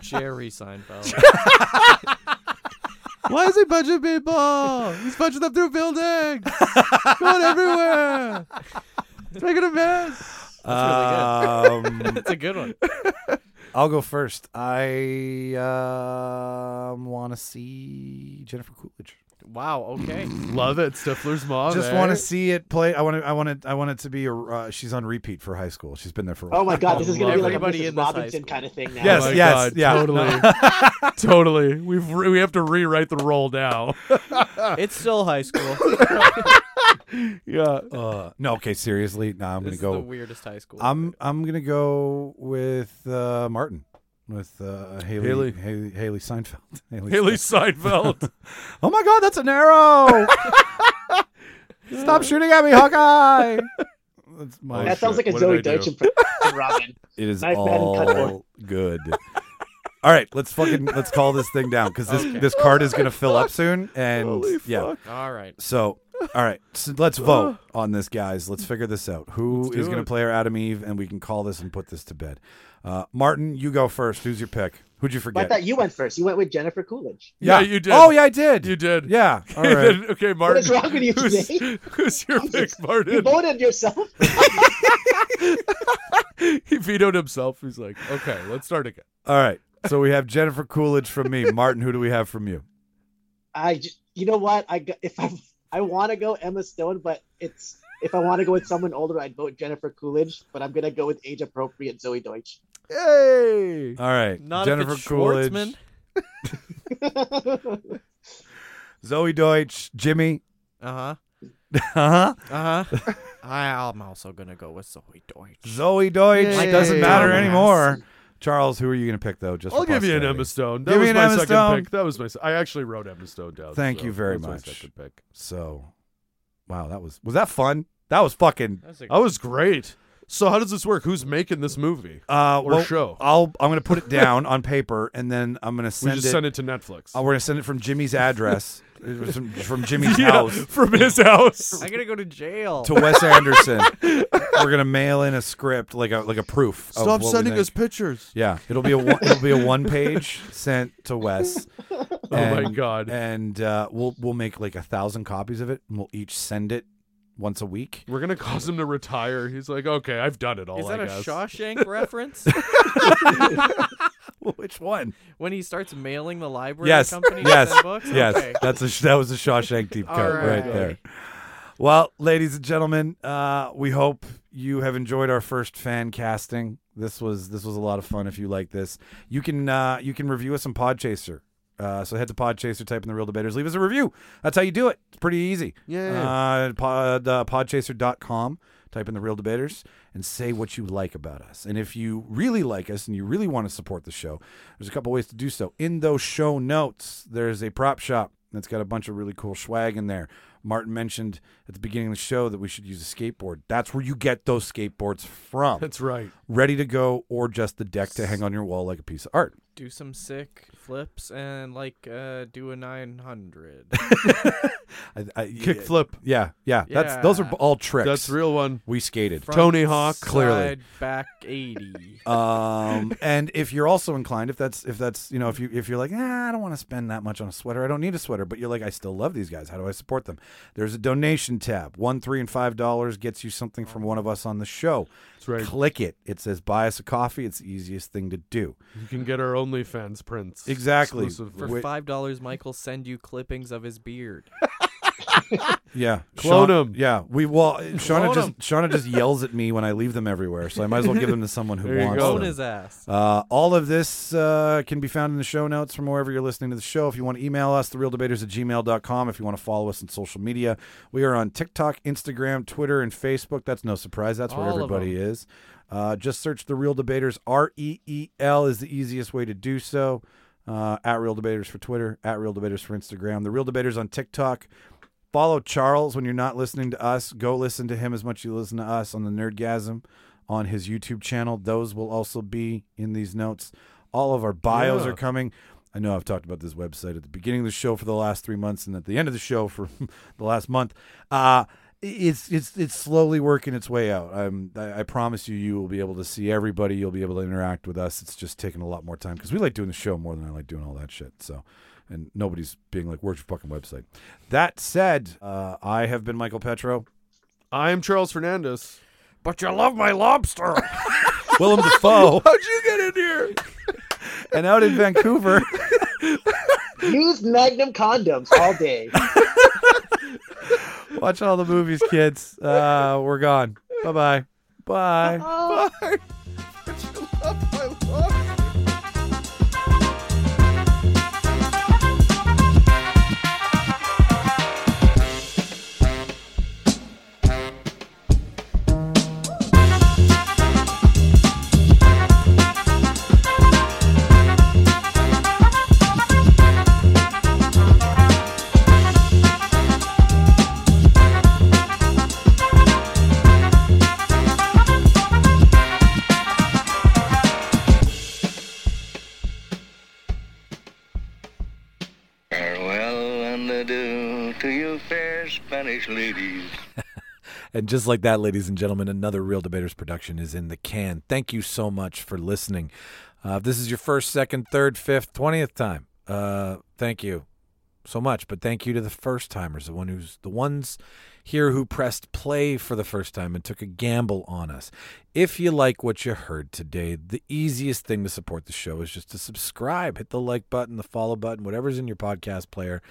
Speaker 6: Jerry Seinfeld.
Speaker 8: Why is he punching people? He's punching them through buildings. Going everywhere. It's making a mess.
Speaker 1: Um,
Speaker 6: That's a good one.
Speaker 1: I'll go first. I um, want to see Jennifer Coolidge.
Speaker 6: Wow. Okay.
Speaker 8: Love it. Stifler's mom.
Speaker 1: Just want to see it play. I want to. I want to. I want it to be. A, uh, she's on repeat for high school. She's been there for. A while.
Speaker 7: Oh my god, this is gonna be like a
Speaker 6: Everybody in this
Speaker 7: Mrs.
Speaker 6: high
Speaker 7: Robinson
Speaker 6: school.
Speaker 7: kind of thing now.
Speaker 1: Yes,
Speaker 8: Oh my
Speaker 1: yes,
Speaker 8: God,
Speaker 1: yeah.
Speaker 8: Totally. totally. We've re- we have to rewrite the role now.
Speaker 6: It's still high school.
Speaker 8: yeah.
Speaker 1: Uh, no. Okay. Seriously. No. I'm
Speaker 6: this
Speaker 1: gonna
Speaker 6: is
Speaker 1: go.
Speaker 6: the weirdest high school.
Speaker 1: I'm. I'm gonna go with uh, Martin. With uh, Haley,
Speaker 8: Haley.
Speaker 1: Haley, Haley Seinfeld. Haley.
Speaker 8: Haley
Speaker 1: Steinfeld.
Speaker 8: Seinfeld.
Speaker 1: Oh my God, that's an arrow! Stop shooting at me, Hawkeye. That's my.
Speaker 7: That sounds
Speaker 8: shit.
Speaker 7: like a
Speaker 8: What
Speaker 7: Zoe
Speaker 8: did I do?
Speaker 7: Deutsch impression, Robin.
Speaker 1: It is
Speaker 7: Knife, bed, and cut
Speaker 1: all good. all right, let's fucking let's call this thing down because this this card is gonna fill up soon, and yeah.
Speaker 6: All right.
Speaker 1: So, all right, so let's vote on this, guys. Let's figure this out. Who
Speaker 8: Let's do
Speaker 1: is gonna
Speaker 8: it.
Speaker 1: play our Adam Eve, and we can call this and put this to bed. Uh, Martin, you go first. Who's your pick? Who'd you
Speaker 7: But I
Speaker 1: forget?
Speaker 7: thought you went first. You went with Jennifer Coolidge.
Speaker 8: Yeah, you did.
Speaker 1: Oh yeah, I did.
Speaker 8: You did.
Speaker 1: Yeah. All
Speaker 8: Okay,
Speaker 1: right.
Speaker 8: then- okay, Martin.
Speaker 7: What is wrong with you
Speaker 8: who's,
Speaker 7: today?
Speaker 8: who's your pick,
Speaker 7: You
Speaker 8: Martin?
Speaker 7: voted yourself.
Speaker 8: he vetoed himself. He's like, okay, let's start again.
Speaker 1: All right. So we have Jennifer Coolidge from me. Martin, who do we have from you?
Speaker 7: I, j- you know what? I g- if I I want to go Emma Stone, but it's if I want to go with someone older, I'd vote Jennifer Coolidge. But I'm gonna go with age appropriate Zoe Deutsch.
Speaker 8: Hey.
Speaker 1: All right.
Speaker 6: Not
Speaker 1: Jennifer
Speaker 6: if it's
Speaker 1: Coolidge.
Speaker 6: Schwartzman.
Speaker 1: Zoe Deutsch, Jimmy.
Speaker 6: Uh huh.
Speaker 1: Uh-huh.
Speaker 6: Uh huh. I'm also gonna go with Zoe Deutsch.
Speaker 1: Zoe Deutsch
Speaker 8: Yay.
Speaker 1: doesn't matter
Speaker 6: Dumbass.
Speaker 1: anymore. Charles, who are you going to pick though? Just
Speaker 8: I'll
Speaker 1: for
Speaker 8: give you an
Speaker 1: posterity?
Speaker 8: Emma Stone. That
Speaker 1: Give me
Speaker 8: was
Speaker 1: an
Speaker 8: my
Speaker 1: Emma
Speaker 8: second
Speaker 1: Stone.
Speaker 8: pick. That was my. se- I actually wrote Emma Stone down.
Speaker 1: Thank
Speaker 8: so
Speaker 1: you very
Speaker 8: that's
Speaker 1: much.
Speaker 8: My second pick.
Speaker 1: So, wow, that was was that fun? That was fucking.
Speaker 6: That's a-
Speaker 8: That was great. So how does this work? Who's making this movie?
Speaker 1: Uh,
Speaker 8: Or
Speaker 1: well,
Speaker 8: show.
Speaker 1: I'll I'm going to put it down on paper and then I'm going to
Speaker 8: We
Speaker 1: send
Speaker 8: just
Speaker 1: it.
Speaker 8: sent it to Netflix.
Speaker 1: uh, we're going to send it from Jimmy's address. It was from, from Jimmy's
Speaker 8: yeah,
Speaker 1: house.
Speaker 8: from his house.
Speaker 6: I'm gonna go to jail.
Speaker 1: to Wes Anderson. We're gonna mail in a script like a like a proof. of what we think.
Speaker 8: pictures.
Speaker 1: Yeah, it'll be a one, it'll be a one page sent to Wes.
Speaker 8: Oh my God.
Speaker 1: And uh, we'll we'll make like a thousand copies of it, and we'll each send it once a week.
Speaker 8: We're gonna cause him to retire. He's like, okay, I've done it all.
Speaker 6: Is that
Speaker 8: I
Speaker 6: a
Speaker 8: guess.
Speaker 6: Shawshank reference?
Speaker 1: Which one?
Speaker 6: when he starts mailing the library
Speaker 1: Yes,
Speaker 6: company to
Speaker 1: yes,
Speaker 6: send books?
Speaker 1: yes.
Speaker 6: Okay.
Speaker 1: That's a sh- that was a Shawshank deep cut
Speaker 6: All
Speaker 1: right.
Speaker 6: right.
Speaker 1: there. Well, ladies and gentlemen, uh, we hope you have enjoyed our first fan casting. This was this was a lot of fun. If you like this, you can uh, you can review us on Podchaser. Uh, so head to Podchaser, type in the Real Debaters, leave us a review. That's how you do it. It's pretty easy. Yeah. Uh, pod, uh, podchaser.com, type in the Real Debaters, and say what you like about us. And if you really like us and you really want to support the show, there's a couple ways to do so. In those show notes, there's a prop shop that's got a bunch of really cool swag in there. Martin mentioned at the beginning of the show that we should use a skateboard. That's where you get those skateboards from.
Speaker 8: That's right.
Speaker 1: ready to go or just the deck to hang on your wall like a piece of art.
Speaker 6: Do some sick flips and like uh, do a 900.
Speaker 1: I, I,
Speaker 8: Kick flip.
Speaker 1: Yeah, yeah. That's those are
Speaker 6: Yeah.
Speaker 1: all tricks.
Speaker 8: That's a real one.
Speaker 1: We skated.
Speaker 6: Front
Speaker 8: Tony Hawk,
Speaker 1: clearly.
Speaker 6: side, back 80.
Speaker 1: um and if you're also inclined if that's if that's you know if you if you're like ah, i don't want to spend that much on a sweater i don't need a sweater but you're like i still love these guys how do i support them there's a donation tab one three and five dollars gets you something from one of us on the show
Speaker 8: That's right.
Speaker 1: click it it says buy us a coffee it's the easiest thing to do
Speaker 8: You can get our OnlyFans prints
Speaker 1: Exactly.
Speaker 8: exclusively.
Speaker 6: For
Speaker 1: Wait.
Speaker 6: $5, Michael send you clippings of his beard.
Speaker 1: Yeah,
Speaker 5: Clone
Speaker 1: Shaun-
Speaker 5: 'em.
Speaker 1: Yeah, we well, Shauna
Speaker 6: Clone
Speaker 1: just Shauna just yells at me when I leave them everywhere, so I might as well give them to someone who
Speaker 5: There you
Speaker 1: wants
Speaker 5: go.
Speaker 6: Own
Speaker 1: them.
Speaker 6: his ass.
Speaker 1: Uh, all of this uh, can be found in the show notes from wherever you're listening to the show. If you want to email us, therealdebaters at gmail.com. If you want to follow us on social media, we are on TikTok, Instagram, Twitter, and Facebook. That's no surprise. That's where
Speaker 6: All of
Speaker 1: everybody is. Uh, just search The Real Debaters. R E E L is the easiest way to do so. Uh, at Real Debaters for Twitter, at Real Debaters for Instagram, The Real Debaters on TikTok. Follow Charles when you're not listening to us. Go listen to him as much as you listen to us on the Nerdgasm on his YouTube channel. Those will also be in these notes. All of our bios
Speaker 5: Yeah.
Speaker 1: are coming. I know I've talked about this website at the beginning of the show for the last three months and at the end of the show for the last month. Uh, it's it's it's slowly working its way out. I'm, I, I promise you, you will be able to see everybody. You'll be able to interact with us. It's just taking a lot more time because we like doing the show more than I like doing all that shit. So, and nobody's being like, "Where's your fucking website?" That said, uh, I have been Michael Petro.
Speaker 5: I'm Charles Fernandez.
Speaker 6: But you love my lobster.
Speaker 1: Willem Dafoe,
Speaker 5: How'd you get in here?
Speaker 1: and out in Vancouver.
Speaker 7: Use Magnum condoms all day.
Speaker 1: Watch all the movies, kids. Uh, we're gone. Bye-bye. Bye.
Speaker 14: Farewell and adieu to you, fair Spanish ladies.
Speaker 1: And just like that, ladies and gentlemen, another Real Debaters production is in the can. Thank you so much for listening. Uh, if this is your first, second, third, fifth, twentieth time, uh, thank you so much. But thank you to the first timers, the one who's the ones here who pressed play for the first time and took a gamble on us. If you like what you heard today, the easiest thing to support the show is just to subscribe, hit the like button, the follow button, whatever's in your podcast player.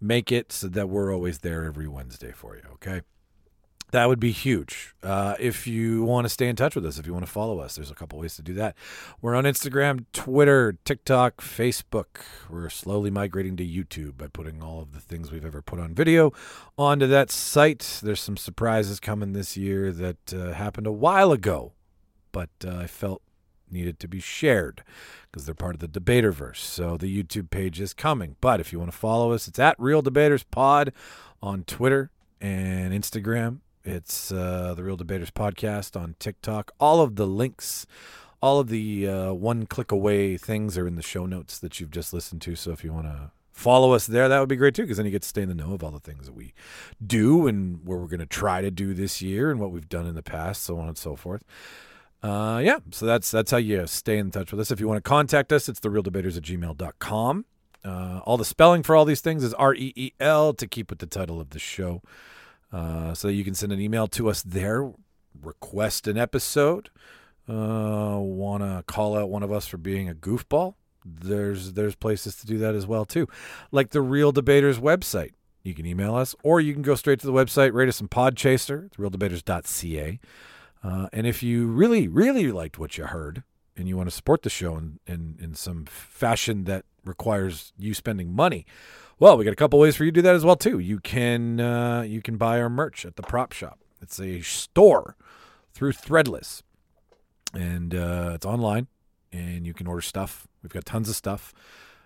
Speaker 1: Make it so that we're always there every Wednesday for you, okay? That would be huge. Uh, if you want to stay in touch with us, if you want to follow us, there's a couple ways to do that. We're on Instagram, Twitter, TikTok, Facebook. We're slowly migrating to YouTube by putting all of the things we've ever put on video onto that site. There's some surprises coming this year that uh, happened a while ago, but uh, I felt needed to be shared because they're part of the debaterverse so the youtube page is coming but if you want to follow us it's at real debaters pod on twitter and instagram it's uh, the real debaters podcast on tiktok all of the links all of the uh, one click away things are in the show notes that you've just listened to so if you want to follow us there that would be great too because then you get to stay in the know of all the things that we do and where we're going to try to do this year and what we've done in the past so on and so forth uh, yeah, so that's that's how you stay in touch with us. If you want to contact us, it's therealdebaters at gmail.com. Uh, all the spelling for all these things is R E E L to keep with the title of the show. Uh, so you can send an email to us there, request an episode, uh, want to call out one of us for being a goofball. There's there's places to do that as well too, like the Real Debaters website. You can email us, or you can go straight to the website, rate us on Podchaser, therealdebaters.ca. Uh, and if you really, really liked what you heard and you want to support the show in, in, in some fashion that requires you spending money, well, we got a couple ways for you to do that as well too. You can uh, you can buy our merch at the prop shop. It's a store through Threadless, and uh, it's online, and you can order stuff. We've got tons of stuff.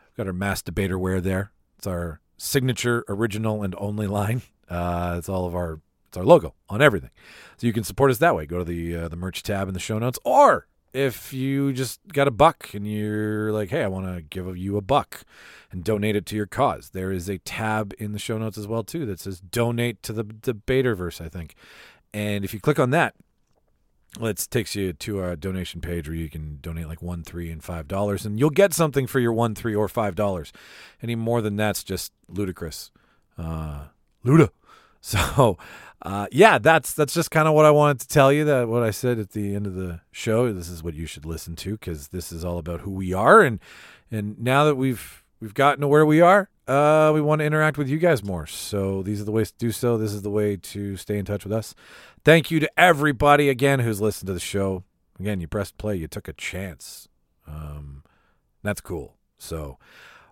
Speaker 1: We've got our mass debater wear there. It's our signature, original, and only line. Uh, it's all of our it's our logo on everything. So you can support us that way. Go to the uh, the merch tab in the show notes, or if you just got a buck and you're like, hey, I want to give you a buck and donate it to your cause, there is a tab in the show notes as well too that says donate to the debaterverse, I think. And if you click on that, well, it takes you to our donation page where you can donate like one, three, and five dollars, and you'll get something for your one, three, or five dollars. Any more than that's just ludicrous, uh, luda. So, uh, yeah, that's that's just kind of what I wanted to tell you. That what I said at the end of the show. This is what you should listen to because this is all about who we are, and and now that we've we've gotten to where we are, uh, we want to interact with you guys more. So these are the ways to do so. This is the way to stay in touch with us. Thank you to everybody again who's listened to the show. Again, you pressed play, you took a chance. Um, that's cool. So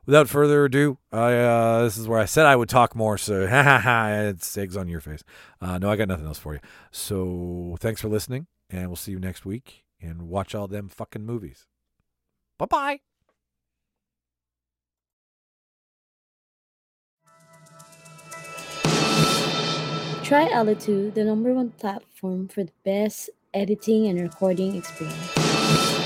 Speaker 1: without further ado, I uh, this is where I said I would talk more. So ha ha ha, it's eggs on your face. Uh, no, I got nothing else for you. So thanks for listening, and we'll see you next week. And watch all them fucking movies. Bye bye.
Speaker 10: Try Ala2, the number one platform for the best editing and recording experience.